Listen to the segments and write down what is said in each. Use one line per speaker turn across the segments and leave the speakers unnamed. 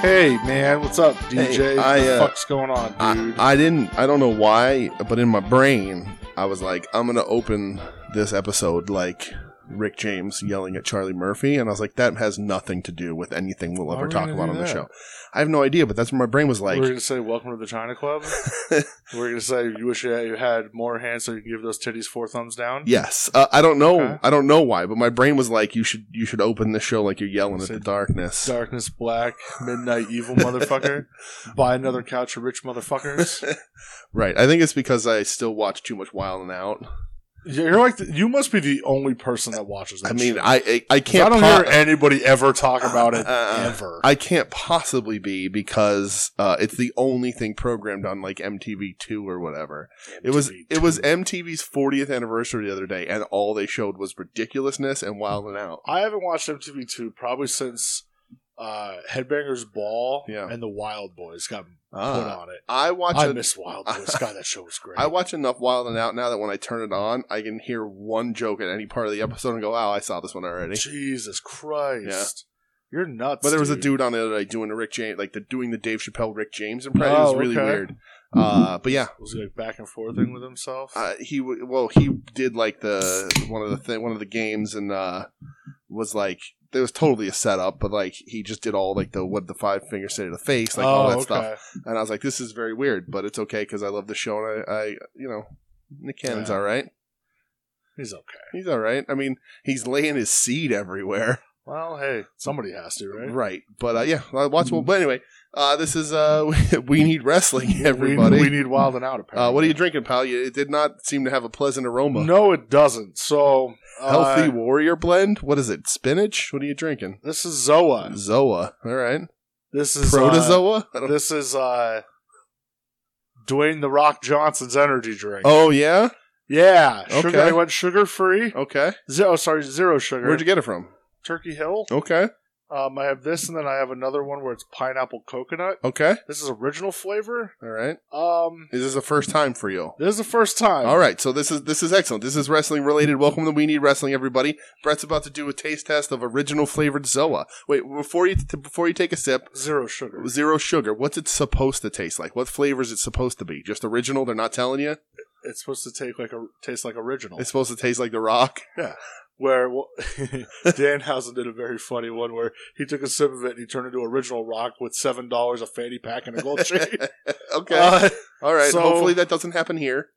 Hey man, what's up, DJ?
Hey,
what
I,
the
uh,
fuck's going on,
I,
dude?
I didn't I don't know why, but in my brain I was like, I'm gonna open this episode like Rick James yelling at Charlie Murphy, and I was like, that has nothing to do with anything we'll
Why
ever
are we
talk
gonna
about
do
on the
that?
show. I have no idea, but that's what my brain was like.
We're gonna say welcome to the China Club. We're gonna say you wish you had more hands so you could give those titties four thumbs down.
yes, uh, I don't know,
Okay.
I don't know why, but my brain was like, you should you should open the show like you're yelling at
Say
the darkness.
Darkness black, midnight evil motherfucker. Buy another couch for rich motherfuckers.
right. I think it's because I still watch too much Wild and Out.
You're like the, you must be the only person that watches. That
I mean,
shit.
I I, I can't.
I don't
po-
hear anybody ever talk about it
Uh,
ever.
I can't possibly be because uh, it's the only thing programmed on like MTV Two or whatever. It was it was MTV's 40th anniversary the other day, and all they showed was ridiculousness and Wild and Out.
I haven't watched MTV two probably since uh, Headbangers Ball
Yeah.
and the Wild Boys got put
Ah.
on it.
I watch
I
en-
miss Wild Boys. God, that show was great.
I watch enough Wild and Out now that when I turn it on, I can hear one joke at any part of the
Mm-hmm.
episode and go, "Oh, I saw this one already."
Jesus Christ, you're nuts.
But there was a dude on the other day doing a Rick James, like the doing the Dave Chappelle Rick James impression. it
Oh,
was really
okay.
weird. Uh, but yeah,
was he like back and forthing with himself.
uh, he w- well he did like the one of the th- one of the games and uh was like it was totally a setup but like he just did all like the what the five fingers say to the face like
Oh,
all that stuff and i was like this is very weird but it's okay because i love the show and i, I you know nick cannon's
Yeah.
all right
He's okay.
he's all right i mean he's laying his seed everywhere
Well, hey, somebody has to,
right,
right? Mm.
but uh, yeah i watch well but anyway uh this is uh we need wrestling everybody
We, we need Wild and Out. Apparently,
uh what are you drinking pal you, it did not seem to have a pleasant aroma
No, it doesn't. So uh,
Healthy Warrior Blend. What is it? Spinach? What are you drinking?
This is Zoa.
Zoa. All right. Mm-hmm.
This is uh,
Protozoa? I don't-
This is uh Dwayne the Rock Johnson's energy drink.
oh, yeah?
yeah, sugar.
okay.
I went sugar free.
Okay.
Zero, sorry, zero sugar.
Where'd you get it from?
Turkey Hill.
Okay.
Um, I have this, and then I have another one where it's pineapple coconut.
Okay.
This is original flavor.
All right.
Um,
Is this the first time for you?
this is the first time.
All right. So this is this is excellent. This is wrestling related. Welcome to We Need Wrestling, everybody. Brett's about to do a taste test of original flavored Zoa. Wait, before you t- before you take a sip,
zero sugar.
zero sugar. What's it supposed to taste like? What flavor is it supposed to be? Just original? They're not telling you.
It's supposed to take like a taste like original.
It's supposed to taste like the Rock.
where well, Danhausen did a very funny one where he took a sip of it and he turned into original rock with seven dollars a fanny pack and a gold chain.
Okay.
Uh,
All right.
So-
Hopefully that doesn't happen here.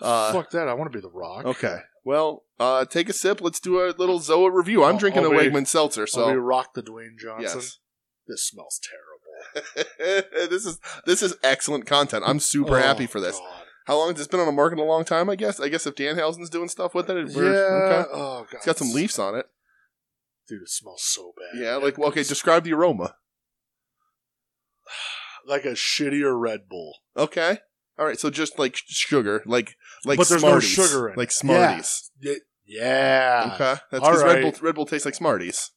Uh,
Fuck that! I want to be the Rock.
okay. Well, uh, take a sip. Let's do a little Zoa review. I'm
I'll-
drinking
I'll
a
be-
Wegman seltzer,
So we
so
rock the Dwayne Johnson.
yes.
This smells terrible.
this is this is excellent content. I'm super
Oh,
happy for this.
God.
How long has this been on the market? A long time, I guess. I guess if Dan Housen's doing stuff with it,
Yeah.
we're, okay.
Oh god.
it's got some leaves on it.
Dude, it smells so bad.
Yeah, like well, okay. Describe the aroma.
like a shittier Red Bull.
Okay. All right. So just like sh- sugar, like like
But there's no
Smarties,
sugar in it.
like Smarties.
Y- Yeah.
Okay, that's
All
because Red
right. Um,
Bull Red Bull tastes like Smarties.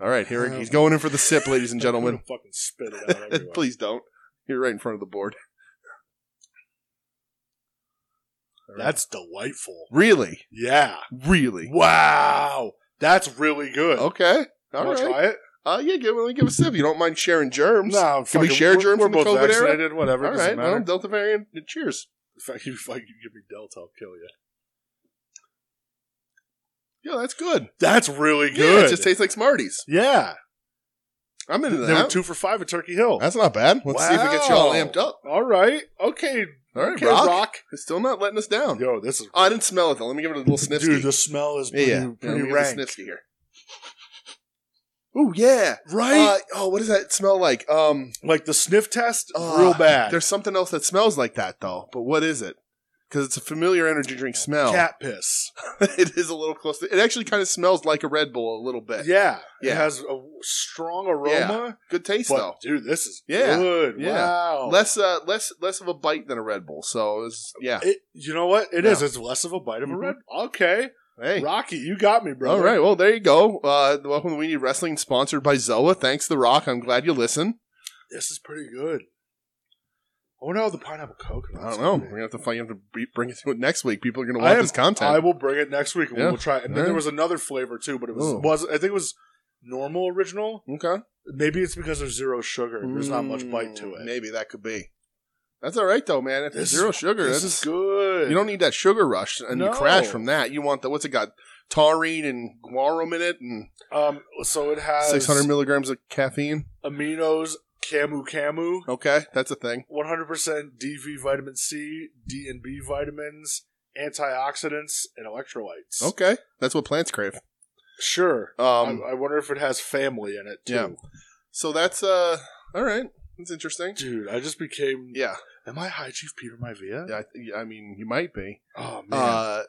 All right, here he's going in for the sip, ladies and
I'm
gentlemen.
gonna fucking spit it out everywhere.
Please don't. You're right in front of the board.
That's delightful.
Really,
Yeah.
really
Wow. That's really good.
okay. All
Wanna
right.
try it?
Uh, yeah, give, let me give a sip. You don't mind sharing germs?
No,
Can we
fucking-
share
we're-
germs
We're
from the
both
COVID era?
vaccinated. Whatever.
All
it doesn't
right. Well,
matter.
Delta variant. Cheers.
In fact, you fucking give me Delta, I'll kill you.
Yeah, that's good.
That's really
Yeah, it
good.
just tastes like Smarties.
yeah.
I'm into
They were
that.
two for five at Turkey Hill.
that's not bad. Let's see if it gets you all
Wow.
amped up.
All right. Okay.
All right,
okay,
rock.
rock.
It's still not letting us down.
Yo, this is
Oh, I didn't smell it though. Let me give it a little sniff.
dude. The smell is
Yeah,
pretty,
yeah. yeah
pretty
let me
rank,
Get the snipsy here. Ooh, yeah.
right?
Uh, oh, what does that smell like? Um,
like the sniff test,
uh,
real bad.
There's something else that smells like that though. But what is it? Because it's a familiar energy drink smell.
cat piss.
it is a little close. To, it actually kind of smells like a Red Bull a little bit.
Yeah,
Yeah.
it has a strong
Yeah.
aroma.
Good taste
But
though.
dude, this is
Yeah.
good.
Yeah.
Wow.
Less, uh, less, less of a bite than a Red Bull. So it's yeah.
It, you know what? It
Yeah.
is. It's less of a bite of a
Mhm.
red. Okay,
Hey.
Rocky, you got me, bro.
All right, well there you go. Uh, welcome to We Need Wrestling, sponsored by Zoa. Thanks, The Rock. I'm glad you listen.
this is pretty good. I wonder how the pineapple coconut.
I don't know. We're gonna have to find. You have to be- bring it to it next week. People are gonna
I
want
am-
this content.
I will bring it next week and
Yeah.
we'll try. it. And then
All
there
right.
was another flavor too, but it was
Ooh.
was I think it was normal original.
Okay.
Maybe it's because there's zero sugar. There's not much bite to
Mm,
it.
Maybe that could be. That's all right though, man. If there's
This-
zero sugar,
This
that's
is good.
You don't need that sugar rush and you
No.
crash from that. You want the what's it got? Taurine and guarum in it and
Um. So it has
600 milligrams of caffeine.
aminos, camu camu,
Okay, that's a thing.
100% DV vitamin C, D and B vitamins, antioxidants, and electrolytes.
Okay, that's what plants crave.
Sure.
Um,
I, I wonder if it has family in it too.
Yeah. so that's uh, all right. That's interesting.
Dude, I just became.
Yeah,
Am I High Chief Peter Maivia?
yeah. I, th- I mean, you might be.
Oh man.
Uh,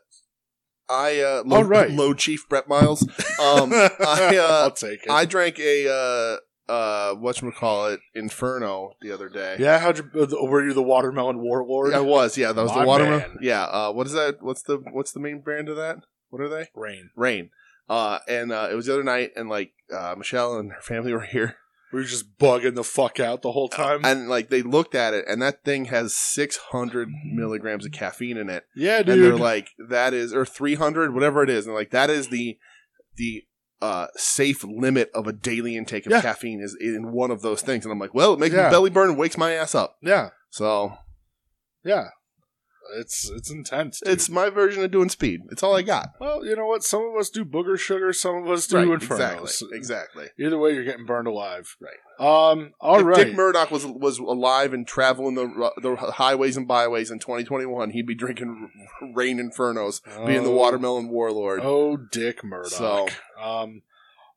I uh, low,
All right.
low chief Brett Miles. Um, I uh,
will take it.
I drank a uh, uh, whatchamacallit Inferno the other day.
yeah. How'd you? uh, the- Were you the watermelon warlord?
I was, yeah. That was
My
the watermelon.
man.
Yeah. Uh, what is that? What's the what's the main brand of that? What are they?
Rain.
Rain. Uh, and uh, it was the other night, and like uh, Michelle and her family were here,
Were you just bugging the fuck out the whole time?
and like they looked at it, and that thing has 600 milligrams of caffeine in it,
yeah,
and they're
dude.
like, that is or 300, whatever it is, and like that is the the uh, safe limit of a daily intake of
Yeah.
caffeine is in one of those things, and I'm like, well, it makes
Yeah.
my belly burn, and wakes my ass up,
yeah,
so
yeah. It's it's intense. dude.
it's my version of doing speed. It's all I got.
well, you know what? Some of us do booger sugar. Some of us do
Right,
infernos.
exactly, exactly.
Either way, you're getting burned alive.
Right.
Um. All
if
right.
Dick Murdoch was was alive and traveling the ru- the highways and byways in 2021, he'd be drinking r- Rain Infernos, being the
Oh,
watermelon warlord.
Oh, Dick Murdoch.
So-
Um.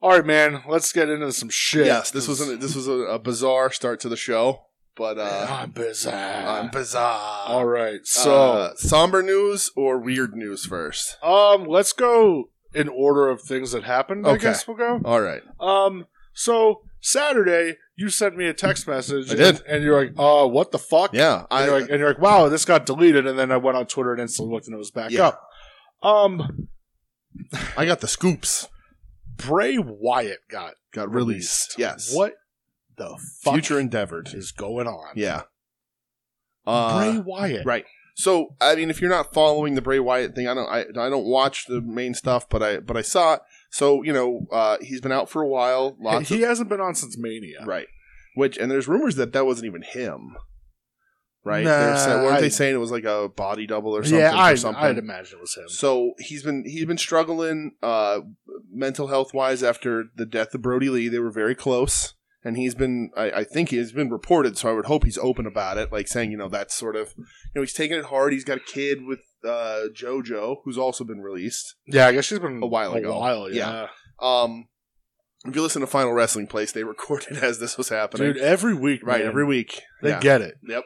All right, man. Let's get into some shit.
yes, this was an, this was a, a bizarre start to the show, but uh,
I'm busy.
I'm bizarre.
all right. So,
Uh, somber news or weird news first?
um, let's go in order of things that happened. I
Okay.
guess we'll go.
All right,
Um, so Saturday, you sent me a text message.
I did.
And, and you're like, uh, what the fuck?
yeah,
And
I
you're, like, and you're like, wow, this got deleted. And then I went on Twitter and instantly looked and it was back
Yeah.
up. Um,
I got the scoops.
Bray Wyatt got
Got
released.
released. Yes,
What the fuck
future endeavored?
is going on?
Yeah. Uh,
Bray Wyatt.
Right. So I mean, if you're not following the Bray Wyatt thing, I don't I, I don't watch the main stuff, but I but I saw it. So you know, uh, he's been out for a while. Lots
he hasn't been on since Mania.
of, right. Which and there's rumors that that wasn't even him. Right.
Nah,
they were sa- weren't
Uh, I-
they saying it was like a body double or something?
yeah,
or
I,
something?
I'd imagine it was him.
So he's been he's been struggling uh, mental health wise after the death of Brody Lee. They were very close, and he's been I, I think he's been reported. So I would hope he's open about it, like saying you know that's sort of you know he's taking it hard. He's got a kid with uh, JoJo who's also been released.
Yeah, I guess she's been
A while ago.
while, yeah.
Um, if you listen to Final Wrestling Place, they recorded as this was happening.
Dude, every week,
right
man,
every week
they
Yeah.
get it.
Yep.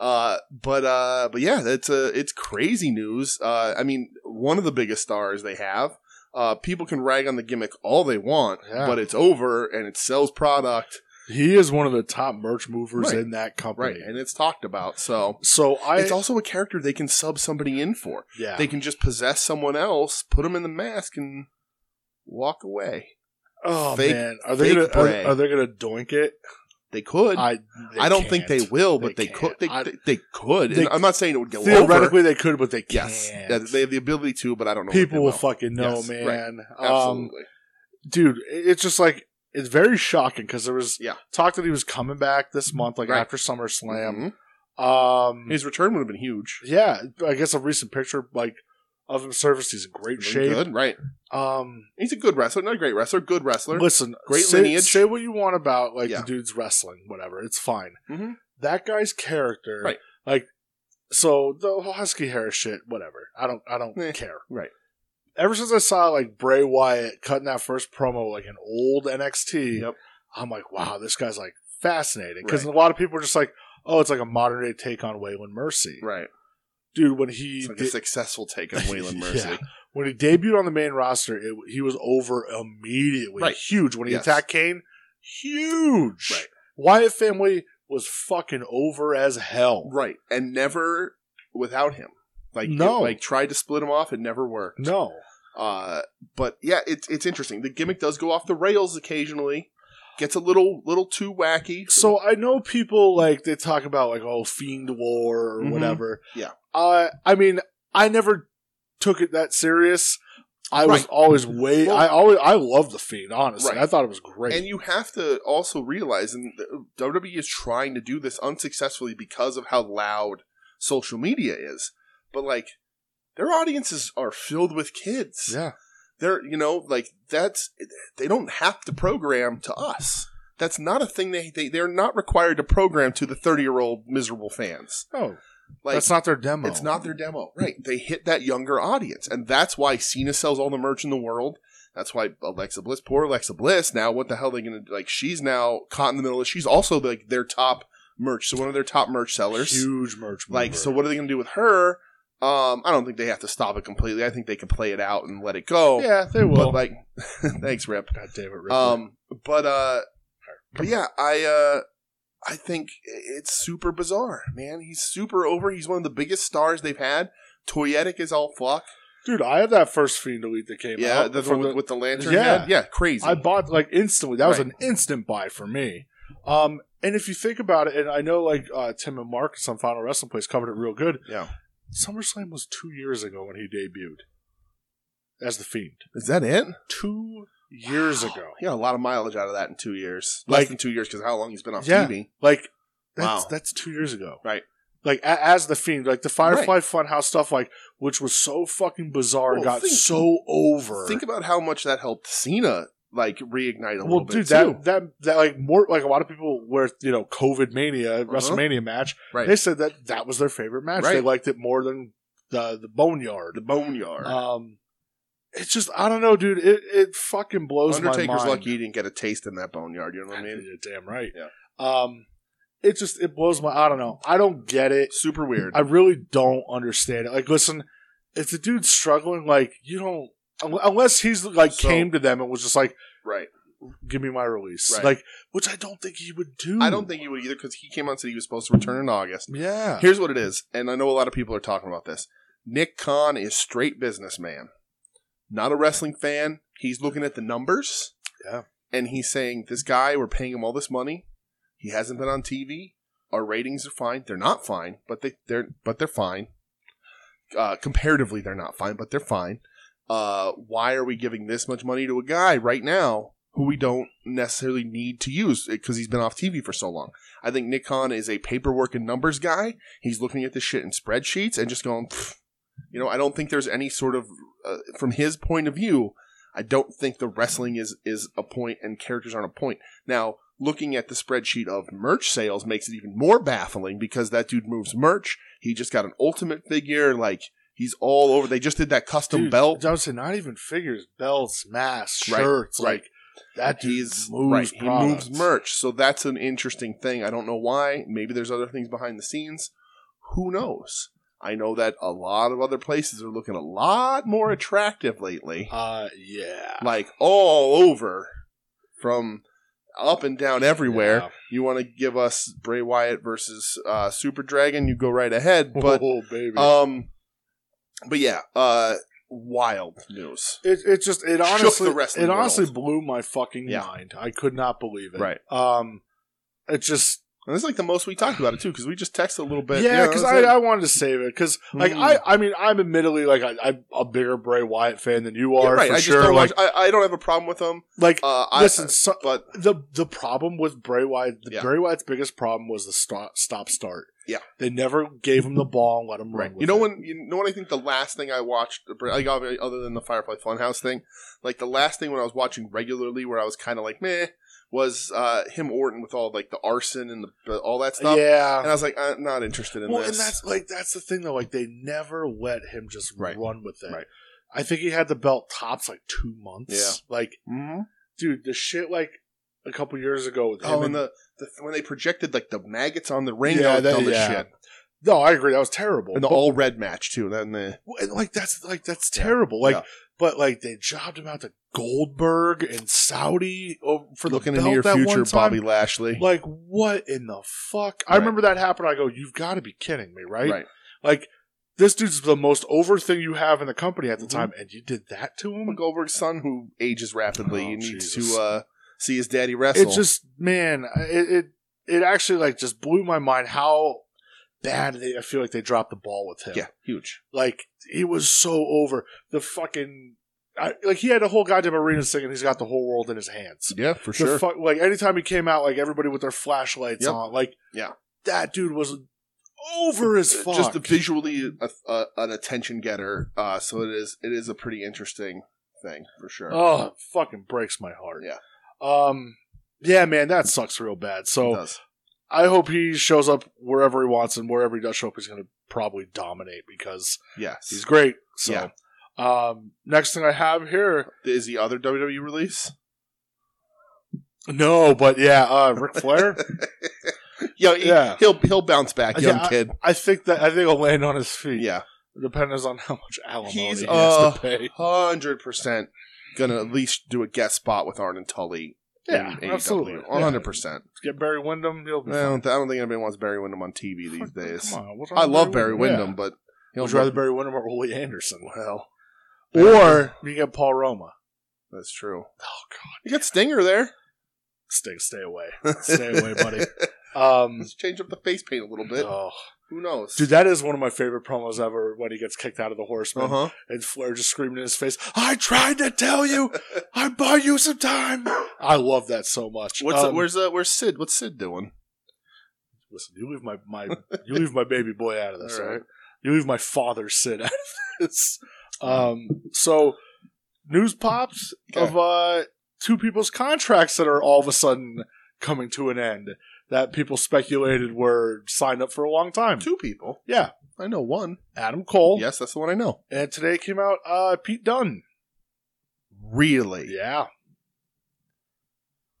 uh, but uh, but yeah, that's uh it's crazy news. Uh, I mean, one of the biggest stars they have. Uh, people can rag on the gimmick all they want,
Yeah.
but it's over and it sells product,
He is one of the top merch movers
Right.
in that
right?
company.
And it's talked about. So
So I,
it's also a character they can sub somebody in for.
yeah,
They can just possess someone else, put them in the mask, and walk away.
oh
fake-
man, are they
fake
gonna
Bray.
are, are they gonna doink it?
They could. I,
I, they
don't think
can't.
they will, but
They
they, could.
can't.
They,
I-
they, they could.
They-
and I'm not saying it would go over.
Theoretically, they could, but they can't.
Yes, Yeah, they have the ability to, but I don't know. if they
People will fucking know,
Yes, right.
man. Um,
Absolutely.
dude, it- it's just like it's very shocking because there was
Yeah.
talk that he was coming back this month, like
Right.
after SummerSlam.
Mhm.
Um,
His return would have been huge.
yeah, I guess a recent picture like of him surfaced. He's in great shape.
Good, right?
Um,
He's a good wrestler, not a great wrestler, good wrestler.
Listen,
Great
say,
lineage.
Say what you want about like
Yeah.
the dude's wrestling, whatever. It's fine.
Mhm.
That guy's character,
Right.
Like, so the whole husky hair shit, whatever. I don't, I don't
Eh,
care.
right.
Ever since I saw like Bray Wyatt cutting that first promo, like an old NXT,
Yep.
I'm like, wow, this guy's like fascinating because a lot of people are just like, oh, it's like a modern day take on Waylon Mercy,
Right.
dude. When he
It's like a
de-
successful take on Waylon Mercy.
Yeah. when he debuted on the main roster, it, he was over immediately.
Right.
Huge. When he
Yes.
attacked Kane, huge.
Right.
Wyatt family was fucking over as hell.
Right. And never without him. Like
No.
it- like tried to split him off, it never worked.
No.
Uh but yeah, it's it's interesting. The gimmick does go off the rails occasionally. Gets a little little too wacky.
So I know people like they talk about like oh fiend war or
Mhm.
whatever.
Yeah.
Uh, I mean, I never took it that serious. I was
Right.
always way.
Well-
I always I loved the Fiend. Honestly,
Right.
I thought it was great.
And you have to also realize, and the- WWE is trying to do this unsuccessfully because of how loud social media is. But like, their audiences are filled with kids.
yeah,
They're you know like that's they don't have to program to us. That's not a thing they, they they're not required to program to the thirty year old miserable fans. Oh,
no,
Like
that's not their demo.
it's not their demo. Right. They hit that younger audience. And that's why Cena sells all the merch in the world. That's why Alexa Bliss, poor Alexa Bliss, now what the hell they going to Like, she's now caught in the middle of, she's also like their top merch. So one of their top merch sellers.
huge merch.
Like,
mover.
so what are they going to do with her? Um, I don't think they have to stop it completely. I think they can play it out and let it go.
yeah, they
But
will.
like, thanks, Rip.
God damn it, Ripley.
Um, but uh, but yeah, I uh, I think it's super bizarre, man. He's super over. He's one of the biggest stars they've had. Toyetic is all fuck.
dude, I had that first Fiend elite that came
yeah,
out.
the,
from
one with, with the lantern.
Yeah.
head. yeah, crazy.
I bought like instantly. That was
Right.
an instant buy for me. Um, and if you think about it, and I know like uh, Tim and Marcus on Final Wrestling Place covered it real good.
Yeah.
SummerSlam was two years ago when he debuted as the Fiend.
is that it?
Two years
Wow.
ago,
he got a lot of mileage out of that in two years.
Like-
Less than two years because how long he's been off
Yeah.
TV.
like that's
Wow.
that's two years ago,
Right.
Like a- as the Fiend, like the Firefly Funhouse stuff, like which was so fucking bizarre and
Well,
got
think-
so over.
Think about how much that helped Cena like reignite a little
well,
bit
dude,
too.
that, that that like more like a lot of people were you know COVID mania WrestleMania match.
Uh-huh. Right.
They said that that was their favorite match. They
Right.
liked it more than the the Boneyard.
the boneyard.
Um, it's just I don't know, dude. It it fucking blows my
Undertaker's
mind.
lucky he didn't get a taste in that boneyard. You know what I mean?
You're damn right.
Yeah.
Um, it just it blows my. I don't know. I don't get it.
Super weird.
I really don't understand it. Like, listen, if the dude's struggling, like you don't un- unless he's like
So-
came to them and was just like.
right.
give me my release.
Right.
Like, which I don't think he would do.
I don't think he would either because he came out and said he was supposed to return in August.
Yeah.
Here's what it is, and I know a lot of people are talking about this. Nick Khan is straight businessman, not a wrestling fan. He's looking at the numbers.
Yeah.
And he's saying, This guy, we're paying him all this money. He hasn't been on TV. Our ratings are fine. They're not fine, but they, they're but they're fine. Uh, comparatively, they're not fine, but they're fine. Uh, why are we giving this much money to a guy right now who we don't necessarily need to use because he's been off TV for so long? I think Nick Khan is a paperwork and numbers guy. He's looking at this shit in spreadsheets and just going, "Pfft." you know, I don't think there's any sort of, uh, from his point of view, I don't think the wrestling is is a point and characters aren't a point. Now, looking at the spreadsheet of merch sales makes it even more baffling because that dude moves merch. He just got an ultimate figure, like he's all over. They just did that custom
Dude,
belt.
I would say not even figures, belts, masks,
Right,
shirts.
right.
Like that dude
he's
moves
right. He moves
products.
merch, so that's an interesting thing. I don't know why. Maybe there's other things behind the scenes. Who knows? I know that a lot of other places are looking a lot more attractive lately,
Uh, yeah.
like all over, from up and down everywhere.
Yeah.
You want to give us Bray Wyatt versus uh, Super Dragon? You go right ahead, but
oh, baby.
um, but yeah, uh, wild news.
it, it just it
shook
honestly
the wrestling
it honestly
world.
blew my fucking
Yeah.
mind. I could not believe it.
Right.
Um, it just
And this is like the most we talked about it too, because we just texted a little bit.
yeah,
you know,
because
it's
I,
like-
I wanted to save it because like
Hmm.
I I mean I'm admittedly like I, I'm a bigger Bray Wyatt fan than you
Yeah,
are
right.
for
I
sure.
just don't
like
watch, I, I don't have a problem with them.
like
Uh, I,
listen, so,
but
the the problem with Bray Wyatt, the
Yeah.
Bray Wyatt's biggest problem was the stop stop start.
Yeah.
they never gave him the ball and let him run.
right,
With
you know
it.
when you know what I think the last thing I watched, like obvi- other than the Firefly Funhouse thing, like the last thing when I was watching regularly, where I was kind of like meh, was uh, him Orton with all like the arson and the, all that stuff.
yeah.
And I was like, I'm not interested in
well,
this.
and that's like that's the thing though. Like they never let him just
Right.
run with it.
Right.
I think he had the belt tops like two months. Yeah. Like,
Mhm.
dude, the shit like a couple years ago with him.
Oh,
and-
and the, the when they projected like the maggots on the ring,
Yeah,
yeah,
that-
that, was
yeah.
shit,
no, I agree. That was terrible.
and the
But-
all red match too. Then the
Well, and like that's like that's
Yeah.
terrible. Like,
Yeah.
but like they jobbed him out to Goldberg and Saudi oh, for the
looking in
belt
the near
that one
future,
time.
Bobby Lashley,
Like, what in the fuck? I
Right.
remember that happened. I go, you've got to be kidding me, right?
right,
Like, this dude's the most over thing you have in the company at the
Mhm.
time, and you did that to him?
Goldberg's son who ages rapidly
Oh,
and needs
Jesus.
to uh, see his daddy wrestle.
It just, man, it, it it actually, like, just blew my mind how bad they, I feel like they dropped the ball with him.
yeah, huge.
Like, he was so over. The fucking, I, like he had a whole goddamn arena singing. He's got the whole world in his hands.
Yeah, for
The
sure.
fuck- like anytime he came out, like everybody with their flashlights
Yep.
on. Like
Yeah.
that dude was over as fuck.
Just a visually a, a, an attention getter. Uh, so it is it is a pretty interesting thing for sure.
Oh, it fucking breaks my heart.
Yeah.
Um. Yeah, man, that sucks real bad.
It
So
does.
I hope he shows up wherever he wants and wherever he does show up, he's going to probably dominate because
yes.
he's great. So,
Yeah.
um, next thing I have here,
is the other WWE release?
no, but yeah, uh, Ric Flair.
Yeah, he,
Yeah.
he'll he'll bounce back, young
Yeah, I-
kid.
I think that I think he'll land on his feet.
Yeah,
depending on how much alimony
He's,
he has
uh,
to pay.
hundred percent gonna at least do a guest spot with Arn and Tully.
Yeah,
in AEW.
absolutely.
one hundred percent.
Get Barry Windham. He'll be
I don't think anybody wants Barry Windham on TV these
Fuck,
days.
come on, what's wrong
I
with
love Barry Windham,
Yeah.
but
Would
he'll
you rather Barry Windham or Willie Anderson? Well,
Barry
or you get Paul Roma.
That's true.
Oh God,
You got Stinger there.
stay stay away, stay away, buddy. Um,
Let's change up the face paint a little bit.
oh.
Who knows?
dude, that is one of my favorite promos ever. When he gets kicked out of the horseman
uh huh.
and Flair just screaming in his face, "I tried to tell you, I buy you some time." I love that so much.
What's
Um,
where's uh, where's Sid? What's Sid doing?
listen, you leave my, my you leave my baby boy out of this,
All
all
right.
right? You leave my father Sid out of this. Um, so news pops
Hmm. Okay.
of uh, two people's contracts that are all of a sudden coming to an end that people speculated were signed up for a long time.
Two people.
Yeah, Oh.
I know one.
Adam Cole,
Yes, that's the one I know.
and today came out uh, Pete Dunne.
Really?
Yeah.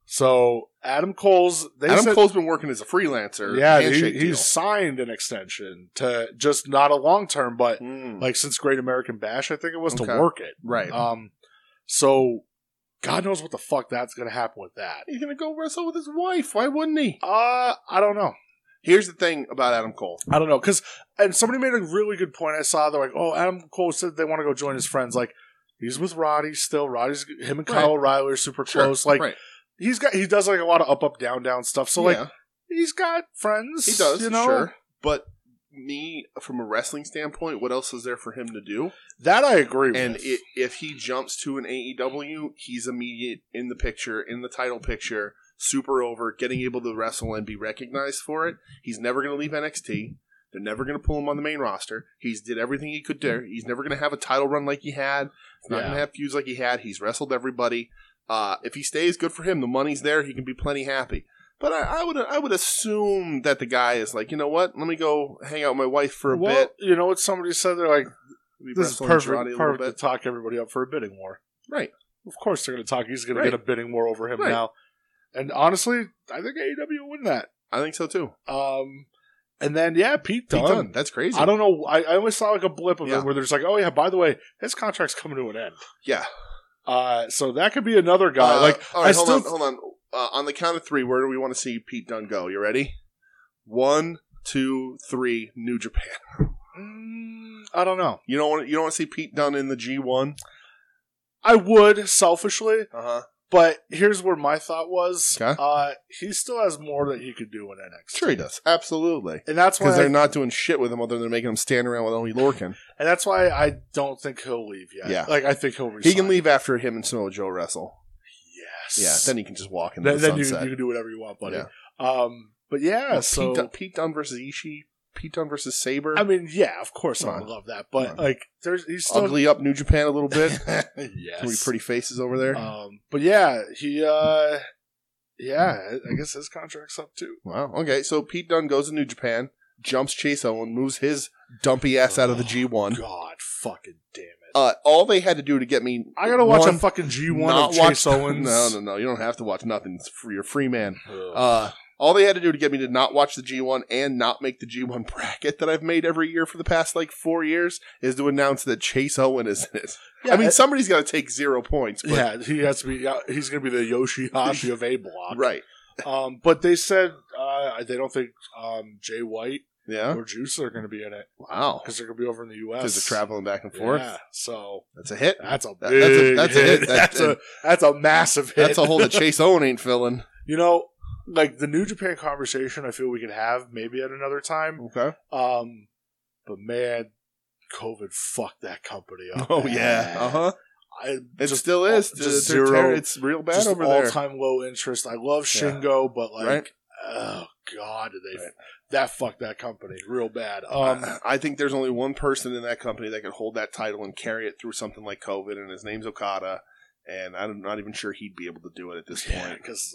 So Adam Cole's they
Adam
said,
Cole's been working as a freelancer.
yeah,
handshake
he,
deal.
he's signed an extension to just not a long term, but
Mm.
like since Great American Bash, I think it was
Okay.
to work it.
right.
Um, so God knows what the fuck that's gonna happen with that.
he's gonna go wrestle with his wife. Why wouldn't he?
Uh, I don't know.
Here's the thing about Adam Cole.
I don't know because and somebody made a really good point. I saw they're like, oh, Adam Cole said they want to go join his friends. Like he's with Roddy still. Roddy's him and Kyle O'Reilly are super close. Like
right.
he's got he does like a lot of up up down down stuff. So like
Yeah,
he's got friends.
he does.
You know
sure, but me from a wrestling standpoint, what else is there for him to do?
that I agree.
And
with.
i if he jumps to an AEW, he's immediate in the picture, in the title picture, super over, getting able to wrestle and be recognized for it. He's never going to leave NXT. They're never going to pull him on the main roster. He's did everything he could do. He's never going to have a title run like he had. He's not
Yeah.
going to have feuds like he had. He's wrestled everybody. Uh, if he stays, good for him. The money's there. He can be plenty happy. But I, I would I would assume that the guy is like, you know what? Let me go hang out with my wife for a
well,
bit.
you know what somebody said? They're like,
Maybe
this is
wrestle Andrade
perfect,
a little
perfect to
bit.
talk everybody up for a bidding war.
Right.
Of course they're going to talk. He's going
Right.
to get a bidding war over him
Right.
now. And honestly, I think AEW will win that.
I think so too.
Um, and then yeah, Pete
Pete
Dunne.
Dunne. That's crazy.
I don't know. I, I only saw like a blip of
Yeah.
it where there's like, oh yeah, by the way, his contract's coming to an end.
yeah.
Uh, so that could be another guy.
Uh,
like
all right,
I
hold
still-
on, hold on. Uh, on the count of three, where do we want to see Pete Dunne go? You ready? One, two, three. New Japan.
mm, I don't know.
You don't want you don't want to see Pete Dunne in the G one.
I would selfishly,
Uh huh.
but here's where my thought was.
Okay.
Uh, he still has more that he could do in NXT.
Sure, he does. Absolutely.
And that's why
Because they're
I,
not doing shit with him other than making him stand around with only Lorcan.
and that's why I don't think he'll leave yet.
Yeah.
Like I think he'll resign.
He can leave after him and Samoa Joe wrestle. Yeah,
Yes.
then he can just walk into
Th-
the
then you,
sunset.
you can do whatever you want, buddy. Um, but yeah,
Yeah,
so
Pete, Dunne, Pete Dunne versus Ishii. Pete Dunne versus Saber.
I mean, yeah, of course
Come
I
on.
would love that,
Come
but
on.
like, there's he's still
Ugly up New Japan a little bit.
yes,
Three pretty faces over there.
Um, but yeah, he, uh, yeah, I guess his contract's up too.
Wow. Okay. So Pete Dunne goes to New Japan, jumps Chase Owen, moves his dumpy ass out of the G1.
God, fucking damn it!
Uh, all they had to do to get me.
I gotta watch
one-
a fucking G one
not
of Chase
watch-
Owens.
No, no, no. You don't have to watch nothing. It's free, you're a free man.
Ugh.
Uh, all they had to do to get me to not watch the G1 and not make the G1 bracket that I've made every year for the past like four years is to announce that Chase Owen is in it.
yeah,
I mean,
it-
somebody's got to take zero points. But,
yeah, he has to be. yeah, He's gonna be the Yoshihashi of A block,
Right.
Um, but they said uh, they don't think um, Jay White
Yeah.
or Juice are going to be in it
Wow.
because they're going to be over in the U.S.
Because they're traveling back and
Yeah,
forth.
so
That's a hit.
that's a
That-
big
that's a- that's
that's a,
a
hit.
hit.
That's, a that's a massive hit.
That's a hole that Chase Owen ain't filling.
you know, like the New Japan conversation. I feel we could have maybe at another time.
Okay.
Um, but man, COVID fucked that company up.
Oh yeah.
bad.
Uh huh.
I
It
just-
still is.
just
Just
zero-
zero. It's real bad
just
over
all
there.
time low interest. I love
Yeah.
Shingo, but like,
Right.
oh god, did they
Right. Uh,
that fucked that company real bad. Um,
I- I think there's only one person in that company that could hold that title and carry it through something like COVID, and his name's Okada. And I'm not even sure he'd be able to do it at this point.
because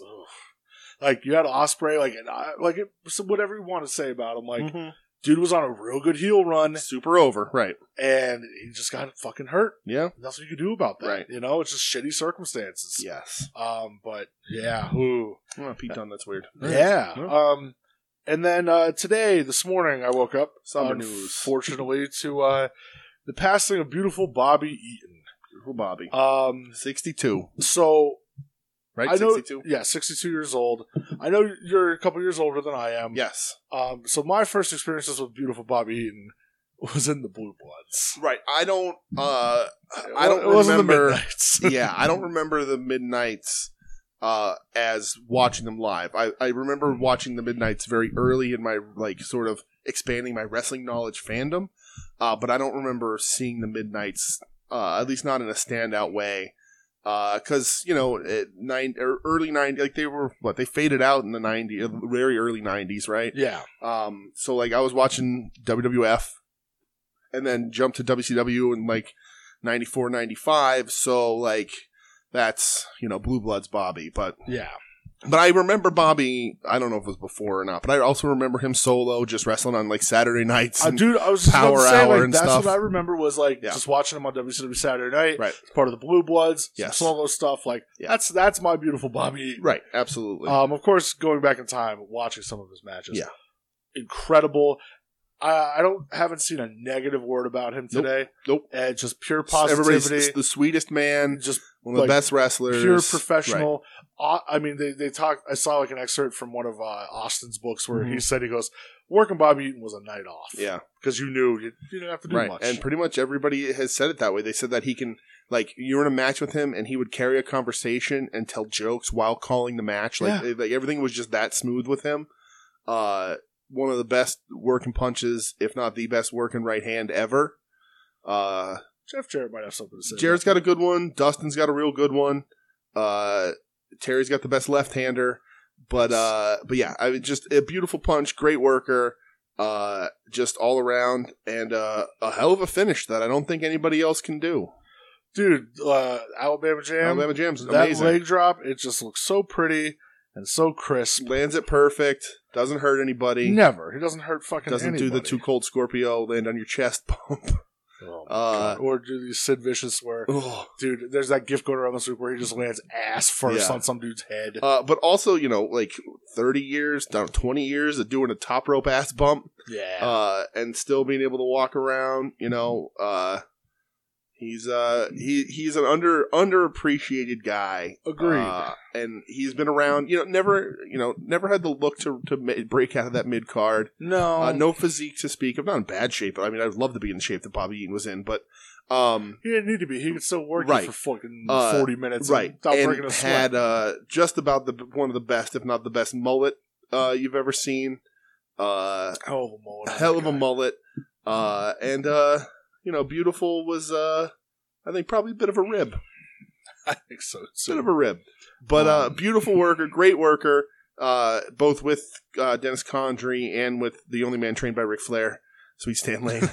like you had Osprey, like and I, like it, so whatever you want to say about him, like
Mhm.
dude was on a real good heel run
super over, right?
and he just got fucking hurt.
Yeah.
Nothing you can do about that.
Right.
You know, it's just shitty circumstances.
Yes.
Um, but yeah, who?
Oh, Pete Dunne, that's weird.
Yeah.
Yeah.
Um, and then uh, today, this morning, I woke up.
Summer news.
unfortunately, to uh, the passing of beautiful Bobby Eaton.
Beautiful Bobby,
Um,
62,
so
right?
I know,
62.
yeah, sixty-two years old. I know you're a couple years older than I am.
Yes.
Um, so my first experiences with beautiful Bobby Eaton was in the Blue Bloods.
Right. I don't. uh I
wa-
don't
it wasn't the
remember-
Midnights.
yeah, I don't remember the Midnights uh, as watching them live. I, I remember watching the Midnights very early in my like sort of expanding my wrestling knowledge fandom, uh, but I don't remember seeing the Midnights uh, at least not in a standout way. Because you know, at nine or early ninety, like they were what they faded out in the ninety, uh, very early nineties, right?
yeah,
Um, so like I was watching WWF and then jumped to WCW in like 94, 95. So like that's, you know, Blue Bloods Bobby. But
yeah.
but I remember Bobby, I don't know if it was before or not, but I also remember him solo just wrestling on like Saturday nights.
Uh,
and-
dude, I was just about
Power
to say,
Hour
like,
and
that's
stuff.
what I remember was like
Yeah.
just watching him on WCW Saturday Night,
Right.
part of the Blue Bloods, some
Yes.
solo stuff. Like
Yeah.
that's that's my beautiful Bobby Eaton.
right, absolutely.
Um, of course, going back in time, watching some of his matches,
Yeah.
incredible. I, I don't haven't seen a negative word about him
Nope.
today.
Nope.
and just pure
Everybody's
positivity,
the sweetest man,
just
one of
like,
the best wrestlers.
pure
Right.
professional. Uh, I mean, they they talked. I saw like an excerpt from one of uh, Austin's books where he
Mhm.
said he goes, "Working Bobby Eaton was a night off,
Yeah.
because you knew you, you didn't have to do
right.
much."
And pretty much everybody has said it that way. They said that he can, like, you were in a match with him and he would carry a conversation and tell jokes while calling the match. Like,
Yeah.
it- like everything was just that smooth with him. Uh, one of the best working punches, if not the best working right hand ever. Uh,
Jeff Jarrett might have something to say.
Jared's
about
got a good one. Dustin's got a real good one. Uh, Terry's got the best left hander. But uh, but yeah, I mean, just a beautiful punch, great worker, uh, just all around, and uh, a hell of a finish that I don't think anybody else can do.
that. dude. Uh, Alabama Jam,
Alabama Jam's
that
amazing.
leg drop, it just looks so pretty and so crisp.
Lands it perfect. Doesn't hurt anybody.
Never, he doesn't hurt fucking.
Doesn't do the
anybody.
too cold Scorpio land on your chest bump.
Oh my
Uh,
God. or do these Sid Vicious where, dude, there's that gift going around this week where he just lands ass first
Yeah.
on some dude's head.
Uh, but also, you know, like thirty years, down twenty years of doing a top rope ass bump.
yeah,
uh, and still being able to walk around. You know, uh, he's uh, he he's an under underappreciated guy.
Agreed.
Uh, and he's been around. You know, never you know never had the look to to ma- break out of that mid card.
no,
Uh, no physique to speak of. Not in bad shape. I mean, I'd love to be in the shape that Bobby Eaton was in, but um,
he didn't need to be. He could still work
Right.
it for fucking
Uh,
forty minutes,
right.
and Without
and
breaking a sweat.
had uh, just about the one of the best, if not the best mullet uh, you've ever seen. Uh,
hell of a mullet,
a
on
hell
that
of a
guy.
mullet. Uh, and uh, you know, beautiful was uh, I think probably a bit of a rib,
I think so.
a bit
too.
of a rib, but uh,
Um,
beautiful worker, great worker. Uh, both with uh, Dennis Condrey and with the only man trained by Ric Flair, Sweet Stan Lane,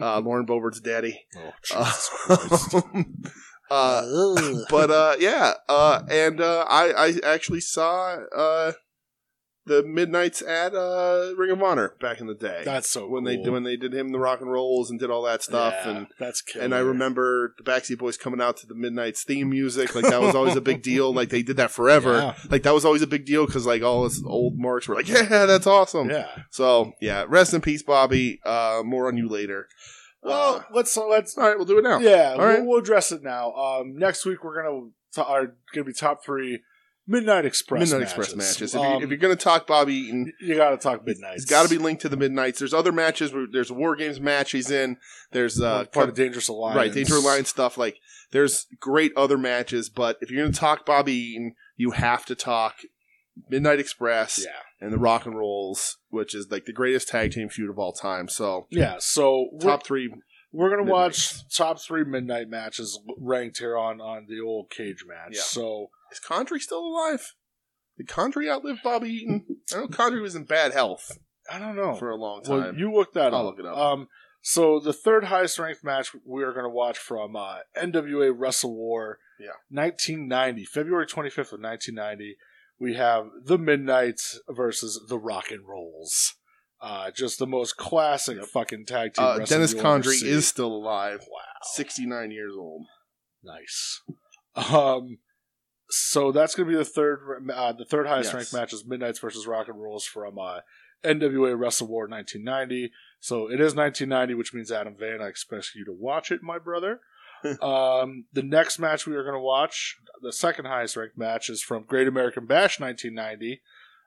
uh, Lauren Bobert's daddy.
oh,
Uh,
Jesus Christ.
uh,
Ugh.
but uh, yeah, uh, and uh, I, I actually saw uh, the Midnight's at uh, Ring of Honor back in the day
that's so
when they
cool.
when they did him the rock and rolls and did all that stuff
Yeah,
and
that's killer.
and I remember the Backstreet Boys coming out to the Midnight's theme music like that was always a big deal like they did that forever
Yeah.
like that was always a big deal because like all us old marks were like yeah that's awesome
yeah.
so yeah rest in peace Bobby uh more on you later
Well,
Uh,
let's let's
all right we'll do it now
yeah,
Oh, All
we'll,
right.
we'll address it now. Um, next week we're gonna to, are gonna be top three Midnight Express
Midnight
matches.
Express matches if,
Um,
you, if you're gonna talk Bobby Eaton
you gotta talk Midnight.
it's got to be linked to the Midnight's there's other matches where there's War Games match he's in there's uh
part of Dangerous Alliance,
Right, Danger Line stuff. Like, there's great other matches, but if you're going to talk Bobby Eaton, you have to talk Midnight Express
Yeah,
and the Rock and Rolls, which is like the greatest tag team feud of all time. So,
yeah. So we're-
top three
We're gonna
Midnights.
watch top three midnight matches ranked here on on the old cage match.
Yeah.
So
Is Condry still alive? Did Condry outlive Bobby Eaton? I know Condry was in bad health
I don't know.
for a long time.
Oh, well, you look that
I'll
up.
look it up.
Um, so the third highest ranked match we are gonna watch from uh, NWA Wrestle War,
Yeah.
1990, February 25th of 1990. We have the Midnights versus the Rock and Rolls. Uh, just the most classic fucking tag team.
uh,
wrestling
Dennis
you'll ever
Condry
see.
is still alive,
wow.
69 years old.
Nice. Um, so that's going to be the third, uh, the third highest
Yes.
ranked match is Midnight's versus Rock and Rolls from uh, NWA Wrestle War 1990. So it is 1990, which means Adam Van. I expect you to watch it, my brother. um, the next match we are going to watch, the second highest ranked match, is from Great American Bash 1990,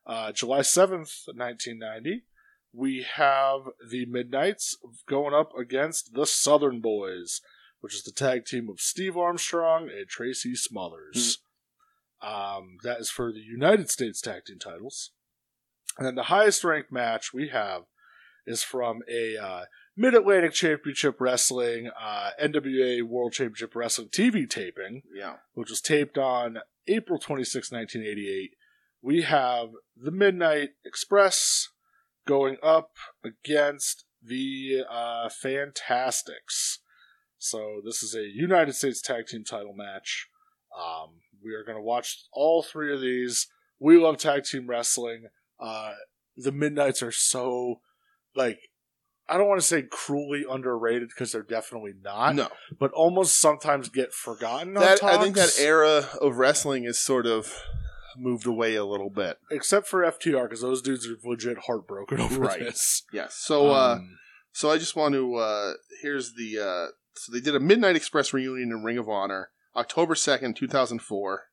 uh, July 7th, 1990. We have the Midnights going up against the Southern Boys which is the tag team of Steve Armstrong and Tracy Smothers. Um, that is for the United States tag team titles. And then the highest ranked match we have is from a uh, Mid Atlantic Championship Wrestling uh, NWA World Championship Wrestling TV taping,
Yeah.
which was taped on April 26, 1988. We have the Midnight Express going up against the uh, Fantastics. So this is a United States Tag Team Title match. Um, we are going to watch all three of these. We love tag team wrestling. Uh, the Midnights are so like I don't want to say cruelly underrated because they're definitely not,
no.
but almost sometimes get forgotten. on
That, I think
talks,
that era of wrestling is sort of moved away a little bit.
except for FTR, because those dudes are legit heartbroken over
Right.
this.
Yes. So, uh,
Um,
So I just want to. Uh, here's the. Uh, so they did a Midnight Express reunion in Ring of Honor, October second, two thousand four,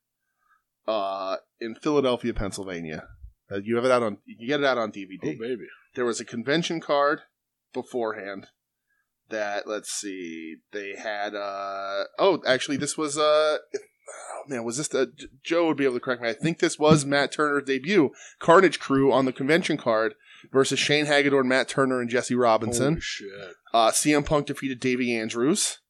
uh, in Philadelphia, Pennsylvania. Uh, you have it out on. You can get it out on DVD.
oh baby,
there was a convention card beforehand. That let's see, they had. Uh, oh, actually, this was. Uh, oh man, was this the J- Joe would be able to correct me? I think this was Matt Turner's debut. Carnage Crew on the convention card versus Shane Hagedorn, Matt Turner, and Jesse Robinson.
Holy shit.
Uh, CM Punk defeated Davey Andrews.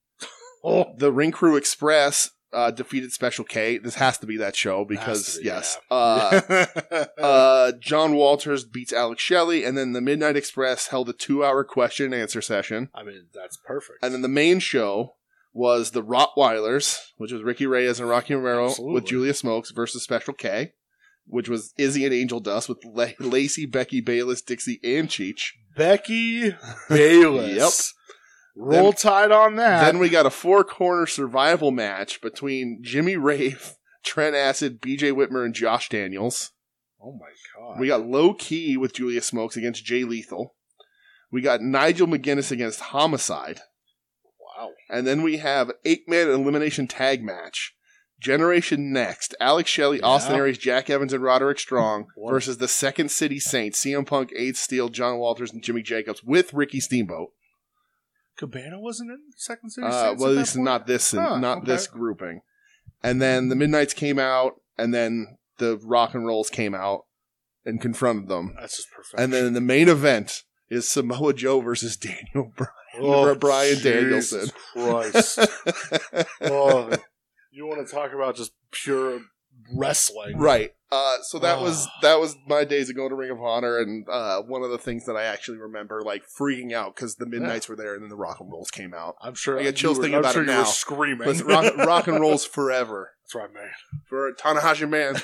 Oh,
The Ring Crew Express uh, defeated Special K. This has to be that show because
Has to be,
yes. Uh, uh, John Walters beats Alex Shelley, and then the Midnight Express held a two-hour question and answer session.
I mean that's perfect.
And then the main show was the Rottweilers, which was Ricky Reyes and Rocky Romero
Absolutely.
with Julia Smokes versus Special K, which was Izzy and Angel Dust with La- Lacey, Becky, Bayless, Dixie, and Cheech.
Becky Bayless. yep. Roll
Then-
tide on that.
Then we got a four corner survival match between Jimmy Rafe, Trent Acid, BJ Whitmer, and Josh Daniels.
oh my god.
We got Low Key with Julia Smokes against Jay Lethal. We got Nigel McGuinness against Homicide.
wow.
And then we have eight man elimination tag match. Generation Next, Alex Shelley, Austin
Yeah.
Aries, Jack Evans, and Roderick Strong
What?
versus the Second City Saints, CM Punk, Aid Steel, John Walters, and Jimmy Jacobs with Ricky Steamboat.
Cabana wasn't in Second City.
Uh,
Saints
well,
at
at
that
least
point?
not this,
Huh,
not
okay.
this grouping. And then the Midnight's came out, and then the Rock and Rolls came out and confronted them.
That's just perfect.
And then the main event is Samoa Joe versus Daniel Bryan Danielson.
Oh, Christ.
Bryan.
oh, you want to talk about just pure wrestling?
right. Uh, so that was
Ah.
that was my days of going to Ring of Honor, and uh, one of the things that I actually remember, like freaking out because the Midnight's were there, and then the Rock and Rolls came out.
I'm sure.
I get
you
chills
were-
thinking
I'm
about
sure
it
you
now.
Were screaming.
But rock, rock and Rolls forever
That's right, man.
for Tanahashi man.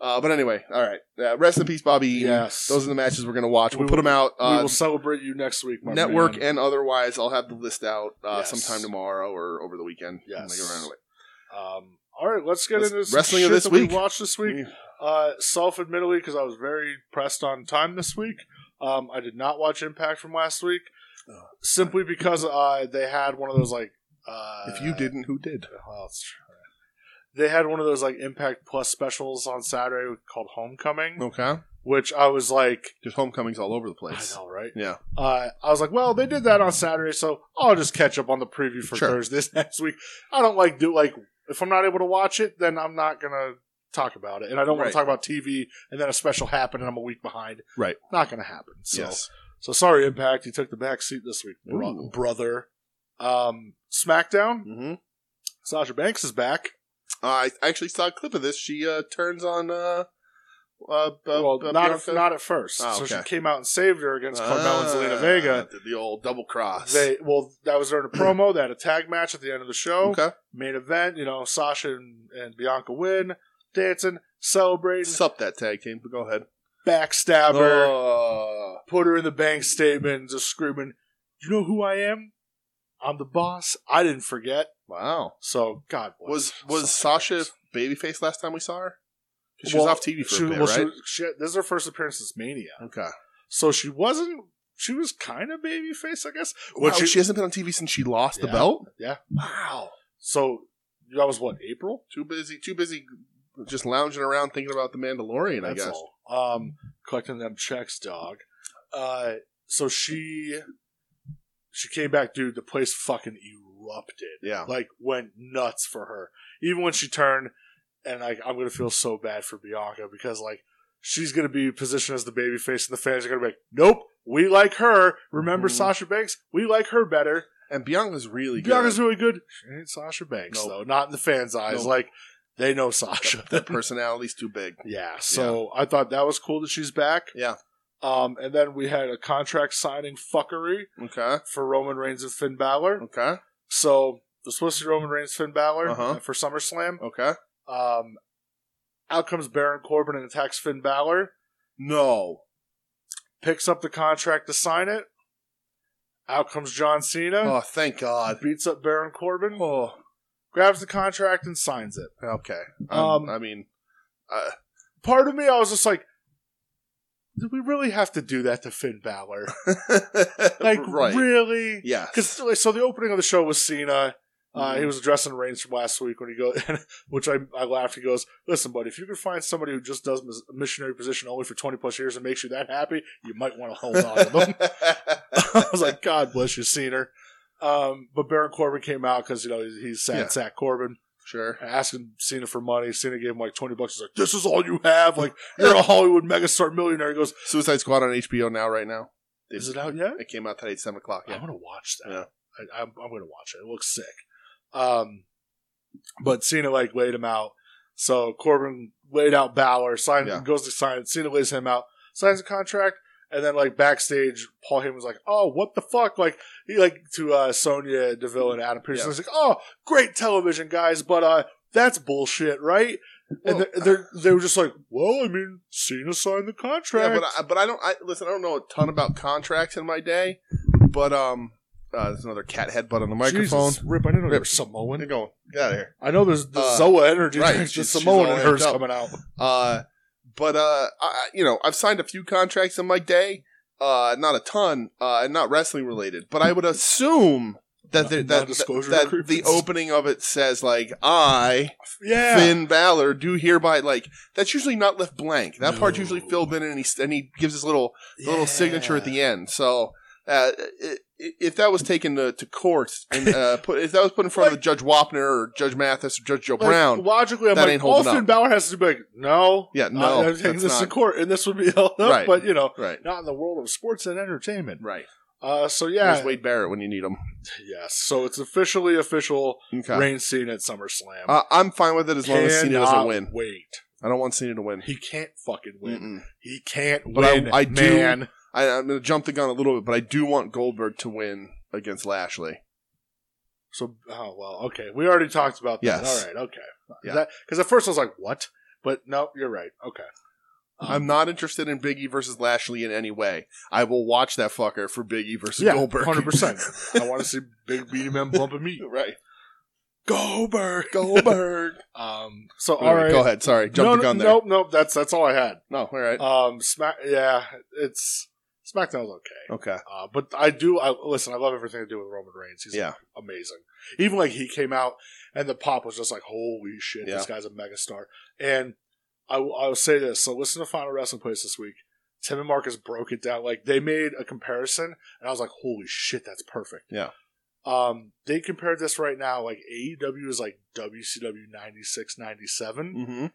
Uh, but anyway, all right. Uh, rest in peace, Bobby. Eaton.
yes.
Those are the matches we're going to watch. We'll
We
put
will-
them out
we
uh,
will celebrate you next week, my
network
man.
and otherwise. I'll have the list out uh,
Yes.
sometime tomorrow or over the weekend.
Yes.
Like around like-
Um, all right, let's get
Let's-
into some
wrestling of
shit
this
that
week.
We watched this week. Uh, self admittedly, because I was very pressed on time this week, um, I did not watch Impact from last week
Oh.
simply because uh, they had one of those like. Uh,
if you didn't, who did?
well, it's true. They had one of those like Impact Plus specials on Saturday called Homecoming,
Okay.
which I was like,
There's homecomings all over the place.
I know, right?
Yeah.
Uh, I was like, well, they did that on Saturday, so I'll just catch up on the preview for
Sure.
Thursday next week. I don't like do like if I'm not able to watch it, then I'm not gonna talk about it, and I don't
Right.
want to talk about TV and then a special happened and I'm a week behind.
Right.
Not gonna happen. So
Yes.
so sorry, Impact. You took the back seat this week, bro-
Ooh.
brother. Um, SmackDown,
Mm-hmm. Uh,
Sasha Banks is back.
I actually saw a clip of this. She uh, turns on. Uh, uh, b-
well,
b-
not,
Bianca.
at, not at first.
Oh,
So she
okay.
came out and saved her against Carmella and Zelina
Ah,
Vega.
did The old double cross.
They well, that was during a promo. They had a tag match at the end of the show.
okay.
Main event, you know, Sasha and, and Bianca win, dancing, celebrating,
Sup that tag team, but go ahead.
backstab her,
Oh.
put her in the bank statement, just screaming, "You know who I am? I'm the boss. I didn't forget."
wow.
So God bless.
Was was
Sasha
Sasha
Banks.
babyface last time we saw her? 'Cause She was
Well,
off TV for
She,
a bit,
well,
right?
she, she, this is her first appearance since Mania,
okay.
so she wasn't. She was kind of babyface, I guess.
Wow,
What she-
she hasn't been on TV since she lost the
Yeah.
belt.
Yeah.
Wow.
So that was what April.
Too busy. Too busy. Just lounging around thinking about the Mandalorian. I
That's
guess.
all. Um, collecting them checks, dog. Uh, so she she came back, dude. The place fucking erupted.
Yeah.
Like went nuts for her. Even when she turned, and like I'm gonna feel so bad for Bianca because like she's gonna be positioned as the baby face, and the fans are gonna be like, "Nope, we like her." Remember
Mhm.
Sasha Banks? We like her better.
And Bianca's really good.
Bianca's really good. She ain't Sasha Banks
Nope.
though. Not in the fans' eyes.
Nope.
Like they know Sasha.
That personality's too big.
Yeah, so I thought that was cool that she's back.
Yeah.
Um, and then we had a contract signing fuckery
Okay.
for Roman Reigns and Finn Balor.
Okay.
So it was supposed to be Roman Reigns, Finn Balor
Uh-huh.
for SummerSlam.
Okay.
Um, out comes Baron Corbin and attacks Finn Balor,
No.
picks up the contract to sign it. Out comes John Cena,
Oh, thank God.
beats up Baron Corbin,
Oh.
grabs the contract and signs it.
Okay.
Um,
Um, I mean, uh,
Part of me, I was just like, did we really have to do that to Finn Balor? Like,
right.
really? Because
yes.
so the opening of the show was Cena. Uh,
Mhm.
He was addressing Reigns from last week when he goes, which I, I laughed. He goes, "Listen, buddy, if you can find somebody who just does mis- missionary position only for twenty plus years and makes you that happy, you might want to hold on to them." I was like, "God bless you, Cena." Um, but Baron Corbin came out because you know he's, he's sad
Yeah.
sack Corbin
sure.
asking Cena for money. Cena gave him like twenty bucks. He's like, "This is all you have. Like you're a Hollywood megastar millionaire." He goes,
Suicide Squad on HBO now, right now. They-
"Is it out yet?"
It came out today at seven o'clock.
I
Yeah.
want to watch that.
Yeah.
I, I'm, I'm going to watch it. It looks sick. Um, but Cena like laid him out. So Corbin laid out Balor, signed,
Yeah.
goes to sign. it. Cena lays him out, signs a contract, and then like backstage, Paul Heyman's like, "Oh, what the fuck!" Like he like to uh, Sonya Deville and Adam Pearce.
Yeah.
He's like, "Oh, great television, guys, but uh, that's bullshit, right?" and
Well,
they're, they're they were just like, "Well, I mean, Cena signed the contract."
Yeah, but I, but I don't. I listen. I don't know a ton about contracts in my day, but um, uh, there's another cat headbutt on the microphone.
Jesus, Rip, I didn't know you
Rip.
were
When
Samoan.
they're going, get out of here.
I know there's the
Uh,
Zoa energy
right,
drinks, the
she's- she's
Samoan
all
and hers
amped up.
coming out.
Uh, but uh, I- I, you know, I've signed a few contracts in my day. Uh, not a ton, uh, and not wrestling related. But I would assume that the, that,
Non-disclosure
that the
agreements.
opening of it says like I
Yeah.
Finn Balor do hereby like that's usually not left blank. That part's
No.
usually filled in, and he and he gives his little the little signature at the end. So uh, i- i- if that was taken to, to court and uh, put, if that was put in front of Judge Wapner or Judge Mathis or Judge Joe
Like,
Brown,
logically, I'm
that
like,
ain't
all
holding
Finn
up.
Balor has to be like, no.
Yeah, no,
uh, I, am taking
that's
this to
not-
court, and this would be held up,
Right.
but, you know,
right,
not in the world of sports and entertainment.
right.
Uh, so,
There's
yeah.
Wade Barrett when you need him.
Yes. So it's officially official
Okay.
rain scene at SummerSlam.
Uh, I'm fine with it as long as Cena doesn't
Cannot
win.
Wait.
I don't want Cena to win.
He can't fucking win.
Mm-mm.
He can't
But I-
win.
I do-
man.
I, I'm going to jump the gun a little bit, but I do want Goldberg to win against Lashley.
So, oh well, okay. We already talked about that.
Yes.
All right, okay.
Yeah.
Because at first I was like, "What?" But no, you're right. Okay. Um,
I'm not interested in Biggie versus Lashley in any way. I will watch that fucker for Biggie versus
yeah,
Goldberg.
hundred percent. I want to see big beanie man bumping me.
right.
Goldberg.
Goldberg.
Um. So all
All right.
right.
Go ahead. Sorry. Jump
no,
the gun
no,
there.
Nope. Nope. That's that's all I had.
No, all right.
Um. Smack. Yeah. It's SmackDown's okay.
okay.
Uh, but I do. I listen. I love everything to do with Roman Reigns. He's
Yeah.
amazing. Even like he came out and the pop was just like, holy shit, this guy's a megastar. And I, will- I will say this. So listen to Final Wrestling Place this week. Tim and Marcus broke it down. Like they made a comparison, and I was like, holy shit, that's perfect.
Yeah.
Um, they compared this right now. Like AEW is like WCW 96, 97.
Mm-hmm.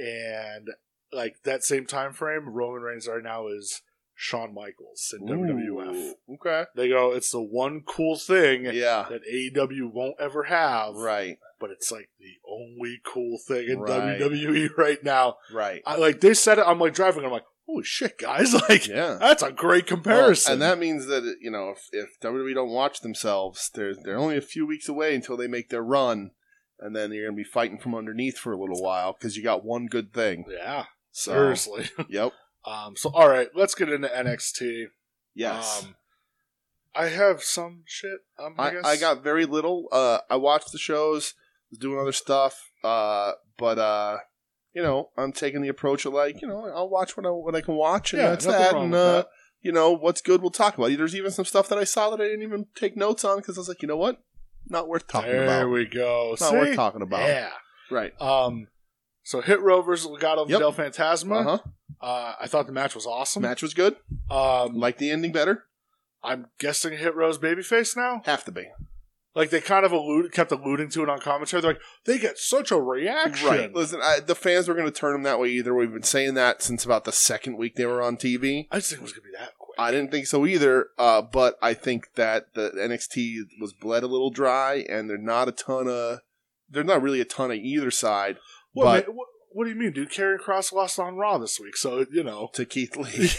And like that same time frame, Roman Reigns right now is Shawn Michaels in WWF.
Ooh, Okay.
They go, it's the one cool thing
Yeah.
that AEW won't ever have,
Right.
but it's like the only cool thing in
Right.
WWE right now.
Right.
I like they said it. I'm like driving. I'm like, holy shit, guys! Like
Yeah.
that's a great comparison.
and that means that you know if, if WWE don't watch themselves, they're they're only a few weeks away until they make their run, and then you're gonna be fighting from underneath for a little while because you got one good thing.
yeah,
So
seriously.
yep,
Um, so all right, let's get into NXT.
yes.
Um, I have some shit. Um, I,
I,
guess.
I got very little. Uh, I watched the shows, was doing other stuff, uh, but uh, you know, I'm taking the approach of like, you know, I'll watch what I what I can watch, and
Yeah,
that's
nothing
that.
wrong
And
with
uh,
that.
you know, what's good, we'll talk about. There's even some stuff that I saw that I didn't even take notes on because I was like, you know what, not worth talking
there
about.
we go.
It's not
See?
worth talking about.
Yeah.
Right.
Um. So Hit Row versus Legado
Yep.
del Fantasma.
Uh huh.
Uh, I thought the match was awesome.
Match was good.
Um,
Like the ending better.
I'm guessing Hit Row's babyface now.
Have to be.
Like they kind of allude, kept alluding to it on commentary. They're like, they get such a reaction.
Right. Listen, I, the fans were going to turn them that way either. We've been saying that since about the second week they were on TV.
I just think it was gonna be that quick.
I didn't think so either, uh, but I think that the NXT was bled a little dry, and they're not a ton of, they're not really a ton of either side
what,
but-
ma- what, what do you mean, dude? Karrion Cross lost on Raw this week, so you know.
to Keith Lee.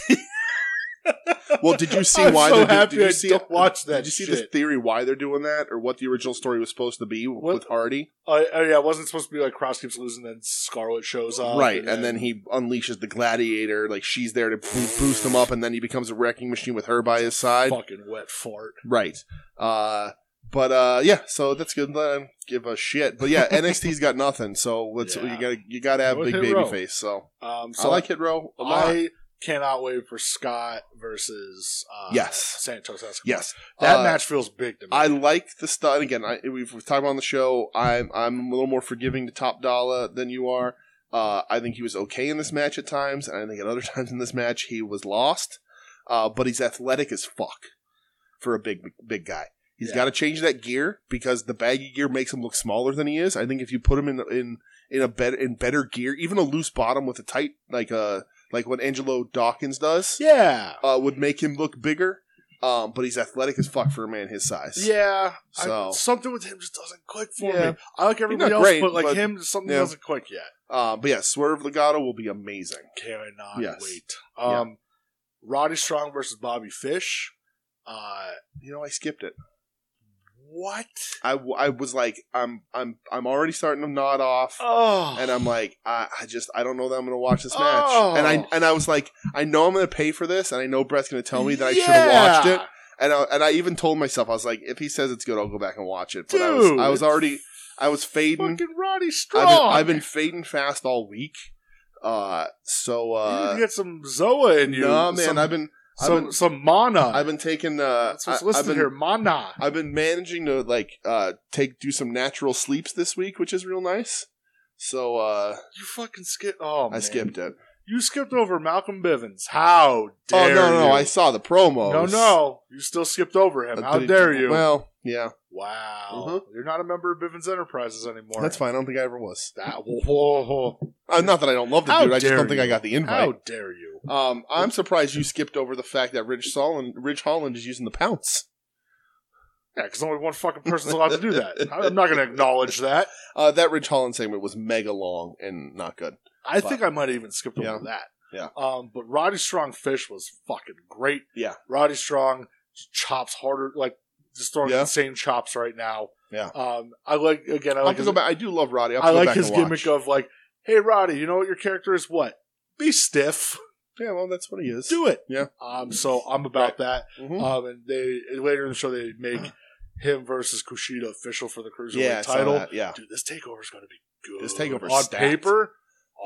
well, did you see
I'm
why?
so
they're do-
happy
did you
I
see
don't watch that
Did you see
shit.
this theory why they're doing that, or what the original story was supposed to be
What-
with Hardy?
Uh, uh, yeah, it wasn't supposed to be like Cross keeps losing, then Scarlet shows up,
right, and then he unleashes the Gladiator, like she's there to bo- boost him up, and then he becomes a wrecking machine with her by his side.
fucking wet fart.
Right. Uh, but uh, yeah, so that's good. Let him give a shit. But yeah, NXT's got nothing. So let's
Yeah.
you gotta you gotta have
Go with
big
Hit
baby
Row.
face. So, I
Um, so
like Hit Row a lot.
I cannot wait for Scott versus uh,
yes,
Santos Escobar.
yes.
that
Uh,
match feels big to me.
I like the stuff. Again, I, we've, we've talked about it on the show. I'm I'm a little more forgiving to Top Dollar than you are. Uh, I think he was okay in this match at times, and I think at other times in this match he was lost. Uh, but he's athletic as fuck for a big big guy. He's
Yeah.
got to change that gear because the baggy gear makes him look smaller than he is. I think if you put him in in in a better in better gear, even a loose bottom with a tight like uh like what Angelo Dawkins does,
yeah,
uh, would make him look bigger. Um, but he's athletic as fuck for a man his size.
yeah. I-
So-
something with him just doesn't click for
Yeah.
me. I like everybody
not
else,
great,
but like
but-
him, something
yeah.
doesn't click yet.
Uh, but yeah, Swerve Legato will be amazing.
cannot
Yes.
wait.
Yeah.
Um, Roddy Strong versus Bobby Fish. Uh,
You know, I skipped it.
what?
I, w- I was like, I'm I'm I'm already starting to nod off,
Oh,
and um, I'm like, I, I just I don't know that I'm gonna watch this match.
Oh.
And I and I was like, I know I'm gonna pay for this, and I know Brett's gonna tell me that I should have watched it. And I, and I even told myself I was like, if he says it's good, I'll go back and watch it. But I was
Dude,
I was
it's
already I was fading.
Fucking Roddy Strong.
I've been, Mm-hmm. I've been fading fast all week. Uh, so
you need
uh,
to get some Zoa in you.
no man,
some,
I've been I've
some
been
some mana.
I've been taking uh,
That's what's
I-
listed
I've been
here. Mana.
I've been managing to like uh take do some natural sleeps this week, which is real nice. So uh
You fucking skipped. Oh,
I
man.
skipped it.
You skipped over Malcolm Bivens. How dare
oh no, no,
you?
I saw the promo.
no, no. You still skipped over him. How dare you?
Well, yeah,
wow.
Mhm.
You're not a member of Bivens Enterprises anymore.
that's fine. I don't think I ever was.
That whoa.
Uh, not that I don't love the
How
dude. I just
dare
don't think I
you.
got the
How
invite.
dare you?
Um, I'm surprised you skipped over the fact that Ridge Solon, Ridge Holland is using the pounce.
Yeah, because only one fucking person's allowed to do that. I'm not going to acknowledge that.
Uh, that Ridge Holland segment was mega long and not good.
I
But-
think I might have even skipped over
Yeah.
that.
Yeah.
Um, but Roddy Strong Fish was fucking great.
Yeah.
Roddy Strong chops harder, like just throwing
Yeah.
insane chops right now.
Yeah.
Um, I like again. I
I
like
to
his,
go back. I do love Roddy. I, have to
I
go
like
back
his
and watch.
gimmick of like, hey Roddy, you know what your character is? What? Be stiff.
Yeah, well, that's what he is.
Do it.
Yeah.
Um. So I'm about that.
Mhm.
Um. And they later in the show they make him versus Kushida official for the cruiserweight
yeah, I saw
title.
that, Yeah,
dude, this takeover is going to be good.
This takeover's
on
stacked.
paper,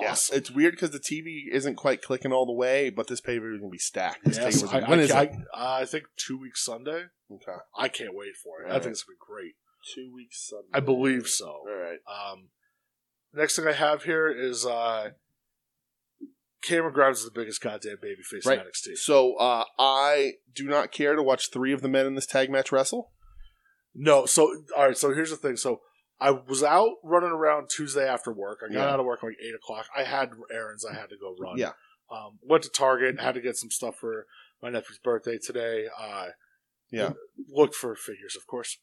Yes,
awesome.
it's weird because the TV isn't quite clicking all the way, but this paper is gonna be stacked. This
Yes,
takeover's-
I,
when
I,
is
I,
it?
I think two weeks Sunday.
Okay.
I can't wait for it. I
Alright.
think it's going to be great.
Two weeks Sunday.
I believe so.
All right.
Um, next thing I have here is uh, Cameron Grimes is the biggest goddamn babyface
Right.
in NXT.
So uh, I do not care to watch three of the men in this tag match wrestle.
No, so all right. So here's the thing. So I was out running around Tuesday after work. I got
Yeah.
out of work like eight o'clock. I had errands. I had to go run.
Yeah.
Um, went to Target. Had to get some stuff for my nephew's birthday today. I
Yeah.
looked for figures, of course.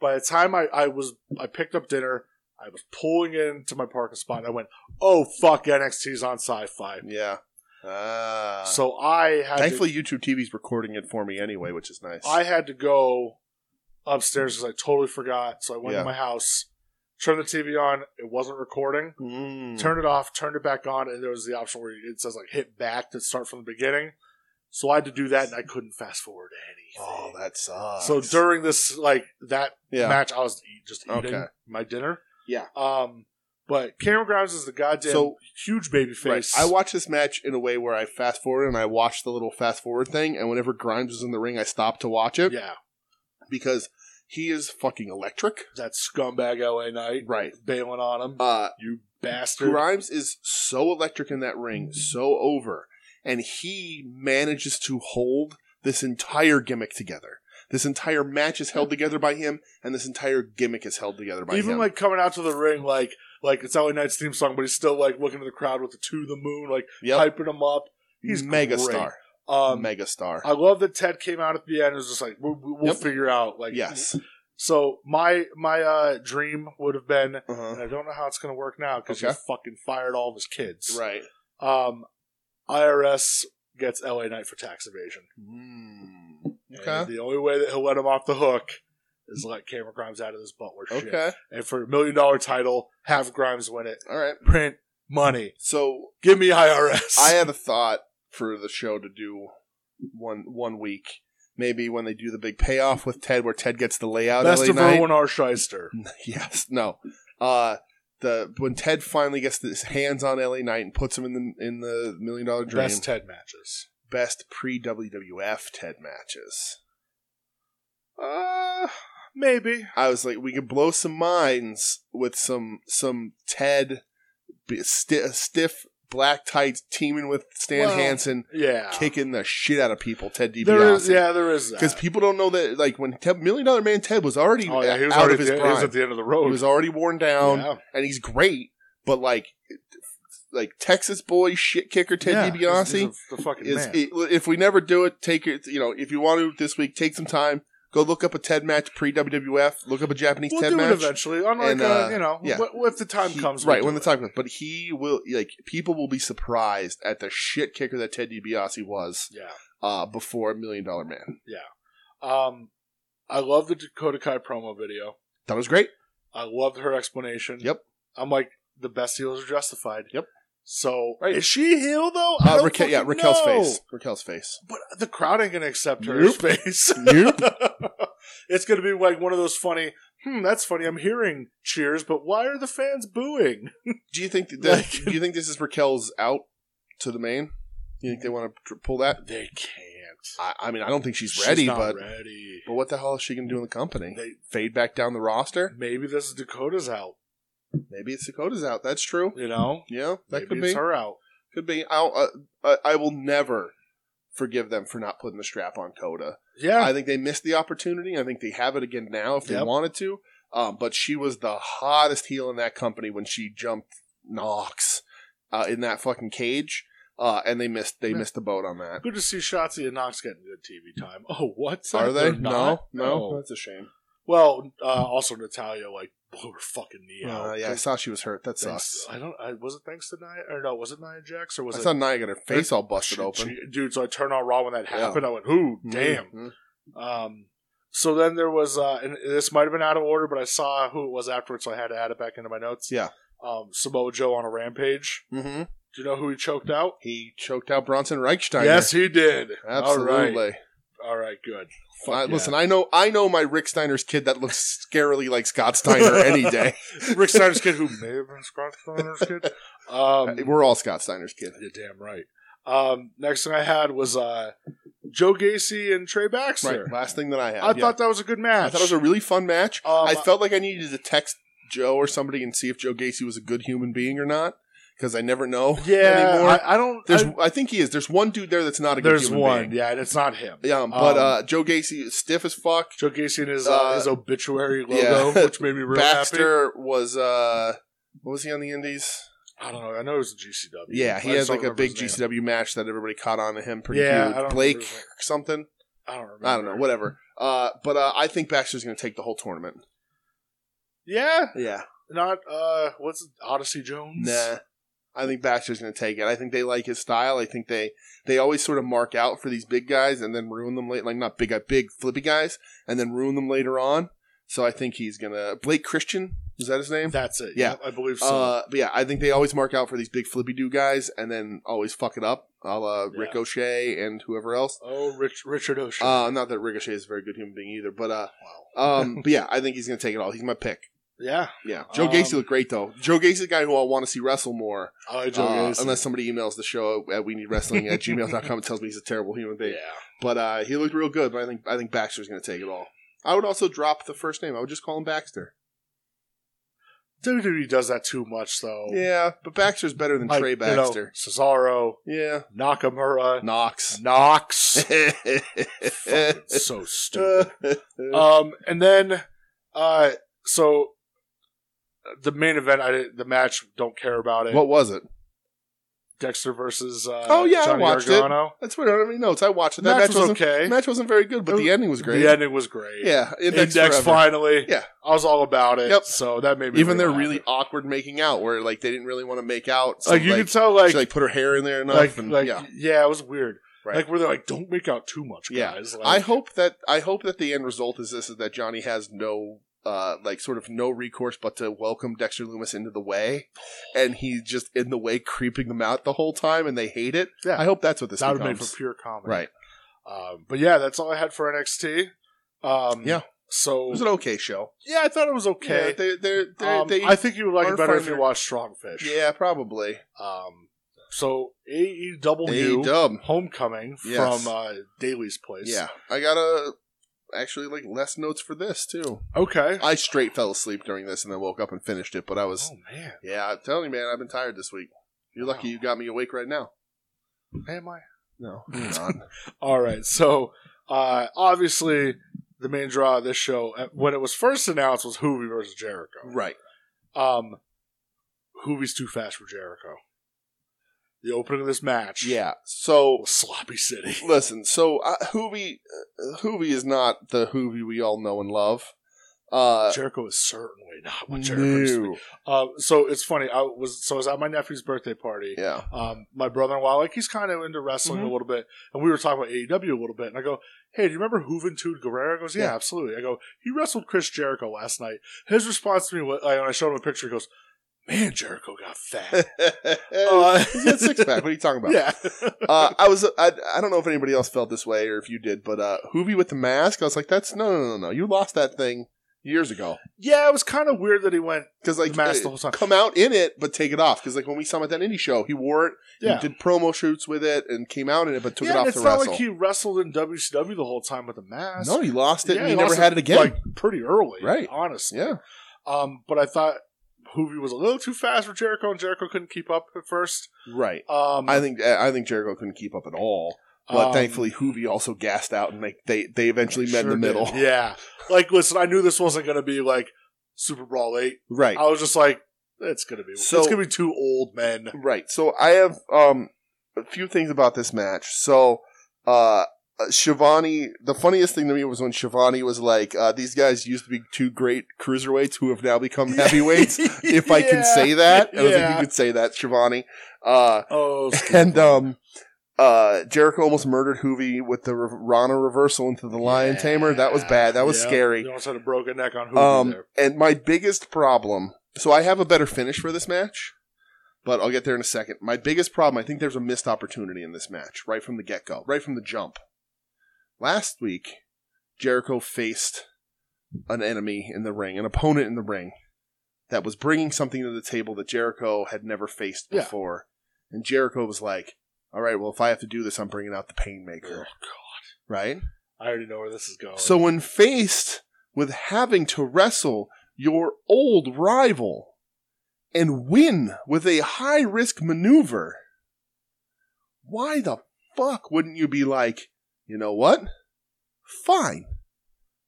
By the time I, I was I picked up dinner, I was pulling into my parking spot. And I went, "Oh fuck, NXT's on Sci-Fi."
Yeah. Ah.
so I had to-
Thankfully, YouTube TV's recording it for me anyway, which is nice.
I had to go upstairs because I totally forgot. So I went
Yeah.
to my house, turned the TV on. It wasn't recording.
Mm.
Turned it off, turned it back on, and there was the option where it says like hit back to start from the beginning. So I had to do that, and I couldn't fast forward
Oh,
anything.
that sucks.
so during this like that
yeah,
match, I was eat, just eating
Okay.
my dinner.
Yeah.
Um, but Cameron Grimes is the goddamn
So-
huge baby
Right.
face.
I watched this match in a way where I fast forward and I watched the little fast forward thing, and whenever Grimes was in the ring, I stopped to watch it
yeah,
because he is fucking electric.
that scumbag LA Knight
Right.
bailing on him.
Uh,
you bastard.
Grimes is so electric in that
Mm-hmm.
ring, so over, and he manages to hold this entire gimmick together. This entire match is held together by him, and this entire gimmick is held together by
Even
him.
like coming out to the ring, like like it's LA Knight's theme song, but he's still like looking at the crowd with the to the moon, like
yep,
hyping him up. he's
mega
great.
star,
Um,
mega star.
I love that Ted came out at the end. and was just like, we'll, we'll
Yep.
figure out. Like,
yes,
So my my uh, dream would have been, and
uh-huh.
I don't know how it's going to work now because
Okay.
he fucking fired all of his kids.
right.
Um, IRS gets LA Knight for tax evasion.
Mm.
And
Okay.
the only way that he'll let him off the hook is let Cameron Grimes out of this Butler shit.
Okay.
And for a million dollar title, have Grimes win it.
All right.
Print money.
So
Give me IRS.
I had a thought for the show to do one one week, maybe when they do the big payoff with Ted, where Ted gets the layout.
Best
LA
of
night.
Erwin R. Shyster.
Yes, no. Uh the when Ted finally gets his hands on LA Knight and puts him in the in the million dollar dream,
Best Ted matches.
pre WWF Ted matches. Uh
Maybe.
I was like, we could blow some minds with some some Ted b- sti- stiff black tights teaming with Stan
Well,
Hansen,
Yeah.
kicking the shit out of people. Ted DiBiase.
There is, yeah, there is that.
Because people don't know that, like when Ted, Million Dollar Man Ted was already
oh, yeah, he was
out
already
of his
at the- he
prime,
was at the end of the road.
he was already worn down.
Yeah.
and he's great, but like like Texas boy shit kicker Ted
Yeah,
DiBiase
he's- he's a- the fucking
is
man.
i- if we never do it, take it. You know, if you want to this week, take some time, go look up a Ted match pre WWF, look up a Japanese
we'll
Ted
do it
match.
eventually. Unlike
And,
uh,
uh,
you know,
yeah.
wh- if the time
He-
comes,
right
we'll
when
do
the time comes, but he will like people will be surprised at the shit kicker that Ted DiBiase was
it. Yeah.
uh, before Million Dollar Man.
Um, I love the Dakota Kai promo video.
That was great.
I loved her explanation.
Yep.
I'm like the best heels are justified.
Yep.
So
Right.
is she heel though? I
Uh,
don't
Raquel, yeah,
fucking
Raquel's
know.
face. Raquel's face.
But the crowd ain't gonna accept her
Nope.
face.
Nope.
it's gonna be like one of those funny. Hmm, that's funny. I'm hearing cheers, but why are the fans booing?
Do you think that? do you think this is Raquel's out to the main? Do you think they
Mm-hmm.
want to pull that?
They can't.
I, I mean, I don't think she's ready,
not
but
ready.
but what the hell is she going to do in the company?
They-
Fade back down the roster?
maybe this is Dakota's out.
Maybe it's Dakota's out. That's true.
You know,
Yeah, that
maybe
could
it's
be.
her out.
Could be. I'll, uh, I I will never forgive them for not putting the strap on Coda.
Yeah,
I think they missed the opportunity. I think they have it again now if they
Yep.
wanted to. Um, but she was the hottest heel in that company when she jumped Knox uh, in that fucking cage, uh, and they missed they
Yeah.
missed the boat on that.
good to see Shotzi and Knox getting good TV time. Oh, what
Are they?
They're not? Oh,
No, no, that's a shame.
Well, uh, also Natalia like blew her fucking knee
Yeah,
out.
Uh, yeah, I saw she was hurt. That
Thanks-
sucks.
I don't. I, was it thanks to Nia? Or no, was it Nia Jax? Or was
I
it
saw Nia got her face all busted
She-
open.
she- dude? So I turned on Raw when that
Yeah.
happened. I went, "Ooh, damn!"
Mhm.
Um, so then there was, uh, and this might have been out of order, but I saw who it was afterwards, so I had to add it back into my notes.
Yeah.
Um, Samoa Joe on a rampage.
Mhm.
Do you know who he choked out?
He choked out Bronson Reichsteiner.
Yes, he did.
absolutely.
All right, All right good. Fuck
I-
yeah.
Listen, I know, I know my Rick Steiner's kid that looks scarily like Scott Steiner any day.
Rick Steiner's kid, who may have been Scott Steiner's kid. Um,
We're all Scott Steiner's kid.
you're damn right. Um, next thing I had was uh, Joe Gacy and Trey Baxter.
Right. Last thing that I had.
I
yeah.
thought that was a good match.
I thought it was a really fun match.
Um,
I felt like I needed to text Joe or somebody and see if Joe Gacy was a good human being or not because I never know
yeah,
anymore.
I, I don't.
there's,
I-
I, think he is. There's one dude there that's not a good
there's
human
one.
being.
Yeah, and it's not him.
Yeah, but
Um,
uh, Joe Gacy is stiff as fuck.
Joe Gacy and his,
Uh,
uh, his obituary logo,
yeah.
which made me real
Baxter was uh what was he on the Indies?
happy. I don't know. I know it was a GCW.
Yeah,
I
he
just
has
don't
like a
remember
big
his name.
GCW match that everybody caught on to him pretty
Yeah, I
huge.
don't remember
Blake
his name.
something.
I don't remember.
I don't know, whatever. Uh, but uh, I think Baxter's going to take the whole tournament.
Yeah,
Yeah.
not uh, what's it, Odyssey Jones?
Nah. I think Baxter's going to take it. I think they like his style. I think they they always sort of mark out for these big guys and then ruin them late, like not big, big flippy guys, and then ruin them later on. So I think he's going to Blake Christian. Is that his name?
that's it.
Yeah.
Yep, I believe so.
Uh, but yeah, I think they always mark out for these big flippy do guys and then always fuck it up, a la
Yeah.
Ricochet and whoever else.
oh, Rich, Richard O'Shea.
Uh, not that Ricochet is a very good human being either, but uh,
wow.
um, but yeah, I think he's gonna take it all. He's my pick.
Yeah,
Yeah, Joe
Um,
Gacy looked great though. Joe Gacy's the guy who I want to see wrestle more.
I like Joe
uh,
Gacy.
unless somebody emails the show at we need wrestling at gmail.com and tells me he's a terrible human
yeah,
being. But uh, he looked real good. But I think I think Baxter's gonna take it all. I would also drop the first name. I would just call him Baxter.
WWE E does that too much though.
Yeah, but Baxter's better than
Oh. Like,
Trey
you know,
Baxter.
Cesaro,
yeah,
Nakamura,
Knox.
Knox. Fucking so stupid. Um, and then, uh, so the main event, I didn't, the match, don't care about it.
what was it?
Dexter versus uh,
Oh, yeah, I
Johnny
watched it.
Gargano.
That's what I don't even notes. I watched it.
The
That
match,
match,
was
wasn't
okay.
match wasn't very good, but
It
the ending was great.
The ending was great.
Yeah,
Index,
index, forever.
finally.
Yeah.
I was all about it.
Yep.
So that made me
Even their
happy.
really awkward making out, where like they didn't really want to make out. So,
like you
like,
could tell like
she like put her hair in there enough.
like,
and,
like
yeah,
yeah. it was weird.
Right.
Like where they're like, don't make out too much,
Yeah.
guys.
I
Like,
hope that I hope that the end result is this: is that Johnny has no. Uh, like sort of no recourse but to welcome Dexter Loomis into the way, and he's just in the way, creeping them out the whole time, and they hate it.
Yeah.
I hope that's what this
that would make
becomes.
for pure comedy.
right?
Um, but yeah, that's all I had for NXT. Um,
Yeah. It
So
was an okay show.
yeah, I thought it was okay.
Yeah, they, they're, they're,
Um,
they,
I think you would like
are
it better if
finding-
you watched Strong Fish.
yeah, probably.
Um, so AEW
AEW.
Homecoming
E Yes.
from uh, Daly's place.
Yeah, I got a actually like less notes for this too.
Okay.
I straight fell asleep during this and then woke up and finished it, but I was
oh man,
yeah, I'm telling you, man, I've been tired this week. You're lucky
Wow.
you got me awake right now.
am I?
No, you're not.
All right. So uh, obviously, the main draw of this show uh, when it was first announced was Hoovy versus Jericho.
right.
Um, Hoovy's too fast for Jericho. The opening of this match,
Yeah. So
was sloppy city.
listen, so uh, Hoovy, uh, Hoovy is not the Hoovy we all know and love. Uh,
Jericho is certainly not what Jericho used to be.
no.
Uh, so it's funny. I was so I was at my nephew's birthday party.
Yeah.
Um, my brother-in-law, like he's kind of into wrestling
Mhm.
a little bit, and we were talking about AEW a little bit. And I go, "Hey, do you remember Juventud Guerrero?" He goes, yeah,
Yeah.
absolutely." I go, "He wrestled Chris Jericho last night." His response to me, was, like, when I showed him a picture, he goes, "Man, Jericho got fat." Uh,
He's got six pack. What are you talking about?
yeah,
uh, I was I, I don't know if anybody else felt this way or if you did, but uh, Hoovy with the mask, I was like, that's no no no no, you lost that thing years ago
yeah. It was kind of weird that he went.
because like
The mask
uh,
the whole time.
come out in it but take it off because like when we saw him at that indie show, he wore it,
Yeah,
he did promo shoots with it, and came out in it but took
yeah.
it
and
off
it's
to
not
wrestle.
like he wrestled in WCW the whole time with the mask.
no, he lost it
Yeah,
and
he
he, never
lost
had it again.
like pretty early,
Right.
Honestly,
yeah,
Um, but I thought Hoovy was a little too fast for Jericho, and Jericho couldn't keep up at first.
right.
Um,
I think I think Jericho couldn't keep up at all, but
um,
thankfully Hoovy also gassed out and like they they eventually met in
sure
the middle.
did. Yeah, like listen, I knew this wasn't going to be like Super Brawl Eight.
Right.
I was just like, it's going to be
So-
it's going to be two old men.
Right. So I have um a few things about this match. So uh Shivani, the funniest thing to me was when Shivani was like, uh, "These guys used to be two great cruiserweights who have now become heavyweights." If I can say that, I was like,
Yeah.
"You could say that, Shivani." Uh,
oh,
and um, uh, Jericho almost murdered Hoovy with the re- Rana reversal into the Lion Tamer. That was bad. That was
Yeah.
scary.
You almost had a broken neck on Hoovy
Um,
there.
and my biggest problem. So I have a better finish for this match, but I'll get there in a second. My biggest problem, I think there's a missed opportunity in this match right from the get go, right from the jump. Last week, Jericho faced an enemy in the ring, an opponent in the ring that was bringing something to the table that Jericho had never faced
Yeah.
before. And Jericho was like, all right, well, if I have to do this, I'm bringing out the
Oh,
Painmaker,
God.
right?
I already know where this is going.
So when faced with having to wrestle your old rival and win with a high risk maneuver, why the fuck wouldn't you be like, you know what? Fine.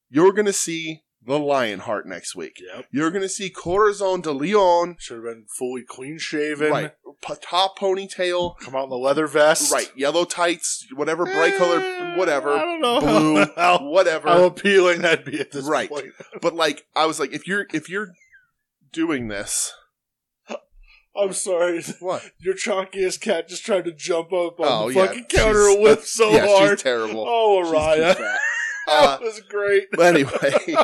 You're going to see the Lionheart next week.
Yep.
You're going to see Corazon de Leon,
Should have been fully clean shaven.
right? P- top ponytail,
Come out in the leather vest.
right? Yellow tights, whatever bright color,
Eh, I
whatever,
don't know
blue,
how, how,
whatever.
how appealing that'd be at this
Right.
point.
But like, I was like, if you're if you're doing this,
I'm sorry.
what?
Your chonkiest cat just tried to jump up on
Oh,
the
yeah.
fucking counter
She's-
and whip so
yeah,
hard.
she's terrible.
oh,
She's too
Araya.
fat. Uh,
that was great.
but anyway,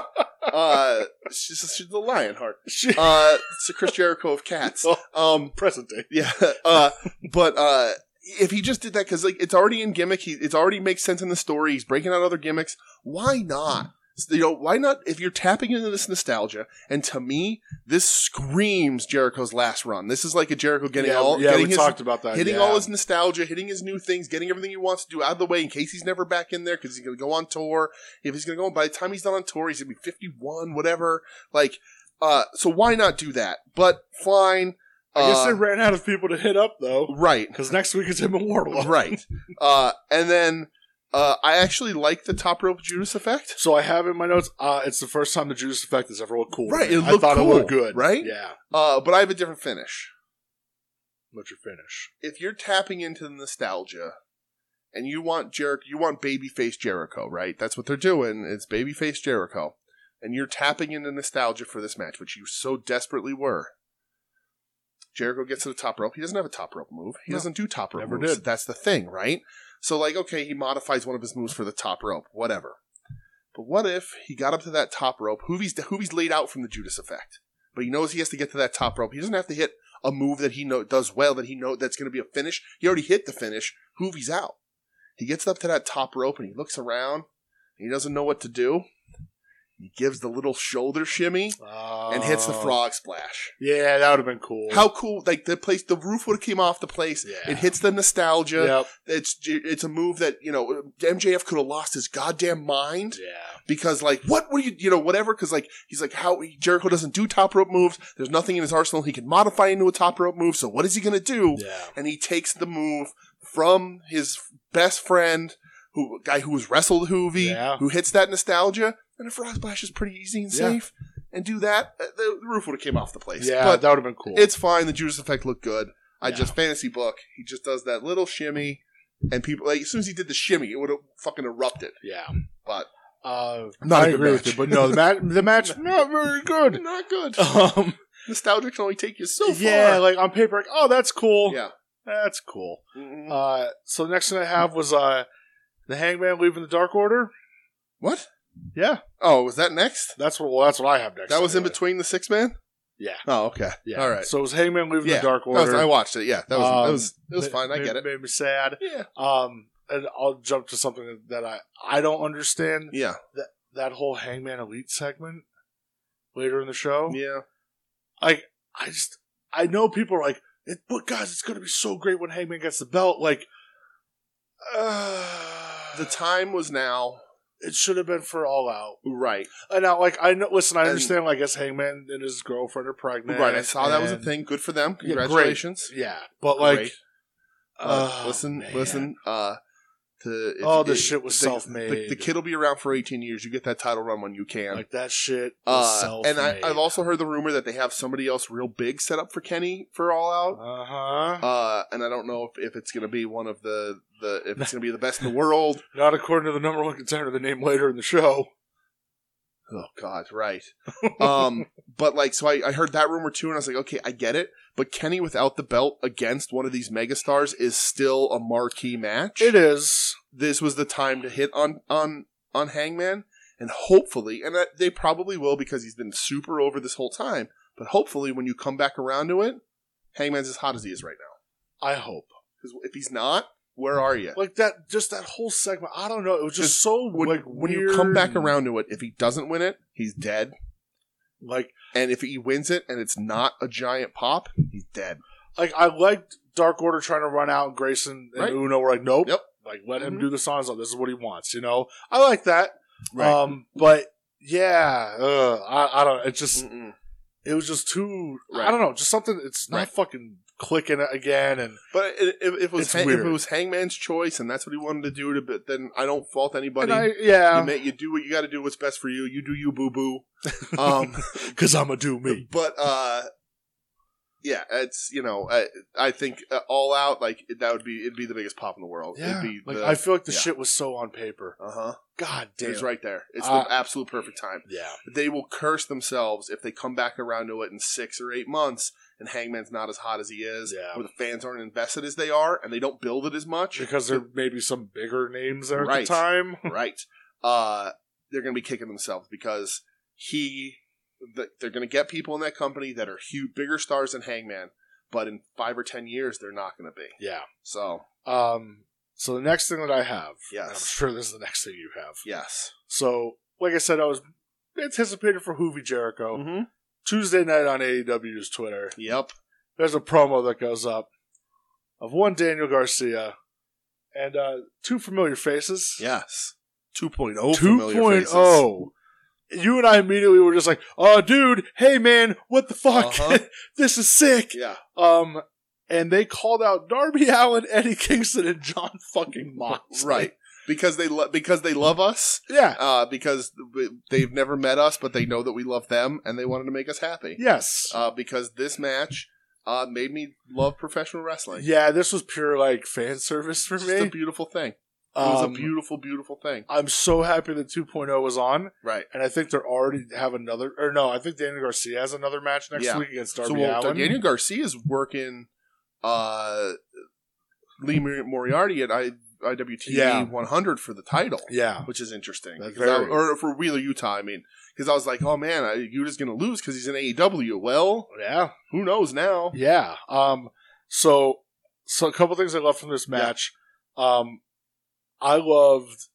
uh, she's, she's the Lionheart.
She,
Uh, it's a Chris Jericho of cats.
Oh.
Um,
present day.
yeah. Uh, but uh, if he just did that, because like it's already in gimmick, he, it's already makes sense in the story. He's breaking out other gimmicks. Why not? You know, why not? If you're tapping into this nostalgia, and to me, this screams Jericho's last run. This is like a Jericho getting
yeah,
all
yeah,
getting
we
his
talked about that.
hitting
Uh, yeah.
all his nostalgia, hitting his new things, getting everything he wants to do out of the way in case he's never back in there because he's going to go on tour. If he's going to go, by the time he's done on tour, he's going to be 51, whatever. Like, uh, so why not do that? But fine.
I guess
uh,
they ran out of people to hit up though,
right.
because next week it's him and Wardlow.
Right. uh, and then, uh, I actually like the top rope Judas effect.
So I have in my notes. Uh, it's the first time the Judas effect has ever looked cool.
Right, it
I
looked
thought
cool,
it looked good.
right?
Yeah.
Uh, but I have a different finish.
What's your finish?
If you're tapping into the nostalgia and you want Jericho, you want babyface Jericho, right? That's what they're doing. It's babyface Jericho, and you're tapping into nostalgia for this match, which you so desperately were. Jericho gets to the top rope. He doesn't have a top rope move. He
No.
doesn't do top rope
Never
moves.
did.
That's the thing, right? So, like, okay, he modifies one of his moves for the top rope, whatever. But what if he got up to that top rope? Hoovy's Hoovy's laid out from the Judas effect, but he knows he has to get to that top rope. He doesn't have to hit a move that he know does well that he know that's going to be a finish. He already hit the finish. Hoovy's out. He gets up to that top rope and he looks around and he doesn't know what to do. He gives the little shoulder shimmy and hits the
Uh,
frog splash.
Yeah, that would have been cool.
How cool! Like the place, the roof would have came off the place.
Yeah.
It hits the nostalgia.
Yep.
It's it's a move that you know MJF could have lost his goddamn mind
Yeah.
because like what were you you know whatever because like he's like how Jericho doesn't do top rope moves. There's nothing in his arsenal he can modify into a top rope move. So what is he gonna do?
Yeah.
and he takes the move from his best friend, who guy who was wrestled Hoovy,
Yeah.
who hits that nostalgia, and a frog splash is pretty easy and
Yeah.
safe. And do that, uh, the the roof would have came off the place.
Yeah.
but
that would have been cool.
it's fine. The Judas effect looked good. I
Yeah.
just fantasy book. He just does that little shimmy, and people like as soon as he did the shimmy, it would have fucking erupted.
yeah.
But
Uh,
Hmm. Not a
I
good
agree
match.
with you, but no, the match, the match, not very good.
not good.
Um,
nostalgia can only take you so
yeah,
far.
like on paper, like, oh, that's cool.
yeah.
That's cool.
Mhm.
Uh, so the next thing I have was uh, the Hangman leaving the Dark Order.
what?
Yeah,
Oh, was that next?
that's what. Well, that's what I have next.
That was in
anyway.
between the six man.
Yeah.
Oh, okay.
Yeah.
All right.
So it was Hangman leaving
Yeah,
the Dark
That was-
Order.
I watched it. Yeah, that was that
Um,
was it was
Ma-
fine. I
made-
get it.
Made me sad.
Yeah,
Um, and I'll jump to something that I I don't understand
yeah,
that whole Hangman Elite segment later in the show.
yeah.
Like I just I know people are like, it, but guys, it's gonna be so great when Hangman gets the belt. Like, uh,
The time was now
it should have been for All Out.
right.
And now, like, I know. Listen, I
And-
understand. Like, I guess Hangman and his girlfriend are pregnant.
right. I saw that was a
and-
thing. Good for them.
Yeah, great.
Congratulations.
Yeah, but like,
Great. Uh,
uh,
listen,
man.
listen. Uh, to if-
All this
if-
shit was
the-
self-made.
The, the kid will be around for 18 years. You get that title run when you can.
like that shit. Was
uh, and I, I've also heard the rumor that they have somebody else real big set up for Kenny for All Out.
Uh huh.
Uh, and I don't know if, if it's going to be one of the, the if it's going to be the best in the world.
Not according to the number one contender, the name later in the show.
Oh God, right. Um, but like, so I, I heard that rumor too, and I was like, okay, I get it. But Kenny without the belt against one of these megastars is still a marquee match.
It is.
This was the time to hit on on on Hangman, and hopefully, and that they probably will because he's been super over this whole time. But hopefully, when you come back around to it, Hangman's as hot as he is right now.
I hope.
Because if he's not, where are you?
Like that. Just that whole segment. I don't know. It was just so
When,
like
when
weird
you come back
and,
around to it, if he doesn't win it, he's dead.
Like,
And if he wins it and it's not a giant pop, he's dead.
like I liked Dark Order trying to run out. and Grayson and
Right.
Uno were like, nope.
Yep.
Like let him
Mhm.
do the songs. Like, this is what he wants. You know. I like that.
Um,
Um, but yeah, uh, I, I don't. It just
Mm-mm.
It was just too.
Mm. Right.
I don't know. Just something. It's not
Right.
fucking clicking again. And
But it, it, it was
It's
hang, if
weird.
it was Hangman's choice, and that's what he wanted to do. To, but then I don't fault anybody.
and I, yeah,
you, may, you do what you got to do. What's best for you. You do you, boo boo. Um,
because I'm a do me.
but uh, yeah, it's you know I I think uh, all out like that would be it'd be the biggest pop in the world.
Yeah,
it'd be
like
the,
I feel like the
yeah.
shit was so on paper.
uh huh.
God damn.
It's right there. It's
Uh,
the absolute perfect time.
Yeah.
They will curse themselves if they come back around to it in six or eight months, and Hangman's not as hot as he is,
Yeah.
or the fans aren't invested as they are, and they don't build it as much.
Because there may be some bigger names there
Right.
at the time.
right? Uh, they're going to be kicking themselves because he, th- they're going to get people in that company that are huge, bigger stars than Hangman, but in five or ten years, they're not going to be.
Yeah.
So
Um. So the next thing that I have,
Yes.
and I'm sure this is the next thing you have.
yes,
So, like I said, I was anticipated for Hoovy Jericho
mm-hmm.
Tuesday night on AEW's Twitter.
yep,
There's a promo that goes up of one Daniel Garcia and uh, two familiar faces.
yes, two point oh,
2.0. You and I immediately were just like, "Oh, dude, hey man, what the fuck?
Uh-huh.
this is sick."
yeah,
Um, and they called out Darby Allen, Eddie Kingston, and John fucking Moxley.
right. Because they lo- because they love us,
Yeah.
uh, because w- they've never met us, but they know that we love them, and they wanted to make us happy.
Yes.
Uh, because this match uh, made me love professional wrestling.
yeah, this was pure like fan service for
it's
me.
just a beautiful thing. It was
Um,
a beautiful, beautiful thing.
I'm so happy that 2.0 was on,
Right.
and I think they're already have another. Or no, I think Daniel Garcia has another match next
Yeah.
week against Darby
So well,
Allen.
Daniel Garcia is working uh, Lee Mor- Moriarty at I, IWTV
Yeah.
100 for the title,
yeah,
which is interesting.
That's
Because I-
very-
or for Wheeler, Utah, I mean. Because I was like, oh man, I- Utah's going to lose because he's in AEW. Well,
yeah,
who knows now?
yeah. Um, so so a couple things I love from this match. Um, I loved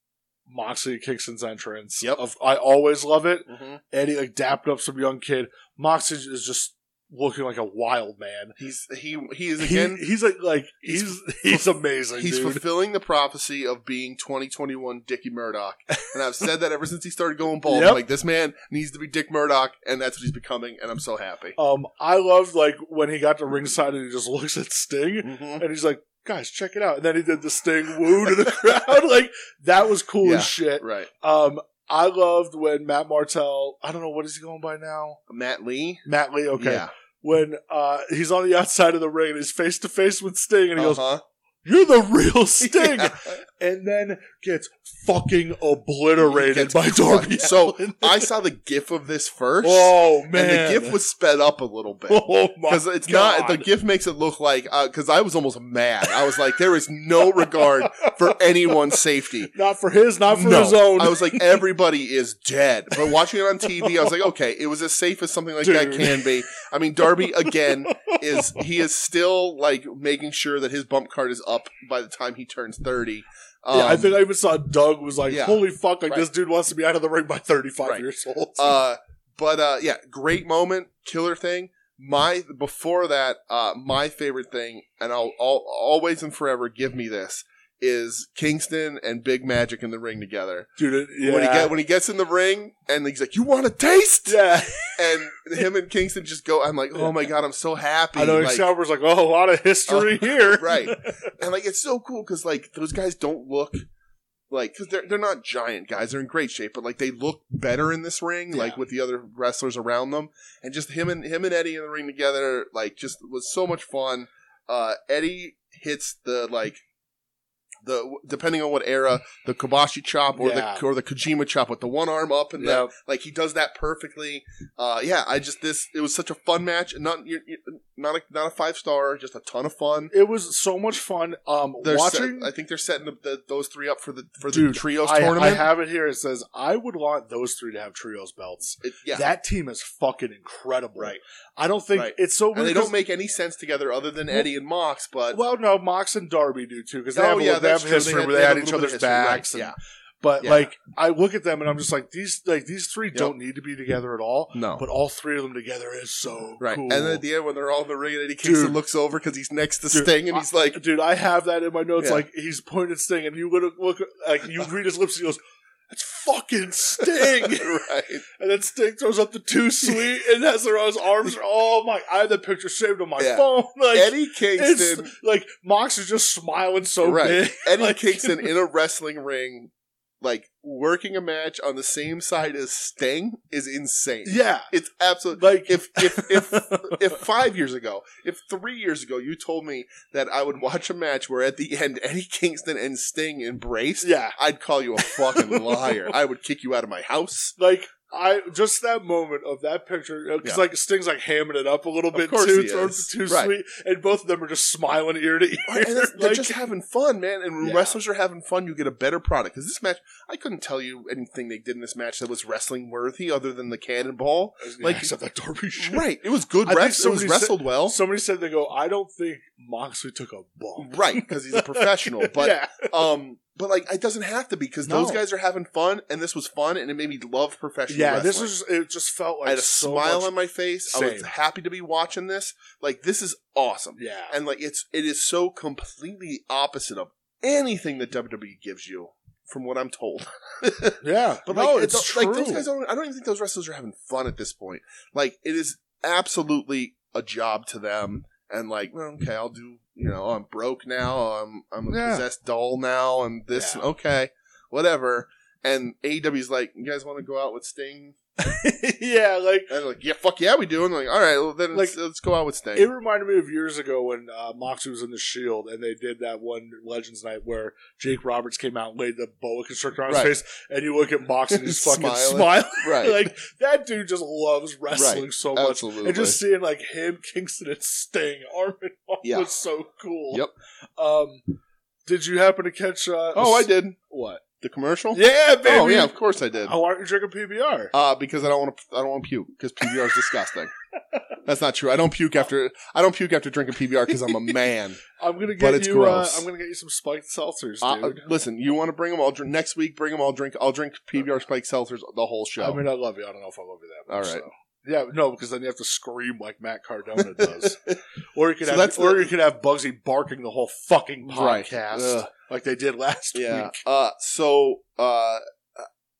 Moxley Kingston's entrance.
Yep.
of, I always love it.
Mm-hmm.
Eddie like dapped up some young kid. Moxley is just looking like a wild man.
He's he he is
He-
again.
he's like like he's he's amazing.
He's
dude.
fulfilling the prophecy of being 2021 Dickie Murdoch. And I've said that ever since he started going bald.
Yep.
Like, this man needs to be Dick Murdoch, and that's what he's becoming, and I'm so happy.
Um, I loved like when he got to ringside and he just looks at Sting
Mm-hmm.
and he's like, "Guys, check it out!" And then he did the Sting woo to the crowd. Like that was cool
Yeah.
as shit.
Right.
Um, I loved when Matt Martell. I don't know what is he going by now.
Matt Lee.
Matt Lee. Okay.
Yeah.
When uh, he's on the outside of the ring and he's face to face with Sting and he goes,
Uh-huh.
"You're the real Sting,"
Yeah.
and then gets fucking obliterated
Gets
by Darby.
So,
Allin.
I saw the GIF of this first,
oh
and
man,
the GIF was sped up a little bit.
Oh my
Because it's not the
God.
GIF makes it look like because I was almost mad. I was like, there is no regard for anyone's safety.
Not for his, not for
No.
his own.
I was like, everybody is dead. But watching it on TV, I was like, okay, it was as safe as something like that
Dude.
can be. I mean, Darby again is he is still like making sure that his bump card is up by the time he turns thirty. Um,
yeah, I think I even saw Doug was like,
yeah.
"Holy fuck! Like
Right.
this dude wants to be out of the ring by 35
Right.
years old."
uh, but uh, yeah, great moment, killer thing. My before that, uh, my favorite thing, and I'll, I'll always and forever give me this is Kingston and Big Magic in the ring together.
dude, it- yeah,
When he get when he gets in the ring and he's like, "You want a taste?"
yeah.
and him and Kingston just go. I'm like, oh my god, I'm so happy.
I know.
like, uh,
Excalibur's like, "Oh, a lot of history here."
right. and like it's so cool because like those guys don't look like because they're they're not giant guys. They're in great shape, but like they look better in this ring, like
Yeah.
with the other wrestlers around them. And just him and him and Eddie in the ring together, like just was so much fun. Uh, Eddie hits the like. The, depending on what era, the Kobashi chop or
Yeah.
the or the Kojima chop with the one arm up and the
Yep.
like he does that perfectly. Uh, yeah, I just this it was such a fun match, and not you not a, not a five star, just a ton of fun.
It was so much fun. Um,
They're
watching.
set- I think they're setting the, the, those three up for the for the
Dude,
trios
I, I
tournament.
have it here. It says, "I would want those three to have trios belts."
It- yeah,
That team is fucking incredible.
right.
I don't think
Right.
it's so
And
weird.
they don't
'cause-
make any sense together other than Eddie and Mox, but
well, no, Mox and Darby do too because they
Oh,
have, a,
yeah,
they have
that's true.
history
They had-
where they,
they
had
have a
each
little bit
other's
of history, right,
backs. and-
yeah.
But
Yeah.
like, I look at them and I'm just like, these like these three
Yep.
don't need to be together at all.
no,
But all three of them together is so
Oh. right.
cool.
And then at the end when they're all in the ring, and Eddie Kingston
Dude.
looks over because he's next to
Dude,
Sting, and
I-
he's like,
dude, I have that in my notes.
Yeah.
Like he's pointed Sting, and you look look like you read his lips. and He goes, "That's fucking Sting.
right.
And then Sting throws up the two sweet and has their his arms. Oh my! I had the picture saved on my
Yeah.
phone. Like
Eddie
it's
Kingston.
like Mox is just smiling so
Right.
big.
Eddie
like-
Kingston in a wrestling ring, like working a match on the same side as Sting is insane.
Yeah,
It's absolutely
like
if if if if five years ago, if three years ago you told me that I would watch a match where at the end Eddie Kingston and Sting embraced,
yeah,
I'd call you a fucking liar. I would kick you out of my house.
like I just that moment of that picture because
Yeah.
like Sting's like hamming it up a little bit
course
too,
he
throws
is.
the two
Right.
sweet, and both of them are just smiling ear to ear.
And that's- they're
like,
just having fun, man. And when
Yeah.
wrestlers are having fun, you get a better product. Because this match, I couldn't tell you anything they did in this match that was wrestling worthy, other than the cannonball.
like
like-
except that Darby shit.
Right. It was good
I think
wrestling. It was
somebody said-
wrestled well.
Somebody said they go, I don't think Moxley took a bump.
right, because he's a professional. But
yeah,
um but like it doesn't have to be because those
No.
guys are having fun and this was fun and it made me love professional
yeah.
wrestling.
This was it. Just felt like
I had a
so
smile
much-
on my face. I was
Same.
happy to be watching this. Like this is awesome.
yeah,
And like it's it is so completely opposite of anything that WWE gives you, from what I'm told.
yeah.
But
no,
like,
it's
it's
true.
like those guys don't I don't even think those wrestlers are having fun at this point. Like it is absolutely a job to them and like, well, okay, I'll do you know, I'm broke now, I'm I'm a
Yeah.
possessed doll now, and this
Yeah.
okay, whatever. And AEW's like, You guys wanna go out with Sting?
yeah, like
And they're like, Yeah, fuck yeah we do and they're like, all right, well then let's,
Like,
let's go out with Sting.
It reminded me of years ago when uh, Moxley was in the Shield, and they did that one Legends night where Jake Roberts came out and laid the boa constrictor on his
Right.
face, and you look at Moxley and he's fucking
Smiling.
smiling.
right.
like that dude just loves wrestling so much,
Absolutely.
and just seeing like him, Kingston, and Sting arm in arm
Yeah.
was so cool.
Yep.
Um, did you happen to catch? Uh,
oh, I did.
What?
The commercial?
Yeah, baby.
Oh yeah, of course I did.
Oh, why aren't you drinking PBR?
Uh, because I don't want to. I don't want to puke because PBR is disgusting. That's not true. I don't puke after. I don't puke after drinking PBR because I'm a man.
I'm gonna
but
get
it's
you.
gross.
Uh, I'm gonna get you some spiked seltzers,
Uh, uh,
dude.
listen, you want to bring them? I'll drink next week. Bring them. I'll drink. I'll drink PBR spike seltzers the whole show.
I mean, I love you. I don't know if I love you that much.
All right.
so. Yeah, no, because then you have to scream like Matt Cardona does, or you could
So
have,
that's
or
the-
you could have Bugsy barking the whole fucking
Right.
podcast
Ugh.
like they did last
yeah.
week.
Uh, so uh,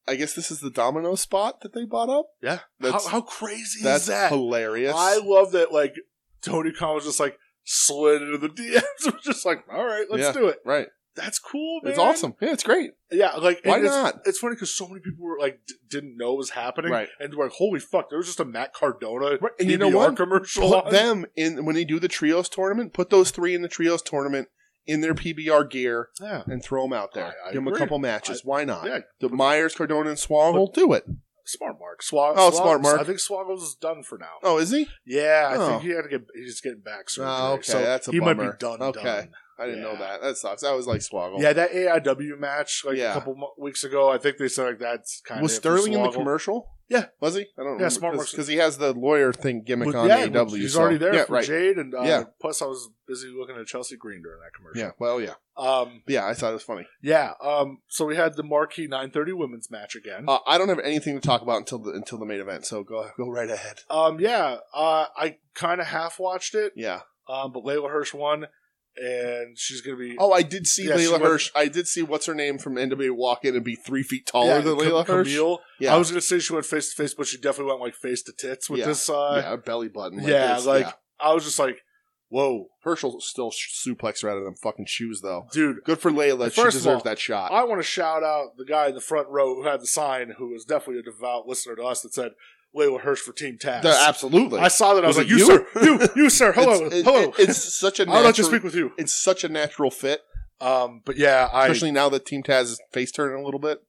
I guess this is the domino spot that they bought up.
Yeah,
That's
how, how crazy
that's
is that?
hilarious.
I love that. Like Tony Khan was just like slid into the DMs, was just like, all right, let's
Yeah.
do it.
right.
That's cool. man.
It's awesome. Yeah, it's great.
Yeah, like and
Why
it's-
not?
It's funny because so many people were like d- didn't know it was happening,
Right.
and were like, holy fuck, there was just a Matt Cardona
Right, and you know
PBR
what?
commercial.
Put
on.
them in when they do the trios tournament. Put those three in the trios tournament in their PBR gear.
yeah.
and throw them out there.
I- I
Give them
agree.
a couple matches. Why not?
Yeah.
The Myers, Cardona, and Swan will do it.
Smart Mark. Swag-
Oh, Smart Mark.
I think Swaggle's done for now.
Oh, is he?
Yeah, I
Oh.
think he had to get. He's getting back surgery.
Oh, okay,
so
that's a
he might
bummer.
be done.
Okay.
done.
I didn't
Yeah.
know that. That sucks. I was like Swoggle.
Yeah, that AIW match like a
Yeah.
couple mo- weeks ago. I think they said like that's kind
Was
of
Sterling in the commercial?
Yeah.
Was he? I don't
Yeah, Smart Marks-
Because he has the lawyer thing gimmick
With,
on
yeah,
AEW.
he's
so-
already there
Yeah,
for
right.
Jade, and uh,
Yeah.
plus I was busy looking at Chelsea Green during that commercial.
Yeah. Well, yeah.
Um,
But yeah, I thought it was funny.
yeah. Um, so we had the marquee 9:30 women's match again.
Uh, I don't have anything to talk about until the until the main event, so go go right ahead.
um, yeah. Uh, I kind of half watched it.
Yeah.
Um, but Layla Hirsch won, and she's gonna be
Oh, I did see
Yeah, she
Layla
went-
Hirsch. I did see what's her name from NWA walk in and be three feet taller
Yeah,
than
Cam-
Layla Hirsch.
Camille.
Yeah.
I was gonna say she went face to face, but she definitely went like face to tits with
Yeah.
this. Uh,
yeah, belly button. Like
yeah,
this.
like
yeah.
I was just like, "Whoa,
Herschel still sh- suplexed her out of them fucking shoes, though.
dude!"
Good for Layla.
First
she
of
deserves
all,
that shot.
I want to shout out the guy in the front row who had the sign, who was definitely a devout listener to us, that said Layla Hirsch for Team Taz.
The- absolutely.
I saw that. I was,
Was
like,
it
"You,
you?
sir, you, you, sir, hello,
It's, it-
hello."
it- it's such a
I'd like to
natural.
speak with you.
it's such a natural fit,
Um, but yeah, I
especially now that Team Taz is face turning a little bit.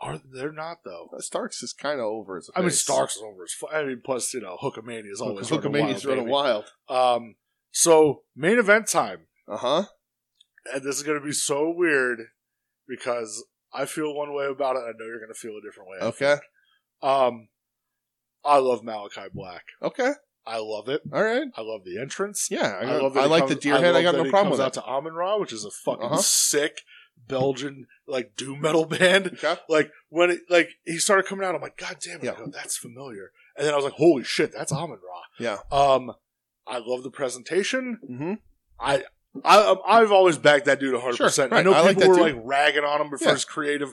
are they're not though.
Uh, Starks is kind of over as a
I mean,
face.
Starks is over. As fu- I mean, plus you know, Hookamania is always running
Hulkamania's
wild,
running
baby.
wild.
Um, so main event time.
Uh huh.
and this is going to be so weird because I feel one way about it. I know you're going to feel a different way.
Okay.
Um, I love Malachi Black.
Okay.
I love it.
All right.
I love the entrance.
Yeah, I,
love that
I
he
like
comes-
the deer head.
love
I got
that
no
he
problem
comes
with
out to Amon Ra, which is a fucking
Uh-huh.
sick Belgian like doom metal band.
it. Okay.
Like when it, like he started coming out, I'm like, God damn it,
Yeah.
I go, that's familiar. And then I was like, Holy shit, that's Amon Ra.
Yeah.
Um, I love the presentation.
Mm-hmm.
I, I I've always backed that dude 100.
Sure,
percent I
right.
know
I like
people
that
were
too.
like ragging on him for
Yeah.
his creative